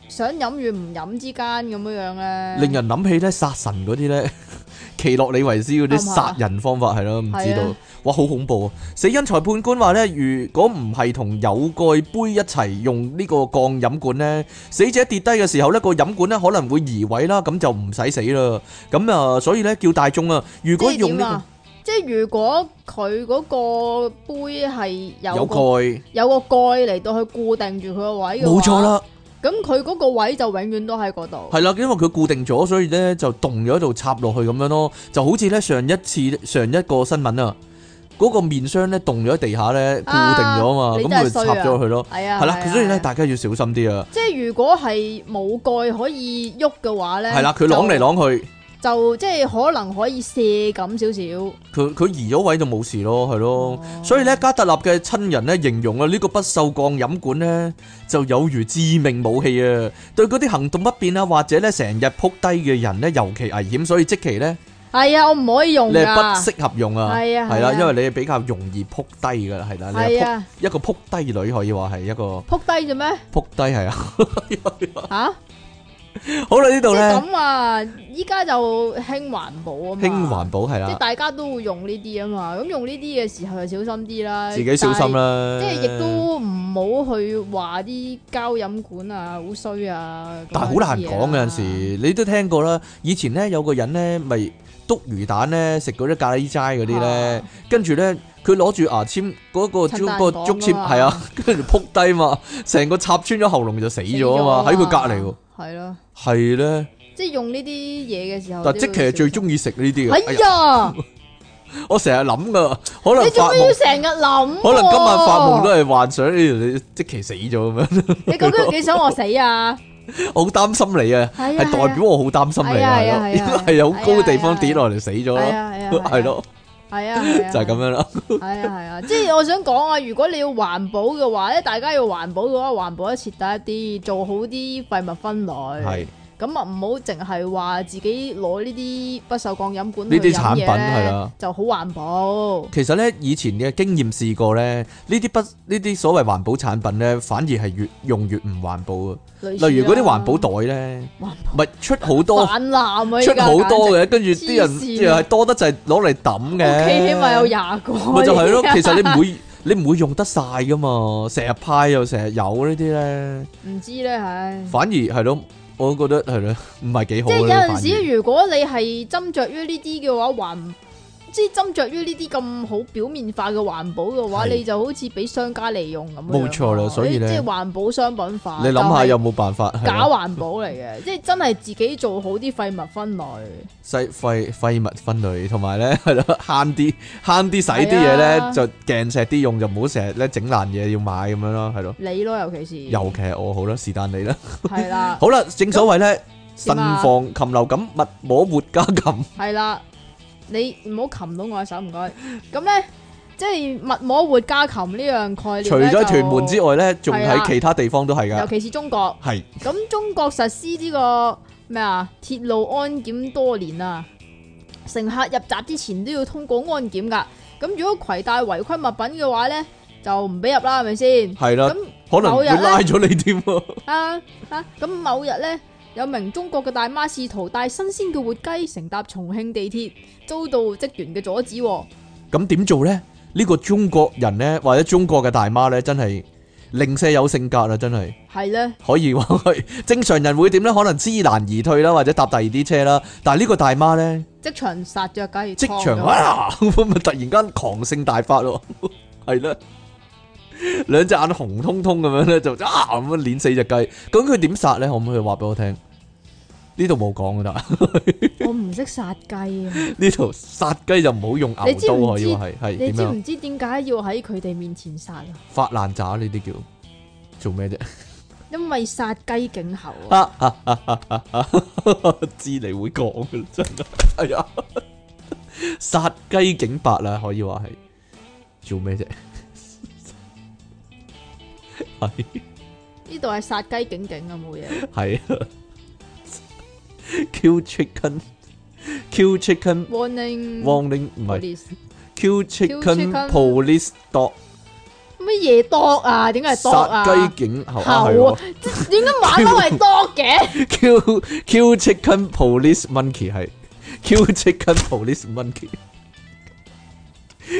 [SPEAKER 2] 想飲與唔飲之間咁樣樣咧，
[SPEAKER 1] 令人諗起咧殺神嗰啲咧， 奇洛里維斯嗰啲
[SPEAKER 2] 係嘛
[SPEAKER 1] 殺人方法係咯，唔知道
[SPEAKER 2] 啊係啊，
[SPEAKER 1] 哇好恐怖啊！死因裁判官話咧，如果唔係同有蓋杯一齊用呢個鋼飲管咧，死者跌低嘅時候咧，個飲管咧可能會移位啦，咁就唔使死啦。咁啊，所以咧叫大眾啊，如
[SPEAKER 2] 即
[SPEAKER 1] 果
[SPEAKER 2] 係
[SPEAKER 1] 用
[SPEAKER 2] 點
[SPEAKER 1] 呢
[SPEAKER 2] 啊？即係如果佢嗰個杯係
[SPEAKER 1] 個
[SPEAKER 2] 有
[SPEAKER 1] 有
[SPEAKER 2] 個
[SPEAKER 1] 蓋，
[SPEAKER 2] 有個蓋嚟到去固定住佢個位嘅，
[SPEAKER 1] 冇錯。啦。
[SPEAKER 2] 咁佢嗰個位就永遠都喺嗰度。
[SPEAKER 1] 係啦，因為佢固定咗，所以咧就動咗喺度插落去咁樣咯，就好似咧上一次上一個新聞啊，嗰、個面箱咧動咗喺地下咧固定咗啊嘛，咁
[SPEAKER 2] 啊你真係
[SPEAKER 1] 佢、
[SPEAKER 2] 衰
[SPEAKER 1] 插
[SPEAKER 2] 啊
[SPEAKER 1] 咗落去咯，
[SPEAKER 2] 係啊，
[SPEAKER 1] 係啦、
[SPEAKER 2] 係啊
[SPEAKER 1] 所以咧
[SPEAKER 2] 係啊
[SPEAKER 1] 大家要小心啲啊，
[SPEAKER 2] 即係如果係冇蓋可以喐嘅話咧，
[SPEAKER 1] 係啦，佢啷嚟啷去，
[SPEAKER 2] 就就即係可能可以射咁少少。
[SPEAKER 1] 佢佢移咗位就冇事咯，係咯，
[SPEAKER 2] 哦
[SPEAKER 1] 所以咧加特納嘅親人咧形容啊呢個不鏽鋼飲管咧就有如致命武器啊，對嗰啲行動不便啊或者咧成日撲低嘅人咧尤其危險，所以即期咧。
[SPEAKER 2] 係啊，我唔可以用
[SPEAKER 1] 你係
[SPEAKER 2] 噶。
[SPEAKER 1] 不適合用啊，
[SPEAKER 2] 係啊
[SPEAKER 1] 係啦，
[SPEAKER 2] 係啊
[SPEAKER 1] 因為你係比較容易撲低噶啦，係啦，你係撲
[SPEAKER 2] 係啊，
[SPEAKER 1] 一個撲低女可以話係一個
[SPEAKER 2] 撲低啫咩？
[SPEAKER 1] 撲低係啊。
[SPEAKER 2] 吓？
[SPEAKER 1] 好啦，呢
[SPEAKER 2] 即係
[SPEAKER 1] 度咧
[SPEAKER 2] 咁啊！依家就興環保啊嘛，
[SPEAKER 1] 輕環保係
[SPEAKER 2] 即係
[SPEAKER 1] 啦，
[SPEAKER 2] 大家都會用呢啲啊嘛。咁用呢啲嘅時候就小心啲啦，
[SPEAKER 1] 自己小心啦。
[SPEAKER 2] 但係。即係亦都唔好去話啲膠飲管啊，好衰啊。
[SPEAKER 1] 但係好難講嘅有陣時，你都聽過啦。以前咧有個人咧，咪篤魚蛋咧，食嗰啲咖喱齋嗰啲咧
[SPEAKER 2] 啊，
[SPEAKER 1] 跟住咧佢攞住牙籤嗰個
[SPEAKER 2] 趁
[SPEAKER 1] 竹
[SPEAKER 2] 蛋
[SPEAKER 1] 個
[SPEAKER 2] 講
[SPEAKER 1] 竹籤
[SPEAKER 2] 啊嘛
[SPEAKER 1] 係啊， 跟住撲低嘛，成個插穿咗喉嚨就死咗啊嘛，喺佢隔離喎，。
[SPEAKER 2] 係咯，
[SPEAKER 1] 係咧。
[SPEAKER 2] 即係用呢啲嘢嘅時候都要小
[SPEAKER 1] 但即
[SPEAKER 2] 心。
[SPEAKER 1] 其係最中意食呢啲嘅。
[SPEAKER 2] 哎呀，
[SPEAKER 1] 我成日諗噶，可能
[SPEAKER 2] 你
[SPEAKER 1] 發
[SPEAKER 2] 做咩要
[SPEAKER 1] 夢，
[SPEAKER 2] 成日諗？
[SPEAKER 1] 可能今晚發夢都，係幻想呢你即期死咗咁樣，
[SPEAKER 2] 你究竟有幾想我死啊？
[SPEAKER 1] 我好擔心你啊，
[SPEAKER 2] 係
[SPEAKER 1] 係
[SPEAKER 2] 啊，
[SPEAKER 1] 代表我好擔心你啊，
[SPEAKER 2] 係 啊係啊係啊
[SPEAKER 1] 係有好高嘅地方跌落嚟死咗
[SPEAKER 2] 係
[SPEAKER 1] 啦，
[SPEAKER 2] 啊係啊
[SPEAKER 1] 係，咯，
[SPEAKER 2] 係啊係啊，
[SPEAKER 1] 就係咁樣啦，
[SPEAKER 2] 系啊系啊，即系我想講啊，如果你要環保嘅話咧，大家要環保嘅話，環保得徹底一啲，做好啲廢物分類。
[SPEAKER 1] 係
[SPEAKER 2] 咁啊，唔好淨係話自己攞呢啲不鏽鋼飲管
[SPEAKER 1] 呢啲
[SPEAKER 2] 去飲
[SPEAKER 1] 產品
[SPEAKER 2] 嘢
[SPEAKER 1] 係
[SPEAKER 2] 咧
[SPEAKER 1] 啊
[SPEAKER 2] 就好環保。
[SPEAKER 1] 其實咧以前嘅經驗試過咧，呢啲不呢啲所謂環保產品咧，反而係越用越唔環保啊，例
[SPEAKER 2] 例
[SPEAKER 1] 如嗰啲環保袋咧，咪出好 多
[SPEAKER 2] 泛濫啊，
[SPEAKER 1] 出好多嘅，跟住啲人
[SPEAKER 2] 黐線
[SPEAKER 1] 又係多得就係攞嚟抌嘅，
[SPEAKER 2] 屋企起碼有廿個。
[SPEAKER 1] 咪就係咯，其實你 唔會你唔會用得晒噶嘛，成日派又成日有呢啲咧，
[SPEAKER 2] 唔知咧，唉。
[SPEAKER 1] 反而係咯，我覺得係咯，唔係幾好
[SPEAKER 2] 即係有
[SPEAKER 1] 咧。
[SPEAKER 2] 陣時，如果你係斟酌於呢啲嘅話，環即係斟酌於呢啲咁好表面化嘅環保嘅話，
[SPEAKER 1] 係
[SPEAKER 2] 你就好似俾商家利用咁樣。哦
[SPEAKER 1] 冇錯啦所以呢
[SPEAKER 2] 即係環保商品化。
[SPEAKER 1] 反而你諗下有冇辦法
[SPEAKER 2] 就係假
[SPEAKER 1] 係咯
[SPEAKER 2] 環保 嚟嘅，即係真係自己做好啲廢物分類。
[SPEAKER 1] 細廢廢物分類，同埋咧 係咯慳啲慳啲使啲嘢
[SPEAKER 2] 係
[SPEAKER 1] 咧，
[SPEAKER 2] 啊
[SPEAKER 1] 就鏡石啲用，就唔好成日咧整爛嘢要買咁樣咯，係 咯。
[SPEAKER 2] 你咯，尤其是
[SPEAKER 1] 尤其係我好啦，是但你啦。
[SPEAKER 2] 係啦，
[SPEAKER 1] 好啦，正所謂咧，
[SPEAKER 2] 點
[SPEAKER 1] 慎
[SPEAKER 2] 啊
[SPEAKER 1] 防禽流感，勿摸活家禽。
[SPEAKER 2] 係啦，你唔好擒到我手，唔該。咁咧，即係密摸活加擒呢樣概念
[SPEAKER 1] 除
[SPEAKER 2] 呢
[SPEAKER 1] 咗
[SPEAKER 2] 就
[SPEAKER 1] 屯門之外咧，仲
[SPEAKER 2] 係啦
[SPEAKER 1] 喺其他地方都係
[SPEAKER 2] 尤
[SPEAKER 1] 噶，
[SPEAKER 2] 其是中國。
[SPEAKER 1] 係
[SPEAKER 2] 咁中國實施呢個咩啊鐵路安檢多年啊，乘客入閘之前都要通過安檢噶。咁如果攜帶違規物品嘅話咧，就唔俾入啦，係咪先？
[SPEAKER 1] 係啦，
[SPEAKER 2] 咁
[SPEAKER 1] 可能會
[SPEAKER 2] 某日呢
[SPEAKER 1] 拉咗你添 喎。
[SPEAKER 2] 啊啊！咁某日咧，有名中國嘅大媽試圖帶新鮮嘅活雞乘搭重慶地鐵，遭到職員嘅阻止喎、
[SPEAKER 1] 咁點做呢？呢個中國人呢，或者中國嘅大媽呢，真係零舍有性格啦，真係。
[SPEAKER 2] 係咧，
[SPEAKER 1] 可以話係正常人會點呢？可能知難而退啦，或者搭第二啲車啦。但係呢個大媽呢，
[SPEAKER 2] 即場殺咗雞，
[SPEAKER 1] 即
[SPEAKER 2] 劏
[SPEAKER 1] 場
[SPEAKER 2] 咗
[SPEAKER 1] 啊，咁咪突然間狂性大發咯， 係啦，兩隻眼紅通通咁樣咧，就啊咁樣碾死只雞。咁佢點殺呢？可唔可以話俾我聽？呢度冇講噶啦，
[SPEAKER 2] 我唔識殺雞啊！
[SPEAKER 1] 呢度殺雞就唔好用牛
[SPEAKER 2] 你知唔
[SPEAKER 1] 刀可以話係
[SPEAKER 2] 知
[SPEAKER 1] 係
[SPEAKER 2] 你
[SPEAKER 1] 點啊
[SPEAKER 2] 知
[SPEAKER 1] 樣
[SPEAKER 2] 唔知點解要喺佢哋面前殺啊？
[SPEAKER 1] 發爛渣呢啲叫做咩啫？
[SPEAKER 2] 因為殺雞儆猴啊！
[SPEAKER 1] 啊啊啊啊啊 啊！知你會講嘅真係， 哎呀，殺雞儆百啦，可以話係做咩啫？係
[SPEAKER 2] 呢度係殺雞警警啊，冇嘢。
[SPEAKER 1] 係 啊，Q chicken，Q chicken
[SPEAKER 2] Warning
[SPEAKER 1] warning 唔係
[SPEAKER 2] police
[SPEAKER 1] Q chicken
[SPEAKER 2] chicken
[SPEAKER 1] police dog
[SPEAKER 2] 乜嘢 dog 啊？點解係 dog 啊？
[SPEAKER 1] 殺雞儆猴啊係
[SPEAKER 2] 猴啊
[SPEAKER 1] 喎！
[SPEAKER 2] 即係點解馬騮係 dog 嘅？
[SPEAKER 1] Q Q Chicken Police Monkey 係 Q Chicken Police Monkey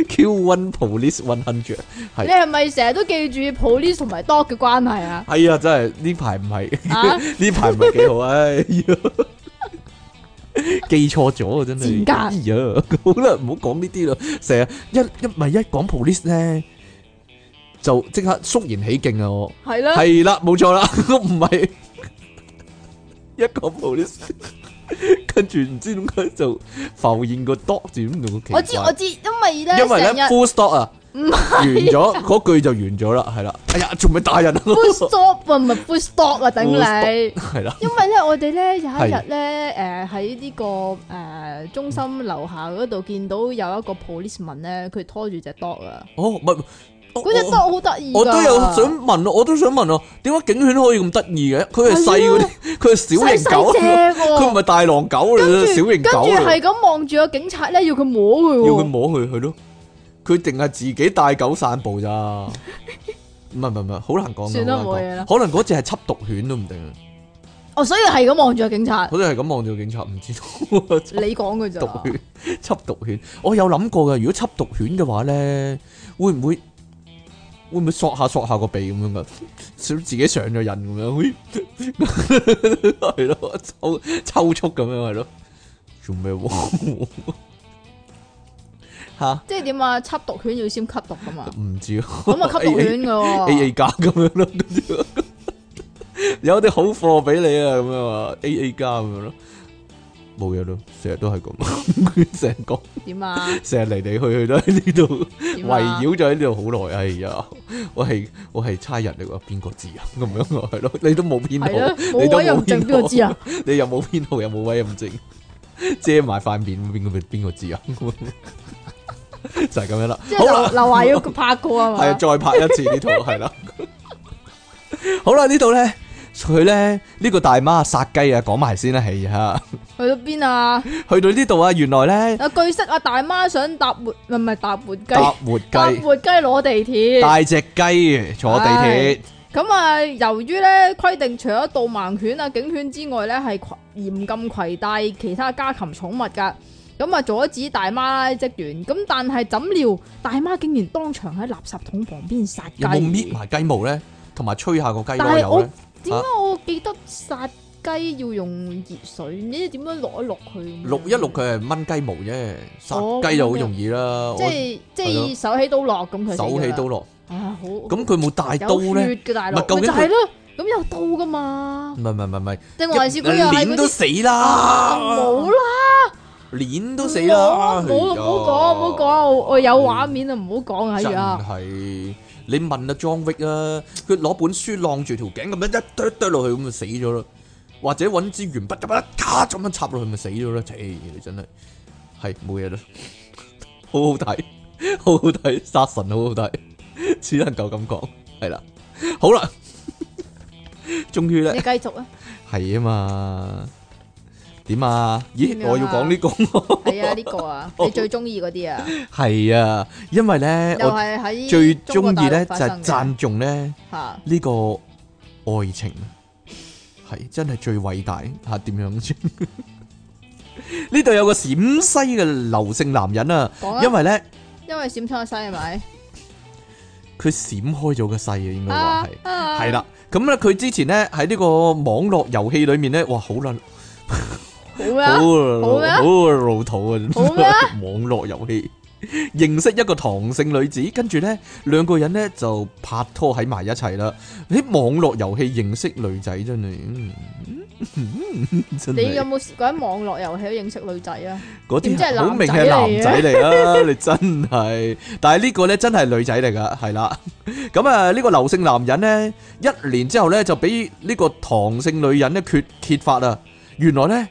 [SPEAKER 1] Q One Police One Hundred
[SPEAKER 2] 你
[SPEAKER 1] 係
[SPEAKER 2] 係咪成日都記住 police 同埋 dog 嘅關 係啊？
[SPEAKER 1] 係啊，真係呢排唔係
[SPEAKER 2] 啊
[SPEAKER 1] 呢排唔係幾好，唉呀，記錯咗啊，真
[SPEAKER 2] 賤
[SPEAKER 1] 係，
[SPEAKER 2] 格
[SPEAKER 1] 哎呀，好啦，唔好講呢啲啦，成日一一咪一講 police 咧，就即刻肅然起敬啊我。
[SPEAKER 2] 係啦，
[SPEAKER 1] 系啦，冇 错啦，我唔系一个 police，跟住唔知点解就浮现个 dot 字咁同個
[SPEAKER 2] 我
[SPEAKER 1] 奇
[SPEAKER 2] 知我
[SPEAKER 1] 怪。
[SPEAKER 2] 知，因為咧
[SPEAKER 1] 因为
[SPEAKER 2] 成
[SPEAKER 1] 咧
[SPEAKER 2] 日
[SPEAKER 1] full à? stop 啊，
[SPEAKER 2] 唔
[SPEAKER 1] 完咗嗰句就完咗啦，系啦。哎呀，仲咪打人啊？
[SPEAKER 2] full stop 啊，唔係 full stop 啊，
[SPEAKER 1] à,
[SPEAKER 2] 頂
[SPEAKER 1] Full
[SPEAKER 2] 你！
[SPEAKER 1] 系啦，
[SPEAKER 2] 因為咧，我哋咧有一
[SPEAKER 1] 係
[SPEAKER 2] 日咧，誒喺呢個誒、呃中心樓下嗰度見到有一個 policeman 咧，佢拖住只 dog 啊，
[SPEAKER 1] 哦，唔係我
[SPEAKER 2] 嗰只 dog 好得意㗎
[SPEAKER 1] 我我都有想問，我都想問啊，點解警犬可以咁得意嘅？佢係細嗰
[SPEAKER 2] 係
[SPEAKER 1] 啲，佢係小型狗
[SPEAKER 2] 細細，隻喎
[SPEAKER 1] 佢唔係大狼狗嚟
[SPEAKER 2] 跟
[SPEAKER 1] 嘅，
[SPEAKER 2] 住
[SPEAKER 1] 小型狗
[SPEAKER 2] 跟住
[SPEAKER 1] 嚟
[SPEAKER 2] 係咁望住個警察咧，要佢摸佢
[SPEAKER 1] 要佢
[SPEAKER 2] 喎。
[SPEAKER 1] 摸佢，佢咯，佢定係自己帶狗散步咋？唔係唔係唔係，好難講㗎。
[SPEAKER 2] 算啦
[SPEAKER 1] 好難講
[SPEAKER 2] 冇嘢啦
[SPEAKER 1] 可能嗰只係緝毒犬都唔定，
[SPEAKER 2] 哦，所以係咁望住個 警察。
[SPEAKER 1] 好似係咁望住個警察，唔知道 緝
[SPEAKER 2] 你講嘅咋？
[SPEAKER 1] 毒犬，緝毒犬。我有諗過嘅，如果緝毒犬嘅話咧，會唔會會唔會索下索下個鼻咁樣噶？想自己上咗癮咁樣，喂 係咯，抽抽搐咁樣係咯，做咩喎？ 吓？
[SPEAKER 2] 即係點啊？緝毒犬要先吸毒 噶嘛？
[SPEAKER 1] 唔知啊
[SPEAKER 2] 咁啊吸毒犬嘅
[SPEAKER 1] A A
[SPEAKER 2] 喎，
[SPEAKER 1] 加咁樣咯，跟住有啲好貨俾你啊，咁樣啊 A A 加咁樣咯，冇嘢咯，成日都係咁， 成個
[SPEAKER 2] 點啊？
[SPEAKER 1] 成日嚟嚟去去都喺呢度，
[SPEAKER 2] 點
[SPEAKER 1] 圍
[SPEAKER 2] 啊？
[SPEAKER 1] 繞咗喺呢度好耐。哎呀，我係我係差人嚟㗎，邊個知啊？咁樣啊，係咯，你都冇編
[SPEAKER 2] 係咯
[SPEAKER 1] 號，，你
[SPEAKER 2] 冇
[SPEAKER 1] 都
[SPEAKER 2] 位又
[SPEAKER 1] 冇
[SPEAKER 2] 證邊個 知
[SPEAKER 1] 編號
[SPEAKER 2] 啊？，
[SPEAKER 1] 你又冇編號，又冇委任證，遮埋塊面，邊個邊個知啊？就係咁樣啦，
[SPEAKER 2] 即
[SPEAKER 1] 好
[SPEAKER 2] 係
[SPEAKER 1] 啦
[SPEAKER 2] 劉。劉華要拍過啊嘛？
[SPEAKER 1] 系再拍一次呢套系啦。好啦，呢度咧，佢咧呢個大媽殺雞啊，講埋先啦，係啊，
[SPEAKER 2] 去 到邊啊？
[SPEAKER 1] 去到呢度啊，原來咧
[SPEAKER 2] 啊，據悉啊，大媽想搭活，唔係唔係搭活雞，
[SPEAKER 1] 搭活
[SPEAKER 2] 搭
[SPEAKER 1] 雞，
[SPEAKER 2] 活雞攞地鐵。
[SPEAKER 1] 帶只雞坐地鐵
[SPEAKER 2] 唉，咁啊，由於咧規定，除咗導盲犬啊、警犬之外咧，係攜嚴禁攜帶其他家禽寵物噶。咁啊，阻止大媽職員。咁但係怎料，大媽竟然當場喺垃圾桶旁邊殺雞。
[SPEAKER 1] 有冇搣埋雞毛咧？同埋吹下個雞
[SPEAKER 2] 但
[SPEAKER 1] 螺
[SPEAKER 2] 係
[SPEAKER 1] 油
[SPEAKER 2] 我
[SPEAKER 1] 咧？
[SPEAKER 2] 點解我記得殺雞要用熱水？唔知點樣落一落佢？
[SPEAKER 1] 碌一碌，佢係掹雞毛啫，
[SPEAKER 2] 哦
[SPEAKER 1] 殺雞就好容易啦。
[SPEAKER 2] 即
[SPEAKER 1] 我
[SPEAKER 2] 係即
[SPEAKER 1] 係咯
[SPEAKER 2] 係手起刀落咁佢。
[SPEAKER 1] 手起刀。落，
[SPEAKER 2] 啊，好。
[SPEAKER 1] 咁佢冇帶刀
[SPEAKER 2] 有血
[SPEAKER 1] 咧？
[SPEAKER 2] 嘅大
[SPEAKER 1] 唔
[SPEAKER 2] 佬，
[SPEAKER 1] 係究
[SPEAKER 2] 咪
[SPEAKER 1] 竟
[SPEAKER 2] 就
[SPEAKER 1] 佢
[SPEAKER 2] 係咯，咁有刀噶嘛
[SPEAKER 1] 唔？係唔係唔係唔係，
[SPEAKER 2] 定還是佢又係
[SPEAKER 1] 鏈
[SPEAKER 2] 嗰
[SPEAKER 1] 都
[SPEAKER 2] 啲
[SPEAKER 1] 死啦，
[SPEAKER 2] 冇啦，
[SPEAKER 1] 鏈都死啦，
[SPEAKER 2] 冇冇
[SPEAKER 1] 哎呀
[SPEAKER 2] 唔好講，唔好講，我我有畫面啊，唔好講係啊，
[SPEAKER 1] ờ, 真係。你問阿John Wick啊，佢攞本書晾住條頸咁樣一剁剁落去，咁就死咗啦。或者搵支鉛筆咁樣一卡咁樣插落去，咪死咗啦。切，你真係。係系冇嘢啦，好好睇，好好睇，杀神好好睇，只能够咁讲，系啦，好啦，终于咧
[SPEAKER 2] 你繼 續啊，
[SPEAKER 1] 系啊嘛，点啊？
[SPEAKER 2] 點樣
[SPEAKER 1] 咦，
[SPEAKER 2] 啊
[SPEAKER 1] 我要讲呢、個，
[SPEAKER 2] 係啊呢個啊，你最中意嗰啲啊，
[SPEAKER 1] 个，系啊，因为咧
[SPEAKER 2] 又
[SPEAKER 1] 我
[SPEAKER 2] 係喺
[SPEAKER 1] 最
[SPEAKER 2] 中國
[SPEAKER 1] 中
[SPEAKER 2] 大
[SPEAKER 1] 意
[SPEAKER 2] 陸
[SPEAKER 1] 咧就
[SPEAKER 2] 發
[SPEAKER 1] 系
[SPEAKER 2] 生嘅
[SPEAKER 1] 赞颂咧。
[SPEAKER 2] 嚇
[SPEAKER 1] 呢個愛情係真係最偉大嚇點樣先？ 呢度有個陝西嘅劉姓男人啊，
[SPEAKER 2] 講啊，
[SPEAKER 1] 因為咧
[SPEAKER 2] 因為閃親個西係咪？
[SPEAKER 1] 佢閃開咗個勢啊，應該話
[SPEAKER 2] 啊
[SPEAKER 1] 係。
[SPEAKER 2] 啊
[SPEAKER 1] 系啦，咁咧佢之前咧喺呢個網絡遊戲裏面咧，哇好啦，
[SPEAKER 2] 好
[SPEAKER 1] 好
[SPEAKER 2] 咩？好咩
[SPEAKER 1] 啦好老土啊！
[SPEAKER 2] 好咩
[SPEAKER 1] 網絡遊戲認識一個唐姓女子，跟住咧兩個人咧就拍拖喺埋一齊啦。喺網絡遊戲認識女仔真係，嗯嗯真
[SPEAKER 2] 你有
[SPEAKER 1] 係
[SPEAKER 2] 冇試過喺網絡遊戲都認識女仔啊？
[SPEAKER 1] 嗰啲
[SPEAKER 2] 點知係
[SPEAKER 1] 係好明係
[SPEAKER 2] 男仔嚟
[SPEAKER 1] 男
[SPEAKER 2] 嘅
[SPEAKER 1] 仔嚟啦，你真係。但係呢個咧真係女仔嚟噶，係 啦。咁啊，呢個劉姓男人咧，一年之後咧就俾呢個唐姓女人咧揭揭發啊，原來咧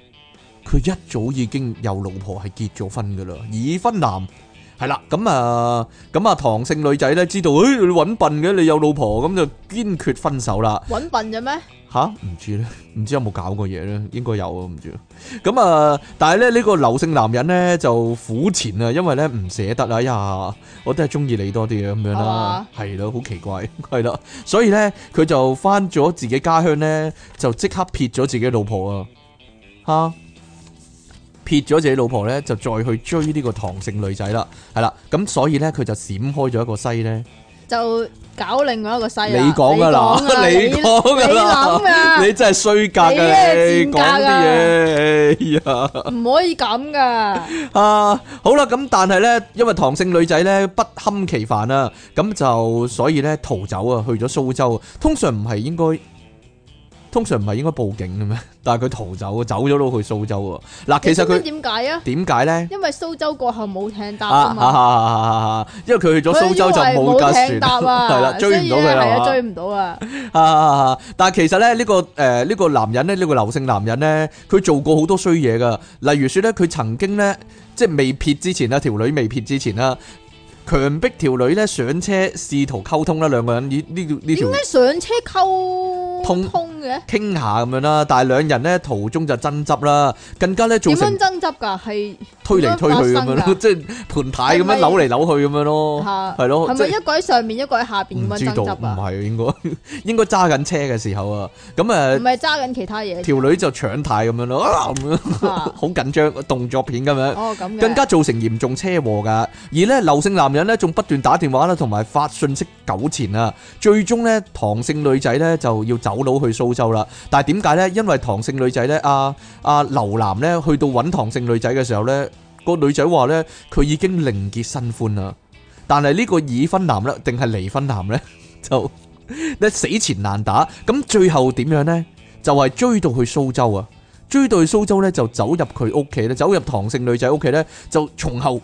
[SPEAKER 1] 佢一早已經有老婆係結咗婚噶啦，已婚男。係啦，咁啊，咁啊，唐姓女仔咧知道，誒、你揾笨嘅，你有老婆，咁就堅決分手啦。
[SPEAKER 2] 揾笨啫咩？
[SPEAKER 1] 吓唔知咧，唔知有冇搞過嘢咧，應該有啊，唔知。咁啊，但係咧呢個劉姓男人咧就苦纏啊，因為咧唔捨得啊，哎呀，我都係中意你多啲啊，咁樣啦，係咯，好奇怪， 係啦，所以咧佢就翻咗自己家鄉咧，就即刻撇咗自己老婆啊，吓撇咗自己老婆咧，就再去追呢個唐姓女仔啦，係啦，咁所以咧佢就閃開咗一個西咧，
[SPEAKER 2] 就搞另外一個西啊！
[SPEAKER 1] 你講噶啦，哎你
[SPEAKER 2] 你
[SPEAKER 1] 講
[SPEAKER 2] 你
[SPEAKER 1] 噶啦
[SPEAKER 2] 諗。噶，
[SPEAKER 1] 你真系衰格噶，
[SPEAKER 2] 你真係
[SPEAKER 1] 你讲
[SPEAKER 2] 賤
[SPEAKER 1] 啲
[SPEAKER 2] 格㗎
[SPEAKER 1] 嘢，哎
[SPEAKER 2] 唔可以咁噶。
[SPEAKER 1] 呀啊，好啦，咁但系咧，因為唐姓女仔咧不堪其煩啊，咁就所以咧逃走啊，去咗蘇州。通常唔係應該，通常唔係應該報警嘅咩？但係佢逃走，走咗到去蘇州喎。嗱，其實佢
[SPEAKER 2] 你知唔知點解啊？
[SPEAKER 1] 點解咧？
[SPEAKER 2] 因為蘇州過後冇艇搭
[SPEAKER 1] 啊
[SPEAKER 2] 啊嘛。
[SPEAKER 1] 啊，因為佢去咗蘇州就冇架船，
[SPEAKER 2] 艇搭 啊，
[SPEAKER 1] 係啦，追唔到佢啦
[SPEAKER 2] 係
[SPEAKER 1] 嘛
[SPEAKER 2] 啊，追唔到啊，
[SPEAKER 1] 啊！ 但係其實咧，呢、個誒呢、個男人咧，呢、個劉姓男人咧，佢做過好多衰嘢噶。例如說咧，佢曾經咧，即係未撇之前啦，條女未撇之前啦，強迫條女咧上車試圖溝通啦，兩個人呢呢條呢條
[SPEAKER 2] 點解上車溝
[SPEAKER 1] 通
[SPEAKER 2] 通嘅？
[SPEAKER 1] 傾下咁樣啦。但係兩人咧途中就爭執啦，更加咧造
[SPEAKER 2] 點
[SPEAKER 1] 成
[SPEAKER 2] 樣爭執㗎？係
[SPEAKER 1] 推嚟推去咁樣
[SPEAKER 2] 點樣發
[SPEAKER 1] 咯，
[SPEAKER 2] 生㗎
[SPEAKER 1] 即係盤太咁樣
[SPEAKER 2] 係咪
[SPEAKER 1] 扭嚟扭去咁樣咯，
[SPEAKER 2] 嚇
[SPEAKER 1] 哦係咯，
[SPEAKER 2] 係
[SPEAKER 1] 即係
[SPEAKER 2] 咪一個喺上面，一個喺下邊
[SPEAKER 1] 唔
[SPEAKER 2] 咁
[SPEAKER 1] 知
[SPEAKER 2] 樣
[SPEAKER 1] 道，
[SPEAKER 2] 爭
[SPEAKER 1] 唔
[SPEAKER 2] 執啊？
[SPEAKER 1] 係應該 應該揸緊車嘅時候啊，咁誒
[SPEAKER 2] 唔。係揸緊其他嘢
[SPEAKER 1] 條女就搶太咁樣咯，啊咁樣
[SPEAKER 2] 啊
[SPEAKER 1] 好緊張，動作片咁樣，
[SPEAKER 2] 哦 咁嘅，
[SPEAKER 1] 更加造成嚴重車禍噶。而咧劉姓男人咧仲不斷打電話啦，同埋發信息糾纏啊。最終咧唐姓女仔咧就要走佬去蘇州啦。但係點解咧？因為唐姓女仔咧，阿阿劉男咧去到揾唐姓女仔嘅時候咧，個女仔話咧佢已經另結新歡啦。但係呢個已婚男咧，定係離婚男咧，就咧死纏爛打。咁最後點樣咧？就係追到去蘇州啊！追到去蘇州咧，就走入佢屋企咧，走入唐姓女仔屋企咧，就從後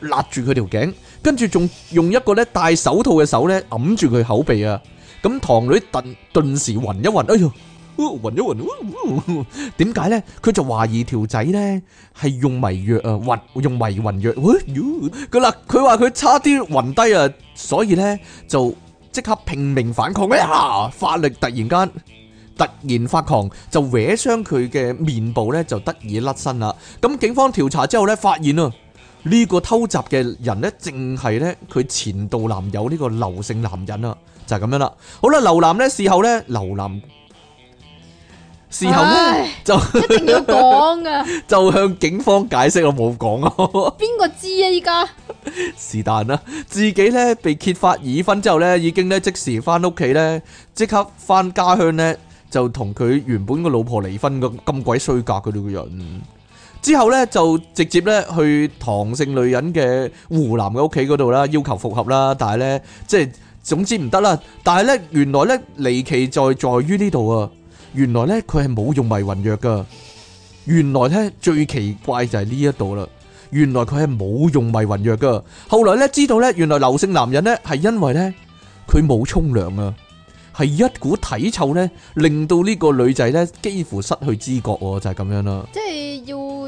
[SPEAKER 1] 勒住佢條頸，跟住仲用一個咧戴手套嘅手咧揞住佢口鼻啊！咁堂女頓頓時暈一暈，哎呦，哦暈一暈，哦哦點解咧？佢就懷疑條仔咧係用迷藥啊，暈用迷暈藥，哎呦佢啦，佢話佢差啲暈低啊，所以咧就即刻拼命反抗，啊！法力突然間。突然發狂，就搲傷佢嘅面部咧，就得以甩身啦。咁警方調查之後咧，發現啊，呢、個偷襲嘅人咧，正係咧佢前度男友呢個劉姓男人啊，就係咁樣啦。好啦，劉男咧事後咧，劉男事後咧
[SPEAKER 2] 唉
[SPEAKER 1] 就
[SPEAKER 2] 一定要講噶，
[SPEAKER 1] 就向警方解釋，我冇講啊。
[SPEAKER 2] 邊個知啊？依家
[SPEAKER 1] 是但啦，自己咧被揭發已婚之後咧，已經咧即時翻屋企咧，即刻翻家鄉咧，就同佢原本個老婆離婚咁咁鬼衰格佢呢個人。之後咧就直接咧去唐姓女人嘅湖南嘅屋企嗰度啦，要求復合啦，但係咧即係總之唔得啦。但係咧原來咧離奇在在於呢度啊，原來咧佢係冇用迷魂藥噶。原來咧最奇怪就係呢一度啦，原來佢係冇用迷魂藥噶。後來咧知道咧，原來劉姓男人咧係因為咧佢冇沖涼啊，係一股體臭咧，令到呢個女仔咧幾乎失去知覺喎，就係、咁樣啦。
[SPEAKER 2] 即係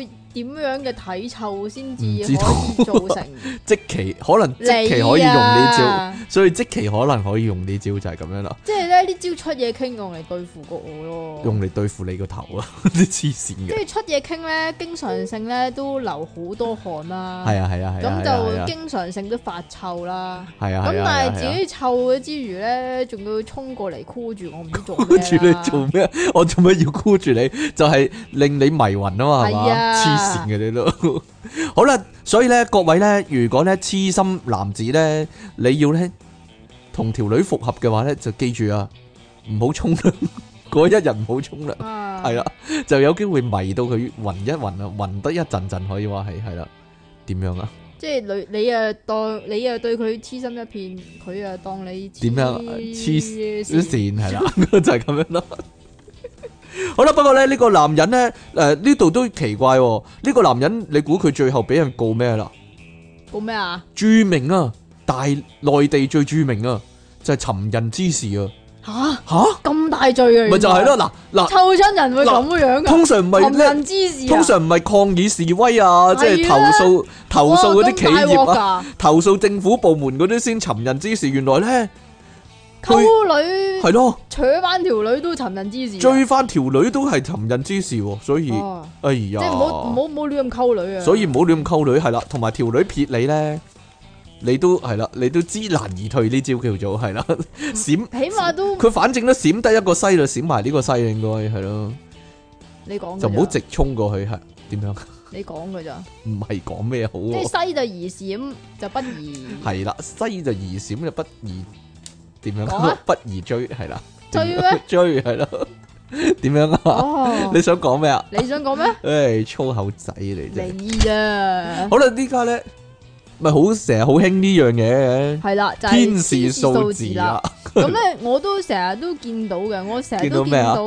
[SPEAKER 2] 要點樣嘅體臭先至
[SPEAKER 1] 唔
[SPEAKER 2] 可
[SPEAKER 1] 知道
[SPEAKER 2] 以造成
[SPEAKER 1] 即期可能 即期可以
[SPEAKER 2] 你
[SPEAKER 1] 用呢招，
[SPEAKER 2] 啊
[SPEAKER 1] 所以即期可能可以用呢招就係咁樣啦，
[SPEAKER 2] 即係咧呢招出嘢傾用嚟對付過我咯。
[SPEAKER 1] 用嚟對付你個頭啊！ 啲黐線
[SPEAKER 2] 即
[SPEAKER 1] 嘅，
[SPEAKER 2] 係出嘢傾咧，經常性咧都流好多汗啦。
[SPEAKER 1] 係啊係啊係啊
[SPEAKER 2] 咁
[SPEAKER 1] 係啊係
[SPEAKER 2] 就
[SPEAKER 1] 啊
[SPEAKER 2] 經常性都發臭啦。
[SPEAKER 1] 係啊，
[SPEAKER 2] 咁
[SPEAKER 1] 係啊
[SPEAKER 2] 但係
[SPEAKER 1] 係啊
[SPEAKER 2] 自己臭咗之餘咧，仲要衝過嚟箍住我，唔知做
[SPEAKER 1] 箍住
[SPEAKER 2] 咩啊
[SPEAKER 1] 你
[SPEAKER 2] 啦
[SPEAKER 1] 做咩？ 我做咩要箍住你？就係、令你迷魂啊嘛，係嘛、
[SPEAKER 2] 係啊
[SPEAKER 1] 黐線嘅你都 好啦，所以咧，各位咧，如果咧痴心男子咧，你要咧同條女復合嘅話咧，就記住啊，唔好沖涼， 嗰一日唔好沖涼，
[SPEAKER 2] 啊，
[SPEAKER 1] 係啦，就有機會迷到佢暈一暈啊，暈得一陣陣可以話係係啦，點樣啊？
[SPEAKER 2] 即係你你啊當你啊對佢痴心一片，佢啊當你
[SPEAKER 1] 點樣啊黐
[SPEAKER 2] 黐
[SPEAKER 1] 啲
[SPEAKER 2] 線
[SPEAKER 1] 線係啦， 就係咁樣咯。好啦，不過咧呢個男人咧，誒呢度都奇怪喎。呢個男人你估佢最後俾人告咩啦？
[SPEAKER 2] 告咩啊？
[SPEAKER 1] 著名啊，大內地最著名啊，就係尋人之事啊。
[SPEAKER 2] 吓
[SPEAKER 1] 吓，
[SPEAKER 2] 咁大罪嘅，
[SPEAKER 1] 咪就係咯，
[SPEAKER 2] 係
[SPEAKER 1] 嗱嗱，
[SPEAKER 2] 臭親人會咁樣噶，
[SPEAKER 1] 通常唔係
[SPEAKER 2] 尋
[SPEAKER 1] 咧，
[SPEAKER 2] 人之事啊，
[SPEAKER 1] 通常唔係抗議示威啊，即係
[SPEAKER 2] 係
[SPEAKER 1] 投
[SPEAKER 2] 啦
[SPEAKER 1] 訴投訴嗰啲企業啊，
[SPEAKER 2] 啊，
[SPEAKER 1] 投訴政府部門嗰啲先尋人之事。原來咧
[SPEAKER 2] 溝
[SPEAKER 1] 佢
[SPEAKER 2] 女
[SPEAKER 1] 係咯，
[SPEAKER 2] 扯翻條女都尋人之事啊，
[SPEAKER 1] 追翻條女都係尋人之事喎，所以。
[SPEAKER 2] 哦
[SPEAKER 1] 哎呀，
[SPEAKER 2] 即係唔好唔好唔好亂咁溝女啊，
[SPEAKER 1] 所以唔好亂咁溝女係啦，同埋條女撇你咧，你都係啦，你都知難而退呢招叫做係啦，
[SPEAKER 2] 嗯
[SPEAKER 1] 閃
[SPEAKER 2] 起碼都
[SPEAKER 1] 佢反正都閃得一個西啦，閃埋呢個西啦應該係咯，
[SPEAKER 2] 你講㗎
[SPEAKER 1] 就唔好
[SPEAKER 2] 咋
[SPEAKER 1] 直衝過去係點樣？
[SPEAKER 2] 你講噶咋，
[SPEAKER 1] 唔係講咩好
[SPEAKER 2] 即
[SPEAKER 1] 喎？
[SPEAKER 2] 係西就宜閃就不 宜
[SPEAKER 1] 係啦，西就宜閃就不宜點樣？
[SPEAKER 2] 講啊
[SPEAKER 1] 不宜追係啦，
[SPEAKER 2] 追咩
[SPEAKER 1] 追係咯，點樣啊？
[SPEAKER 2] 哦
[SPEAKER 1] 你，想講咩啊？
[SPEAKER 2] 你想講咩？
[SPEAKER 1] 誒粗口仔嚟啫！
[SPEAKER 2] 你啊，
[SPEAKER 1] 好啦，呢家咧咪好成日好興呢樣嘢嘅。
[SPEAKER 2] 係啦，就係
[SPEAKER 1] 天
[SPEAKER 2] 使
[SPEAKER 1] 使數字啊 啦
[SPEAKER 2] 啦。，咁咧，我都成日都見到嘅，我成日都
[SPEAKER 1] 見到咩
[SPEAKER 2] 見
[SPEAKER 1] 啊
[SPEAKER 2] 到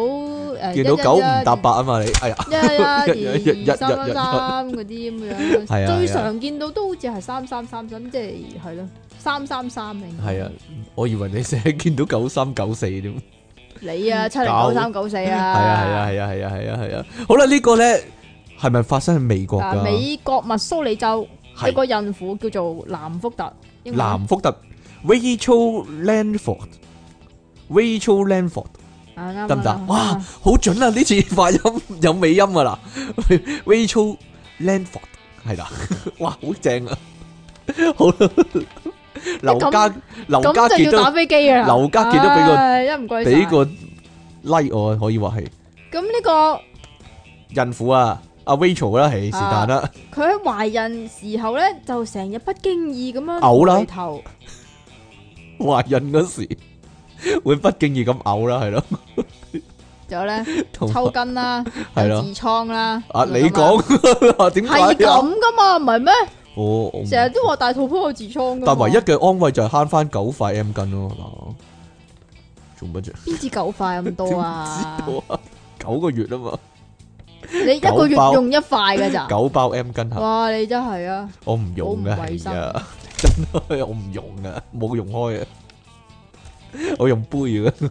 [SPEAKER 2] 呃誒，
[SPEAKER 1] 見到九唔搭八啊嘛你，哎呀，
[SPEAKER 2] 一、
[SPEAKER 1] 一
[SPEAKER 2] 一、
[SPEAKER 1] 一一
[SPEAKER 2] 一、二、三、
[SPEAKER 1] 一
[SPEAKER 2] 三、三嗰啲咁
[SPEAKER 1] 係啊係
[SPEAKER 2] 樣。
[SPEAKER 1] 啊
[SPEAKER 2] 最常見到都好似係三三三三，即係係咯，三三三零。
[SPEAKER 1] 係啊，，我以為你 成日見到九三九四添，係
[SPEAKER 2] 你啊，七零九三九四啊，
[SPEAKER 1] 啊係啊係啊係啊係啊係啊，好啦呢個咧係咪發生喺美國
[SPEAKER 2] 嗱，
[SPEAKER 1] 噶？
[SPEAKER 2] 美國密蘇里州
[SPEAKER 1] 係
[SPEAKER 2] 有個孕婦叫做南福特，英文
[SPEAKER 1] 南福特 Rachel Lanford，Rachel Lanford
[SPEAKER 2] 啊啱
[SPEAKER 1] 得唔得
[SPEAKER 2] 啱？
[SPEAKER 1] 哇，
[SPEAKER 2] 啱
[SPEAKER 1] 好準啊！呢次發音 有尾音噶啦，Rachel Lanford 係啦， 哇好正啊！ 好啦，劉家劉家
[SPEAKER 2] 咁
[SPEAKER 1] 傑
[SPEAKER 2] 就要
[SPEAKER 1] 都
[SPEAKER 2] 打。飛機啊！
[SPEAKER 1] 劉家傑都俾個
[SPEAKER 2] 唉一唔該晒
[SPEAKER 1] 俾個 like 我可以話係
[SPEAKER 2] 咁呢個。
[SPEAKER 1] 孕婦啊，阿 Rachel 啦，係是但 啦，
[SPEAKER 2] 佢喺懷孕時候咧，就成日不經意咁樣
[SPEAKER 1] 嘔啦
[SPEAKER 2] 抬頭，
[SPEAKER 1] 懷孕嗰時會不經意咁嘔啦，係咯，
[SPEAKER 2] 仲有咧
[SPEAKER 1] 同埋
[SPEAKER 2] 抽筋啦，
[SPEAKER 1] 係
[SPEAKER 2] 有
[SPEAKER 1] 咯
[SPEAKER 2] 痔瘡啦。
[SPEAKER 1] 啊你講點
[SPEAKER 2] 係
[SPEAKER 1] 解 啊？
[SPEAKER 2] 咁噶嘛？唔係咩？
[SPEAKER 1] 我我唔
[SPEAKER 2] 成日都話大肚婆有痔瘡噶。
[SPEAKER 1] 但唯一嘅安慰就係慳翻九塊 M 巾咯，係嘛？做乜啫？
[SPEAKER 2] 邊至九塊咁多啊？
[SPEAKER 1] 點知道啊？九個月啊嘛，
[SPEAKER 2] 你一個月
[SPEAKER 1] 九包
[SPEAKER 2] 用一塊噶咋？
[SPEAKER 1] 九包 M 巾嚇，
[SPEAKER 2] 哇！你真係啊，
[SPEAKER 1] 我唔用嘅
[SPEAKER 2] 好唔衞
[SPEAKER 1] 係
[SPEAKER 2] 生
[SPEAKER 1] 啊， 真係我唔用嘅，冇用開啊，我用杯嘅。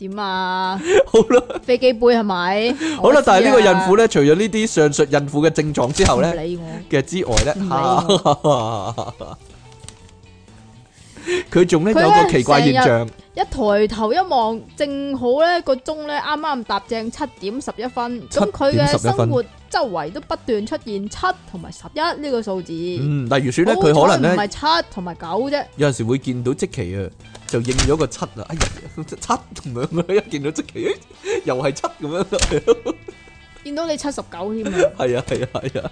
[SPEAKER 2] 點啊？
[SPEAKER 1] 好啦。
[SPEAKER 2] 飛機杯係咪？
[SPEAKER 1] 好啦，但係呢個孕婦
[SPEAKER 2] 咧
[SPEAKER 1] 咧，除咗呢啲上述孕婦嘅症狀之後
[SPEAKER 2] 啊唔
[SPEAKER 1] 咧
[SPEAKER 2] 理我，
[SPEAKER 1] 嘅之外咧，
[SPEAKER 2] 唔理
[SPEAKER 1] 佢仲咧有
[SPEAKER 2] 佢
[SPEAKER 1] 個
[SPEAKER 2] 呢
[SPEAKER 1] 奇怪現象，
[SPEAKER 2] 一抬頭一望，正好咧個鐘咧啱啱搭正七點十一分，咁佢
[SPEAKER 1] 7:11
[SPEAKER 2] 嘅生活周圍都不斷出現七同埋十一呢個數字。
[SPEAKER 1] 嗯，例如説咧，佢可能
[SPEAKER 2] 好彩唔係
[SPEAKER 1] 咧
[SPEAKER 2] 七同埋九啫，
[SPEAKER 1] 有陣時會見到即期啊，就應咗個七啊，哎呀，七咁樣，一 見到即期，哎又係七咁樣，
[SPEAKER 2] 見到你七十九添啊！
[SPEAKER 1] 係啊，係啊，係啊，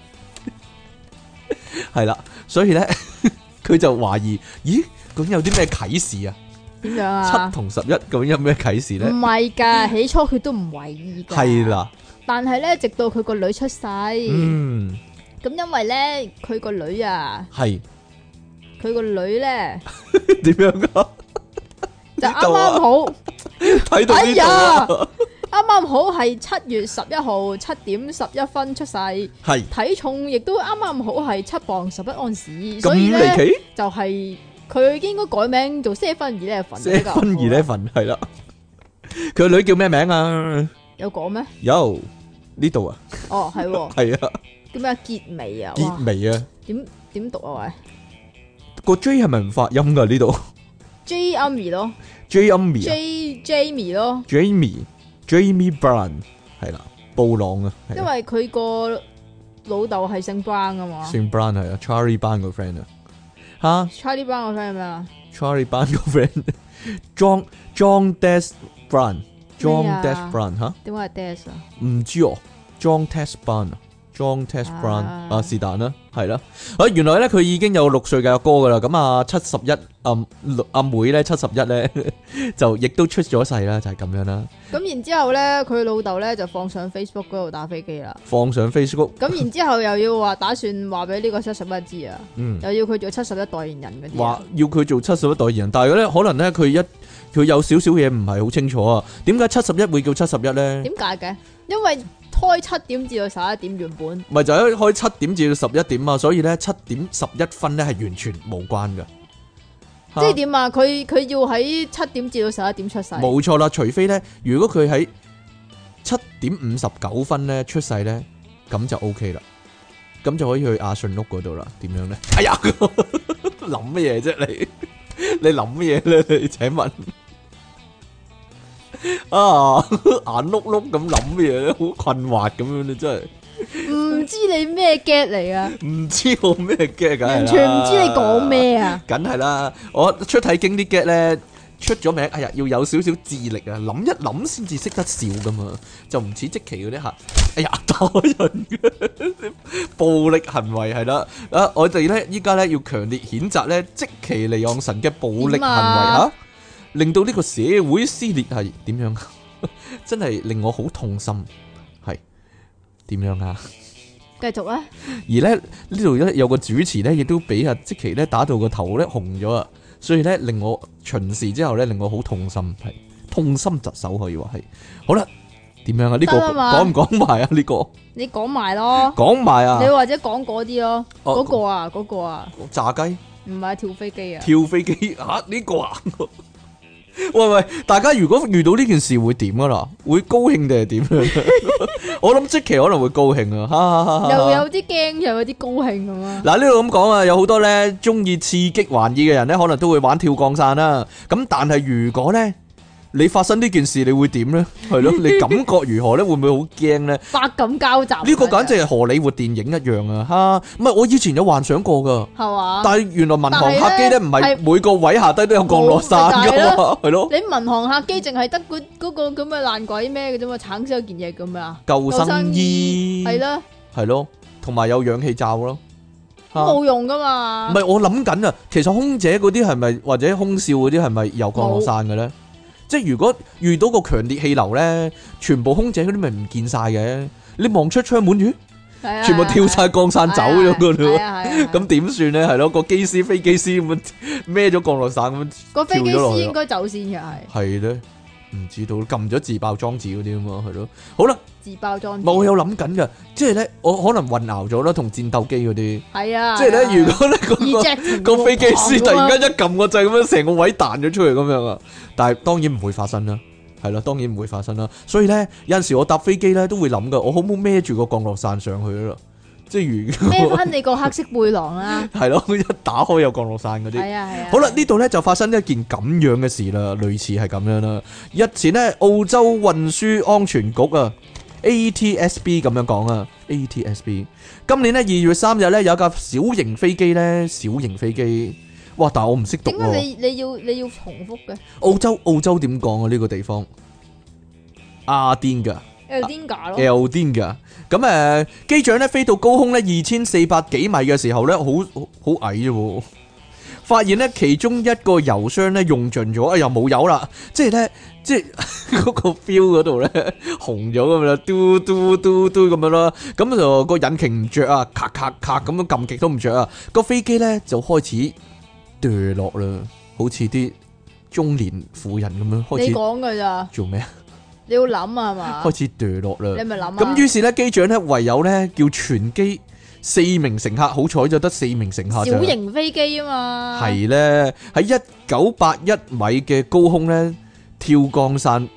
[SPEAKER 1] 係啦，所以咧， 佢就懷疑，咦，咁有啲咩啟示啊？
[SPEAKER 2] 點樣
[SPEAKER 1] 七
[SPEAKER 2] 啊？嗯
[SPEAKER 1] 同十一究竟有咩啟示
[SPEAKER 2] 唔
[SPEAKER 1] 咧？
[SPEAKER 2] 係㗎，起初佢都唔為意㗎。
[SPEAKER 1] 係。啦，
[SPEAKER 2] 但係咧，直到佢個女出世，咁、
[SPEAKER 1] 嗯。
[SPEAKER 2] 因為咧，佢個女啊，
[SPEAKER 1] 系
[SPEAKER 2] 佢個女咧
[SPEAKER 1] 点样噶？
[SPEAKER 2] 就啱哎
[SPEAKER 1] 呢度啊
[SPEAKER 2] 啱好，
[SPEAKER 1] 睇到呢度啊
[SPEAKER 2] 啱啱好係七月十一號七點十一分出世。
[SPEAKER 1] 啊，系
[SPEAKER 2] 體重亦都啱啱好係七磅十一安士，所以
[SPEAKER 1] 咁
[SPEAKER 2] 咧
[SPEAKER 1] 离奇，
[SPEAKER 2] 就係佢應該改名做 Seven Eleven
[SPEAKER 1] 即系分而咧份系啦。佢個女叫咩名啊？
[SPEAKER 2] 有講咩？
[SPEAKER 1] 有呢度啊，
[SPEAKER 2] 哦，系喎，
[SPEAKER 1] 系啊，
[SPEAKER 2] 叫咩结尾啊？
[SPEAKER 1] 结
[SPEAKER 2] 哇，
[SPEAKER 1] 尾啊，
[SPEAKER 2] 点点读啊？
[SPEAKER 1] 个 J 系咪唔發音噶呢度
[SPEAKER 2] 喂，J Amy 咯
[SPEAKER 1] ？J Amy 啊
[SPEAKER 2] ，J Jamie 咯，
[SPEAKER 1] ，Jamie Jamie Brown 系啦，布朗啊，係啊
[SPEAKER 2] 因為佢個老豆係姓 Brown 啊嘛。
[SPEAKER 1] 姓 Brown 係啊，Charlie Brown 個 friend 啊，
[SPEAKER 2] Charlie Brown 我想係咩啊？
[SPEAKER 1] 吓 Charlie Brown 個 friend，John John Des Brown，John
[SPEAKER 2] 咩啊
[SPEAKER 1] Des Brown 吓。
[SPEAKER 2] 點解係 Des 啊？
[SPEAKER 1] 唔知哦，John Test Brown 啊，John Test Brown
[SPEAKER 2] 啊
[SPEAKER 1] 啊，是但啦，係啦。啊，原來咧佢已經有六歲嘅阿哥噶啦，咁啊七十一阿六阿妹咧七十 一咧就亦都出咗世啦，就係咁樣啦。
[SPEAKER 2] 咁然之後咧，佢老豆咧就放上 Facebook 嗰度打飛機啦。
[SPEAKER 1] 放上 Facebook，
[SPEAKER 2] 咁然之後又要話打算話俾呢個七十一知啊，
[SPEAKER 1] 嗯，
[SPEAKER 2] 又要佢做七十一代言人嗰啲啊
[SPEAKER 1] 話。要佢做七十一代言人，但係咧可能咧佢一佢有少少嘢唔係好清楚啊。點解七十一會叫七十一咧？
[SPEAKER 2] 點解嘅？因為開七點至到十一點原本
[SPEAKER 1] 咪就係開七點至到十一點啊，所以咧七點十一分咧係完全無關嘅。
[SPEAKER 2] 即係點啊？佢佢要喺七點至到十一點出世。
[SPEAKER 1] 冇錯啦，除非咧，如果佢喺七點五十九分咧出世咧，咁就 O K 啦，咁就可以去亞信屋嗰度啦。點樣咧？ 哎呀，諗乜嘢啫你？ 你諗乜嘢咧？ 你請問啊， 眼碌碌咁諗乜嘢咧？好困惑咁樣，你真係
[SPEAKER 2] 唔知你咩 get 嚟啊？
[SPEAKER 1] 唔知我咩 get 梗係啦
[SPEAKER 2] 完全唔知你講。咩啊？
[SPEAKER 1] 梗係啦，我出體經啲 get 咧出咗名，哎呀，要有少少智力啊，諗一諗先至識得笑噶嘛，就唔似即期嗰啲嚇，哎呀， 打人嘅暴力行為係啦，啊，我哋咧依家咧要強烈譴責咧即期利昂神嘅暴力行為
[SPEAKER 2] 點
[SPEAKER 1] 嚇、
[SPEAKER 2] 啊
[SPEAKER 1] 令到呢個社會撕裂係點樣？ 真係令我好痛心，係點樣啊？
[SPEAKER 2] 繼續啊！
[SPEAKER 1] 而咧呢度咧有個主持咧，亦都俾阿即奇咧打到個頭咧紅咗啊，所以咧令我巡視之後咧令我好痛心，係痛心疾首可以話係。好啦，點樣啊？呢、個
[SPEAKER 2] 得啦嘛
[SPEAKER 1] 講唔講埋啊？呢、個
[SPEAKER 2] 你講埋咯，
[SPEAKER 1] 講埋
[SPEAKER 2] 你
[SPEAKER 1] 啊！
[SPEAKER 2] 或者講嗰啲咯，
[SPEAKER 1] 哦
[SPEAKER 2] 嗰個啊，嗰個啊，
[SPEAKER 1] 炸雞
[SPEAKER 2] 唔係跳飛機啊，
[SPEAKER 1] 跳飛機 嚇呢、個啊！喂喂，大家如果遇到呢件事會點噶啦？會高興定係點樣？ 我諗即期可能會高興啊！哈哈哈哈
[SPEAKER 2] 又有啲驚，又有啲高興咁啊！
[SPEAKER 1] 嗱呢度咁講啊，有好多咧中意刺激玩意嘅人咧，可能都會玩跳降傘啦。咁但係如果咧你發生呢件事，你會點咧？係 咯，你感覺如何咧？會唔會好驚 咧？
[SPEAKER 2] 百感交集啊。
[SPEAKER 1] 呢個簡直係荷里活電影一樣啊！哈，唔係我以前有幻想過噶，
[SPEAKER 2] 係嘛？
[SPEAKER 1] 但係原來民航客機咧
[SPEAKER 2] 但係呢
[SPEAKER 1] 唔啊係每個位下低都有降落傘
[SPEAKER 2] 冇
[SPEAKER 1] 噶
[SPEAKER 2] 咪就
[SPEAKER 1] 嘛，係咯，
[SPEAKER 2] 你民航客機淨係得嗰嗰個咁嘅爛鬼咩嘅啫嘛，橙色嗰件嘢咁啊，
[SPEAKER 1] 救生衣
[SPEAKER 2] 係啦，
[SPEAKER 1] 係咯，同埋有氧氣罩咯。哈
[SPEAKER 2] 冇用噶嘛
[SPEAKER 1] 唔。係我諗緊啊，其實空姐嗰啲係咪或者空少嗰啲係咪有降落傘嘅咧？即係如果遇到個強烈氣流咧，全部空姐嗰啲咪唔見晒嘅。你望出窗門，咦，
[SPEAKER 2] 係啊
[SPEAKER 1] 全部跳晒降傘走咗㗎
[SPEAKER 2] 係
[SPEAKER 1] 咯。
[SPEAKER 2] 啊係啊係啊
[SPEAKER 1] 咁點算咧？係咯，個機師、飛機師咁樣 孭咗降落傘咁樣，
[SPEAKER 2] 個飛機
[SPEAKER 1] 跳咗落
[SPEAKER 2] 師
[SPEAKER 1] 去啦
[SPEAKER 2] 應該走先嘅係
[SPEAKER 1] 係咧，唔知道撳咗自爆裝置嗰啲啊嘛，係咯。好啦，
[SPEAKER 2] 自爆裝置。
[SPEAKER 1] 我有諗緊㗎，即係咧，我可能混淆咗啦，同戰鬥機嗰啲。
[SPEAKER 2] 係啊，
[SPEAKER 1] 即係咧，
[SPEAKER 2] 係啊
[SPEAKER 1] 如果咧嗰個
[SPEAKER 2] 二隻
[SPEAKER 1] 個飛機師突然
[SPEAKER 2] 間
[SPEAKER 1] 間一撳個掣咁樣，成個位彈咗出嚟咁樣啊！但係當然唔會發生啦，係啦，當然唔會發生啦。所以咧，有陣時我搭飛機咧都會諗噶，我好唔好孭住個降落傘上去啦？即係如
[SPEAKER 2] 孭
[SPEAKER 1] 果。
[SPEAKER 2] 翻你個黑色背囊啦
[SPEAKER 1] 係咯，一打開有降落傘 嗰啲。
[SPEAKER 2] 係啊係啊。
[SPEAKER 1] 好啦，呢度咧就發生一件咁樣嘅事啦，類似係咁樣啦。日前呢，澳洲運輸安全局啊 （ATSB） 咁樣講啊，ATSB 今年呢，二月三日呢，有架小型飛機呢，小型飛機，哇！但我唔識讀
[SPEAKER 2] 點解
[SPEAKER 1] 喎。
[SPEAKER 2] 你你要你要重複嘅？
[SPEAKER 1] 澳洲澳洲點講啊？呢個地方阿甸㗎。
[SPEAKER 2] 有啲假咯。
[SPEAKER 1] L 癲噶。咁誒、呃，機長咧飛到高空咧二千四百幾米嘅時候咧，好好好矮啫喎。發現咧其中一個油箱咧用盡咗，哎呀冇油啦，即係咧即係 嗰個 feel 嗰度咧 紅咗咁樣，嘟嘟嘟嘟咁樣啦，咁就個引擎唔着啊，咔咔咔咁樣撳極都唔着啊，個飛機咧就開始墮落啦，好似啲中年婦人咁樣開
[SPEAKER 2] 你
[SPEAKER 1] 始
[SPEAKER 2] 講㗎咋？
[SPEAKER 1] 做咩啊？
[SPEAKER 2] 你要諗啊係嘛？
[SPEAKER 1] 開始墮落啦
[SPEAKER 2] 你。咪諗啊。
[SPEAKER 1] 咁於是咧，機長咧唯有咧叫全機四名乘客，好彩就得四名乘客咋
[SPEAKER 2] 小型飛機啊嘛。
[SPEAKER 1] 係
[SPEAKER 2] 哦
[SPEAKER 1] 咧喺一九八一米嘅高空咧跳降傘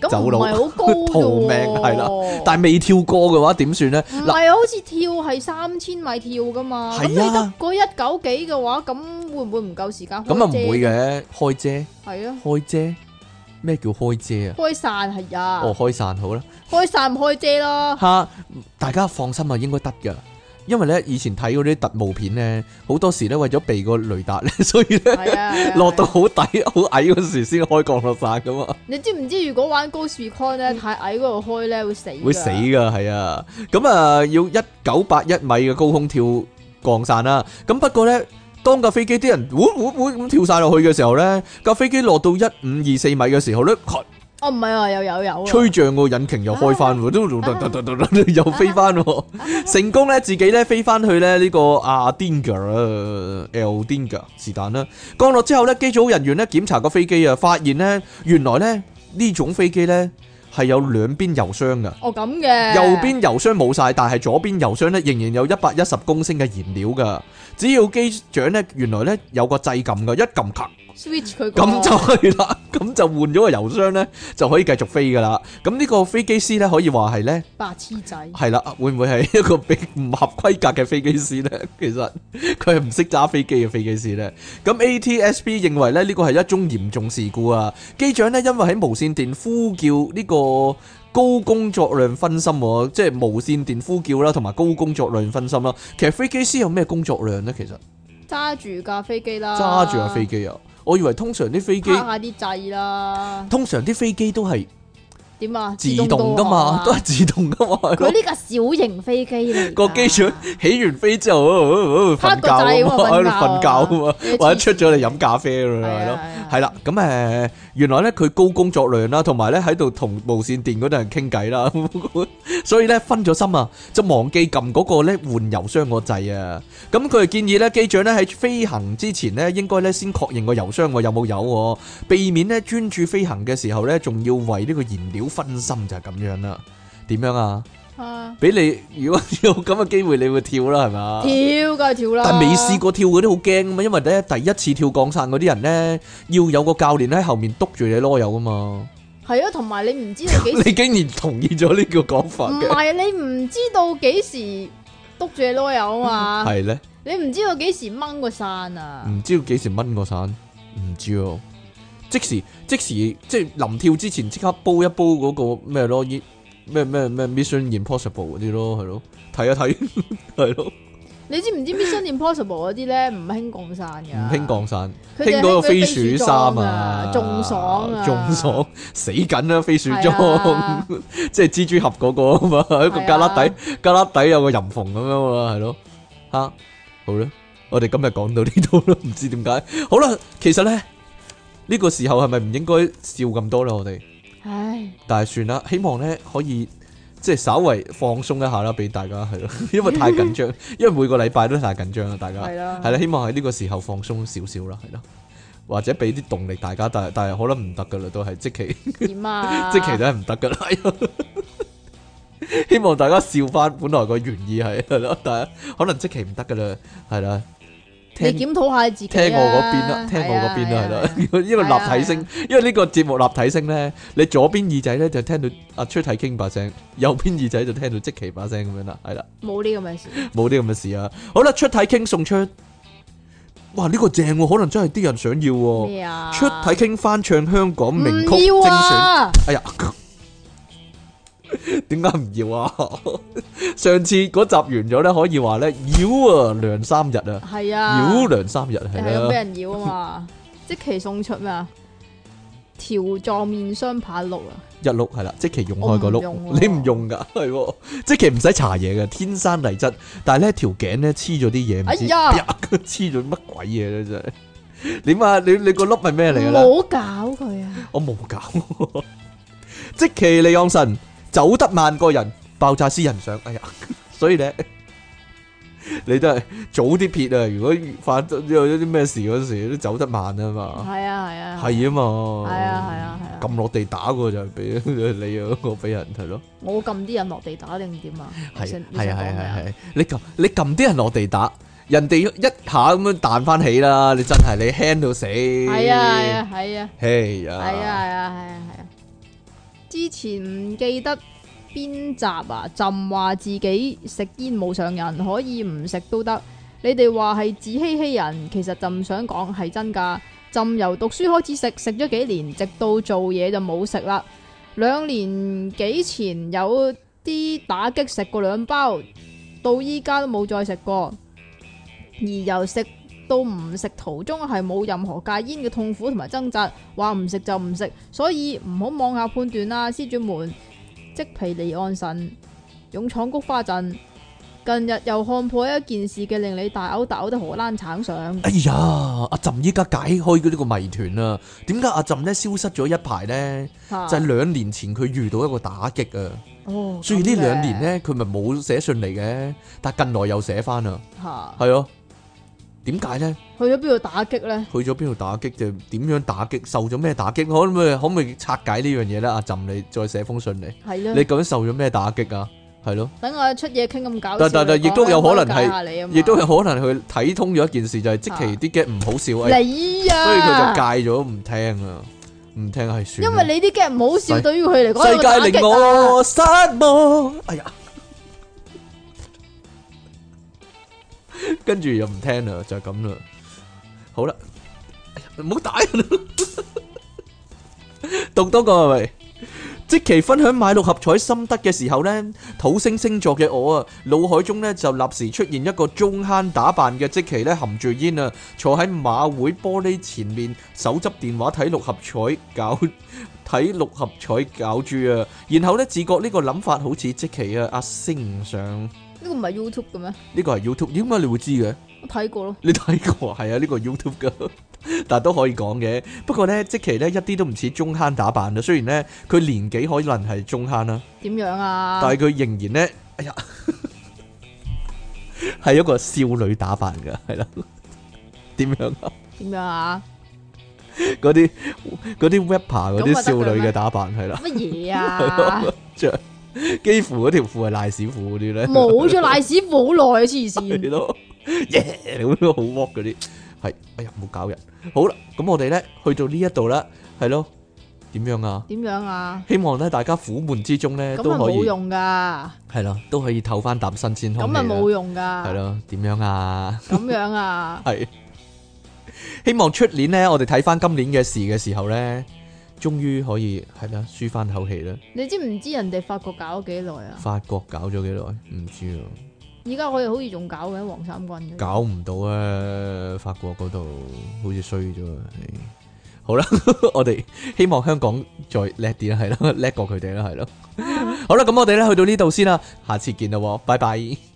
[SPEAKER 2] 咁
[SPEAKER 1] 走
[SPEAKER 2] 唔
[SPEAKER 1] 佬
[SPEAKER 2] 係好高啫
[SPEAKER 1] 逃
[SPEAKER 2] 喎
[SPEAKER 1] 命係啦但係未跳過嘅話點算咧？
[SPEAKER 2] 唔
[SPEAKER 1] 嗱，
[SPEAKER 2] 係啊，好似跳係三千米跳噶嘛，咁
[SPEAKER 1] 係
[SPEAKER 2] 你
[SPEAKER 1] 啊
[SPEAKER 2] 得嗰一九幾嘅話，咁會唔會唔夠時間？
[SPEAKER 1] 咁啊唔會，嘅，開遮
[SPEAKER 2] 係啊，
[SPEAKER 1] 開遮，咩叫開遮啊？
[SPEAKER 2] 開散係啊，
[SPEAKER 1] 哦，開散好啦。
[SPEAKER 2] 開散唔開遮 啦，
[SPEAKER 1] 吓，大家放心啊，應該得噶。因為咧，以前睇嗰啲特務片咧，好多時咧為咗避個雷達咧， 所以咧
[SPEAKER 2] 係啊，係啊
[SPEAKER 1] 落到好低、好矮嗰時先開降落傘噶嘛，
[SPEAKER 2] 你知唔知如果玩高 s p e c o n 咧，太矮嗰度開咧會死㗎，
[SPEAKER 1] 嗯會死噶，係啊。咁啊，要一九八一米嘅高空跳降傘啦。咁不過咧，當架飛機啲人會會會咁跳晒落去嘅時候咧，架飛機落到一五二四米嘅時候咧，咔
[SPEAKER 2] 哦，唔係啊，又有有啊，
[SPEAKER 1] 吹脹個引擎又開翻喎，嘟嘟嘟嘟嘟嘟嘟嘟又飛翻喎，成功咧自己咧飛翻去咧呢個阿 Dinger 啊，L Dinger 是但啦。降落之後咧，機組人員咧檢查個飛機啊，發現咧原來咧呢種飛機咧係有兩邊油箱噶。
[SPEAKER 2] 哦咁嘅，
[SPEAKER 1] 右邊油箱冇晒，但係左邊油箱咧仍然有一百一十公升嘅燃料噶。只要機長咧原來咧有個掣撳噶，一撳咔
[SPEAKER 2] switch 佢個
[SPEAKER 1] 咁就係啦，咁就換咗個油箱咧，就可以繼續飛噶啦。咁呢個飛機師咧，可以話係咧，
[SPEAKER 2] 白痴仔，
[SPEAKER 1] 係啦，會唔會係 一個比唔合規格嘅飛機師咧？ 其實佢係唔識揸飛機嘅飛機師咧。咁 ATSB 認為咧，呢個係一宗嚴重事故啊！機長咧，因為喺無線電呼叫呢個高工作量分心喎，即係無線電呼叫啦，同埋高工作量分心啦。其實飛機師有咩工作量咧？其實
[SPEAKER 2] 揸住架飛機啦，
[SPEAKER 1] 揸住架飛機啊！我以為通常啲飛機
[SPEAKER 2] 拍。下啲掣啦，
[SPEAKER 1] 通常啲飛機都係
[SPEAKER 2] 點啊？
[SPEAKER 1] 自動噶嘛，都
[SPEAKER 2] 自動啊
[SPEAKER 1] 係自動噶嘛。 係
[SPEAKER 2] 導航啊佢
[SPEAKER 1] 咯
[SPEAKER 2] 呢架小型飛機嚟㗎，
[SPEAKER 1] 個機長起完飛之後呃呃呃
[SPEAKER 2] 拍
[SPEAKER 1] 瞓
[SPEAKER 2] 個
[SPEAKER 1] 覺啊嘛，喺
[SPEAKER 2] 掣
[SPEAKER 1] 度
[SPEAKER 2] 咁啊
[SPEAKER 1] 瞓覺啊嘛
[SPEAKER 2] 瞓覺啊，
[SPEAKER 1] 或者出咗嚟飲咖啡啦，係
[SPEAKER 2] 係
[SPEAKER 1] 咯
[SPEAKER 2] 啊係啊，
[SPEAKER 1] 係啦。咁誒，原來咧佢高工作量啦，同埋咧喺度同無線電嗰啲人傾偈 啦，所以咧分咗心啊，就忘記撳嗰個咧換油箱個掣啊。咁佢就建議咧機長咧喺飛行之前咧，應該咧先確認個油箱我有冇油喎，避免咧專注飛行嘅時候咧，仲要為呢個燃料分心就係咁樣啦。點樣啊？
[SPEAKER 2] 啊
[SPEAKER 1] 俾你如果 有咁嘅機會，你會跳啦，係嘛？
[SPEAKER 2] 跳梗係跳啦，
[SPEAKER 1] 但未試過跳嗰啲好驚噶嘛，因為咧第一次跳降傘嗰啲人咧，要有個教練喺後面督住你啰柚噶嘛。
[SPEAKER 2] 係啊，同埋你唔知道 幾時，嗯
[SPEAKER 1] 你竟然同意咗呢個講法
[SPEAKER 2] 唔
[SPEAKER 1] 嘅，
[SPEAKER 2] 係你唔知道幾時督住你啰柚啊嘛，
[SPEAKER 1] 嗯係嗯咧？
[SPEAKER 2] 你唔知道幾時掹個傘啊，
[SPEAKER 1] 唔知道幾時掹個傘，唔知喎。即時即時即係臨跳之前即刻煲一煲嗰個咩咯，依咩咩咩 Mission Impossible 嗰啲咯，係咯，睇一睇 係咯，
[SPEAKER 2] 你知唔知 Mission Impossible 嗰啲咧唔興降傘
[SPEAKER 1] 唔
[SPEAKER 2] 㗎？
[SPEAKER 1] 興降傘。
[SPEAKER 2] 佢
[SPEAKER 1] 興
[SPEAKER 2] 哋
[SPEAKER 1] 嗰個
[SPEAKER 2] 興
[SPEAKER 1] 飛
[SPEAKER 2] 飛
[SPEAKER 1] 鼠
[SPEAKER 2] 鼠
[SPEAKER 1] 衫
[SPEAKER 2] 裝
[SPEAKER 1] 啊，
[SPEAKER 2] 仲爽啊，
[SPEAKER 1] 仲爽，死緊啦飛鼠
[SPEAKER 2] 係
[SPEAKER 1] 裝
[SPEAKER 2] 啊，
[SPEAKER 1] 即係蜘蛛俠嗰個啊嘛，喺個
[SPEAKER 2] 係啊
[SPEAKER 1] 旮旯底，旮旯底有個淫縫咁樣啊嘛，係咯，吓好啦，我哋今日講到呢度啦，唔知點解，好啦，其實咧呢個時候係咪唔應該笑咁多啦？我哋，
[SPEAKER 2] 唉，
[SPEAKER 1] 但係算啦，希望咧可以。即係稍微放鬆一下啦，俾大家係咯，因為太緊 張，因為每個禮拜都太緊張啦，大家
[SPEAKER 2] 係啦，
[SPEAKER 1] 係啦，希望喺呢個時候放鬆少少啦，係啦，或者俾啲動力大家，但係但係可能唔得噶啦，都係即期
[SPEAKER 2] 點 啊？
[SPEAKER 1] 即期都係唔得噶啦。係啊希望大家笑翻本來個原意係係咯，但係可能即期唔得噶啦，係啦。
[SPEAKER 2] 你
[SPEAKER 1] 聽
[SPEAKER 2] 檢討下你自己啊
[SPEAKER 1] 聽我嗰邊啦，聽我嗰邊啊啦，係啊啦，因為立體聲，因為呢個節目立體聲咧，你左邊耳仔咧就聽到阿出體傾把聲，右邊耳仔就聽到即期把聲咁樣啦，係啦。
[SPEAKER 2] 冇呢咁嘅事，
[SPEAKER 1] 冇啲咁嘅事啊！好啦，出體傾送出，哇呢、個正喎、可能真係啲人想要喎、
[SPEAKER 2] 咩啊？
[SPEAKER 1] 出體傾翻唱香港名曲精
[SPEAKER 2] 唔要
[SPEAKER 1] 選，
[SPEAKER 2] 啊！
[SPEAKER 1] 哎呀， 點解唔要啊？ 上次嗰集完咗咧，可以話咧妖啊涼三日啊，
[SPEAKER 2] 係
[SPEAKER 1] 妖
[SPEAKER 2] 啊，
[SPEAKER 1] 涼三日
[SPEAKER 2] 你
[SPEAKER 1] 係
[SPEAKER 2] 係咁俾
[SPEAKER 1] 啦，
[SPEAKER 2] 人妖啊嘛！即期送出咩啊？條狀面霜棒碌啊！
[SPEAKER 1] 一碌係啦，即期用開個
[SPEAKER 2] 我唔用
[SPEAKER 1] 碌，
[SPEAKER 2] 喎
[SPEAKER 1] 你唔用噶 係喎，即期唔使搽嘢嘅，天生麗質，但係咧條頸咧黐咗啲嘢，唔
[SPEAKER 2] 哎
[SPEAKER 1] 知
[SPEAKER 2] 呀，
[SPEAKER 1] 黐咗乜鬼嘢咧真係？點啊？你你個粒係咩嚟嘅咧？
[SPEAKER 2] 唔好搞佢啊！
[SPEAKER 1] 我冇搞。 即其利昂神走得慢個人，爆炸私人相。哎呀， 所以咧，你都係早啲撇啊！如果發有啲咩事嗰時，都走得慢啊嘛，
[SPEAKER 2] 係啊係啊
[SPEAKER 1] 係啊嘛，
[SPEAKER 2] 係啊係啊係啊！
[SPEAKER 1] 撳落地打個就係俾你啊，我俾人係咯，
[SPEAKER 2] 我撳啲人落地打定點啊？你
[SPEAKER 1] 係
[SPEAKER 2] 想
[SPEAKER 1] 啊
[SPEAKER 2] 你想
[SPEAKER 1] 係啊係
[SPEAKER 2] 講咩
[SPEAKER 1] 啊
[SPEAKER 2] 啊
[SPEAKER 1] 係啊，你撳你撳啲人落地打，人哋一下咁樣彈翻起啦，你真係你輕到死，
[SPEAKER 2] 係啊係啊係啊！
[SPEAKER 1] 嘿呀，
[SPEAKER 2] 係啊係啊係啊係啊！知之前唔記得邊集啊，朕話自己食煙冇上癮，可以唔食都得。你哋話係自欺欺人，其實朕想講係真㗎。朕由讀書開始食，食咗幾年，直到做嘢就冇食啦。兩年幾前有啲打擊食過兩包，到依家都冇再食過。而由食到唔食途中係冇任何戒煙嘅痛苦同埋掙扎，話唔食就唔食，所以唔好妄下判斷啦，施主們。即皮離岸神，勇闖菊花陣。近日又看破一件事嘅令你大嘔大嘔得荷蘭橙上。
[SPEAKER 1] 哎呀，阿朕依家解開呢個謎團啦。點解阿朕咧消失咗一排咧？
[SPEAKER 2] 嚇
[SPEAKER 1] 就係兩年前佢遇到一個打擊啊，
[SPEAKER 2] 哦，
[SPEAKER 1] 所以呢
[SPEAKER 2] 咁嘅
[SPEAKER 1] 兩年咧佢咪冇寫信嚟嘅，但近來又寫翻啦，
[SPEAKER 2] 嚇
[SPEAKER 1] 係咯。點解咧？
[SPEAKER 2] 去咗邊度打擊咧？
[SPEAKER 1] 去咗邊度打擊就點樣打擊，受咗咩打擊？可唔可以可唔可以拆解呢樣嘢咧？阿朕，你再寫封信嚟，
[SPEAKER 2] 係啦
[SPEAKER 1] 你，究竟受咗咩打擊啊？係咯，
[SPEAKER 2] 等我出嘢傾咁搞笑，
[SPEAKER 1] 但但但
[SPEAKER 2] 你
[SPEAKER 1] 亦
[SPEAKER 2] 講
[SPEAKER 1] 都有可能係
[SPEAKER 2] 開解下你啊嘛
[SPEAKER 1] 亦都有可能佢睇通咗一件事，就係即期啲 g 唔好笑，哎
[SPEAKER 2] 你啊，
[SPEAKER 1] 所以佢就戒咗唔聽啊，唔聽係算
[SPEAKER 2] 因
[SPEAKER 1] 啦。
[SPEAKER 2] 為你啲 g 唔好笑，
[SPEAKER 1] 世
[SPEAKER 2] 對於佢嚟講
[SPEAKER 1] 世界令
[SPEAKER 2] 啊
[SPEAKER 1] 我失望，哎呀，跟住又唔聽啦，就係咁啦。好啦，哎呀唔好打人啦，讀多個係咪？即期分享買六合彩心得嘅時候呢，土星星座嘅我啊，腦海中呢就立時出現一個中坑打扮嘅即期呢，含住煙啊，坐喺馬會玻璃前面，手執電話睇六合彩，搞睇六合彩搞住啊！然後呢，自覺呢個諗法好似即期啊，阿星上
[SPEAKER 2] 呢個唔係 YouTube 嘅咩？
[SPEAKER 1] 呢個係 YouTube，點解你會知嘅？
[SPEAKER 2] 我睇過咯，
[SPEAKER 1] 你睇過係啊？呢個 YouTube 噶， 但都可以講嘅。不過呢，即期呢一啲都唔似中坑打扮啊。雖然呢，佢年紀可能係中坑啦。
[SPEAKER 2] 點樣啊？
[SPEAKER 1] 但係佢仍然咧，哎呀， 係一個少女打扮噶，係啦， 點樣啊？
[SPEAKER 2] 點樣啊？
[SPEAKER 1] 嗰啲嗰啲 rapper 嗰啲
[SPEAKER 2] 咁啊得
[SPEAKER 1] 少
[SPEAKER 2] 㗎
[SPEAKER 1] 女嘅
[SPEAKER 2] 咩
[SPEAKER 1] 打扮係啦，
[SPEAKER 2] 乜 嘢
[SPEAKER 1] 係
[SPEAKER 2] 啊？
[SPEAKER 1] 咯，着幾乎嗰條褲係賴屎褲嗰啲咧，
[SPEAKER 2] 冇咗賴屎褲好耐啊！黐線
[SPEAKER 1] 係，咯，耶咁樣好 walk 嗰啲，係，哎呀，冇搞人。好啦，咁我哋咧去到呢一度啦，係咯，點樣啊？
[SPEAKER 2] 點樣啊？
[SPEAKER 1] 希望咧大家苦悶之中咧
[SPEAKER 2] 咁
[SPEAKER 1] 都
[SPEAKER 2] 咪
[SPEAKER 1] 可以
[SPEAKER 2] 冇用噶，
[SPEAKER 1] 係啦，都可以透翻啖新鮮
[SPEAKER 2] 咁
[SPEAKER 1] 空氣
[SPEAKER 2] 咪冇
[SPEAKER 1] 啦，
[SPEAKER 2] 用噶，
[SPEAKER 1] 係，咯，點樣啊？？
[SPEAKER 2] 咁樣啊
[SPEAKER 1] 系，希望出年呢，我哋睇翻今年嘅事嘅時候呢，終於可以係啦，舒翻口氣啦。
[SPEAKER 2] 你知唔知人哋法國搞咗幾耐啊？
[SPEAKER 1] 法國搞咗幾耐？唔知啊，
[SPEAKER 2] 而家佢哋好似仲搞緊黃三軍嘅。
[SPEAKER 1] 搞唔到啊！法國嗰度好似衰咗啊。唉好啦， 我哋希望香港再叻啲啦，係啦，叻過佢哋啦，係咯。好啦，咁我哋咧去到呢度先啦，下次見啦喎，拜拜。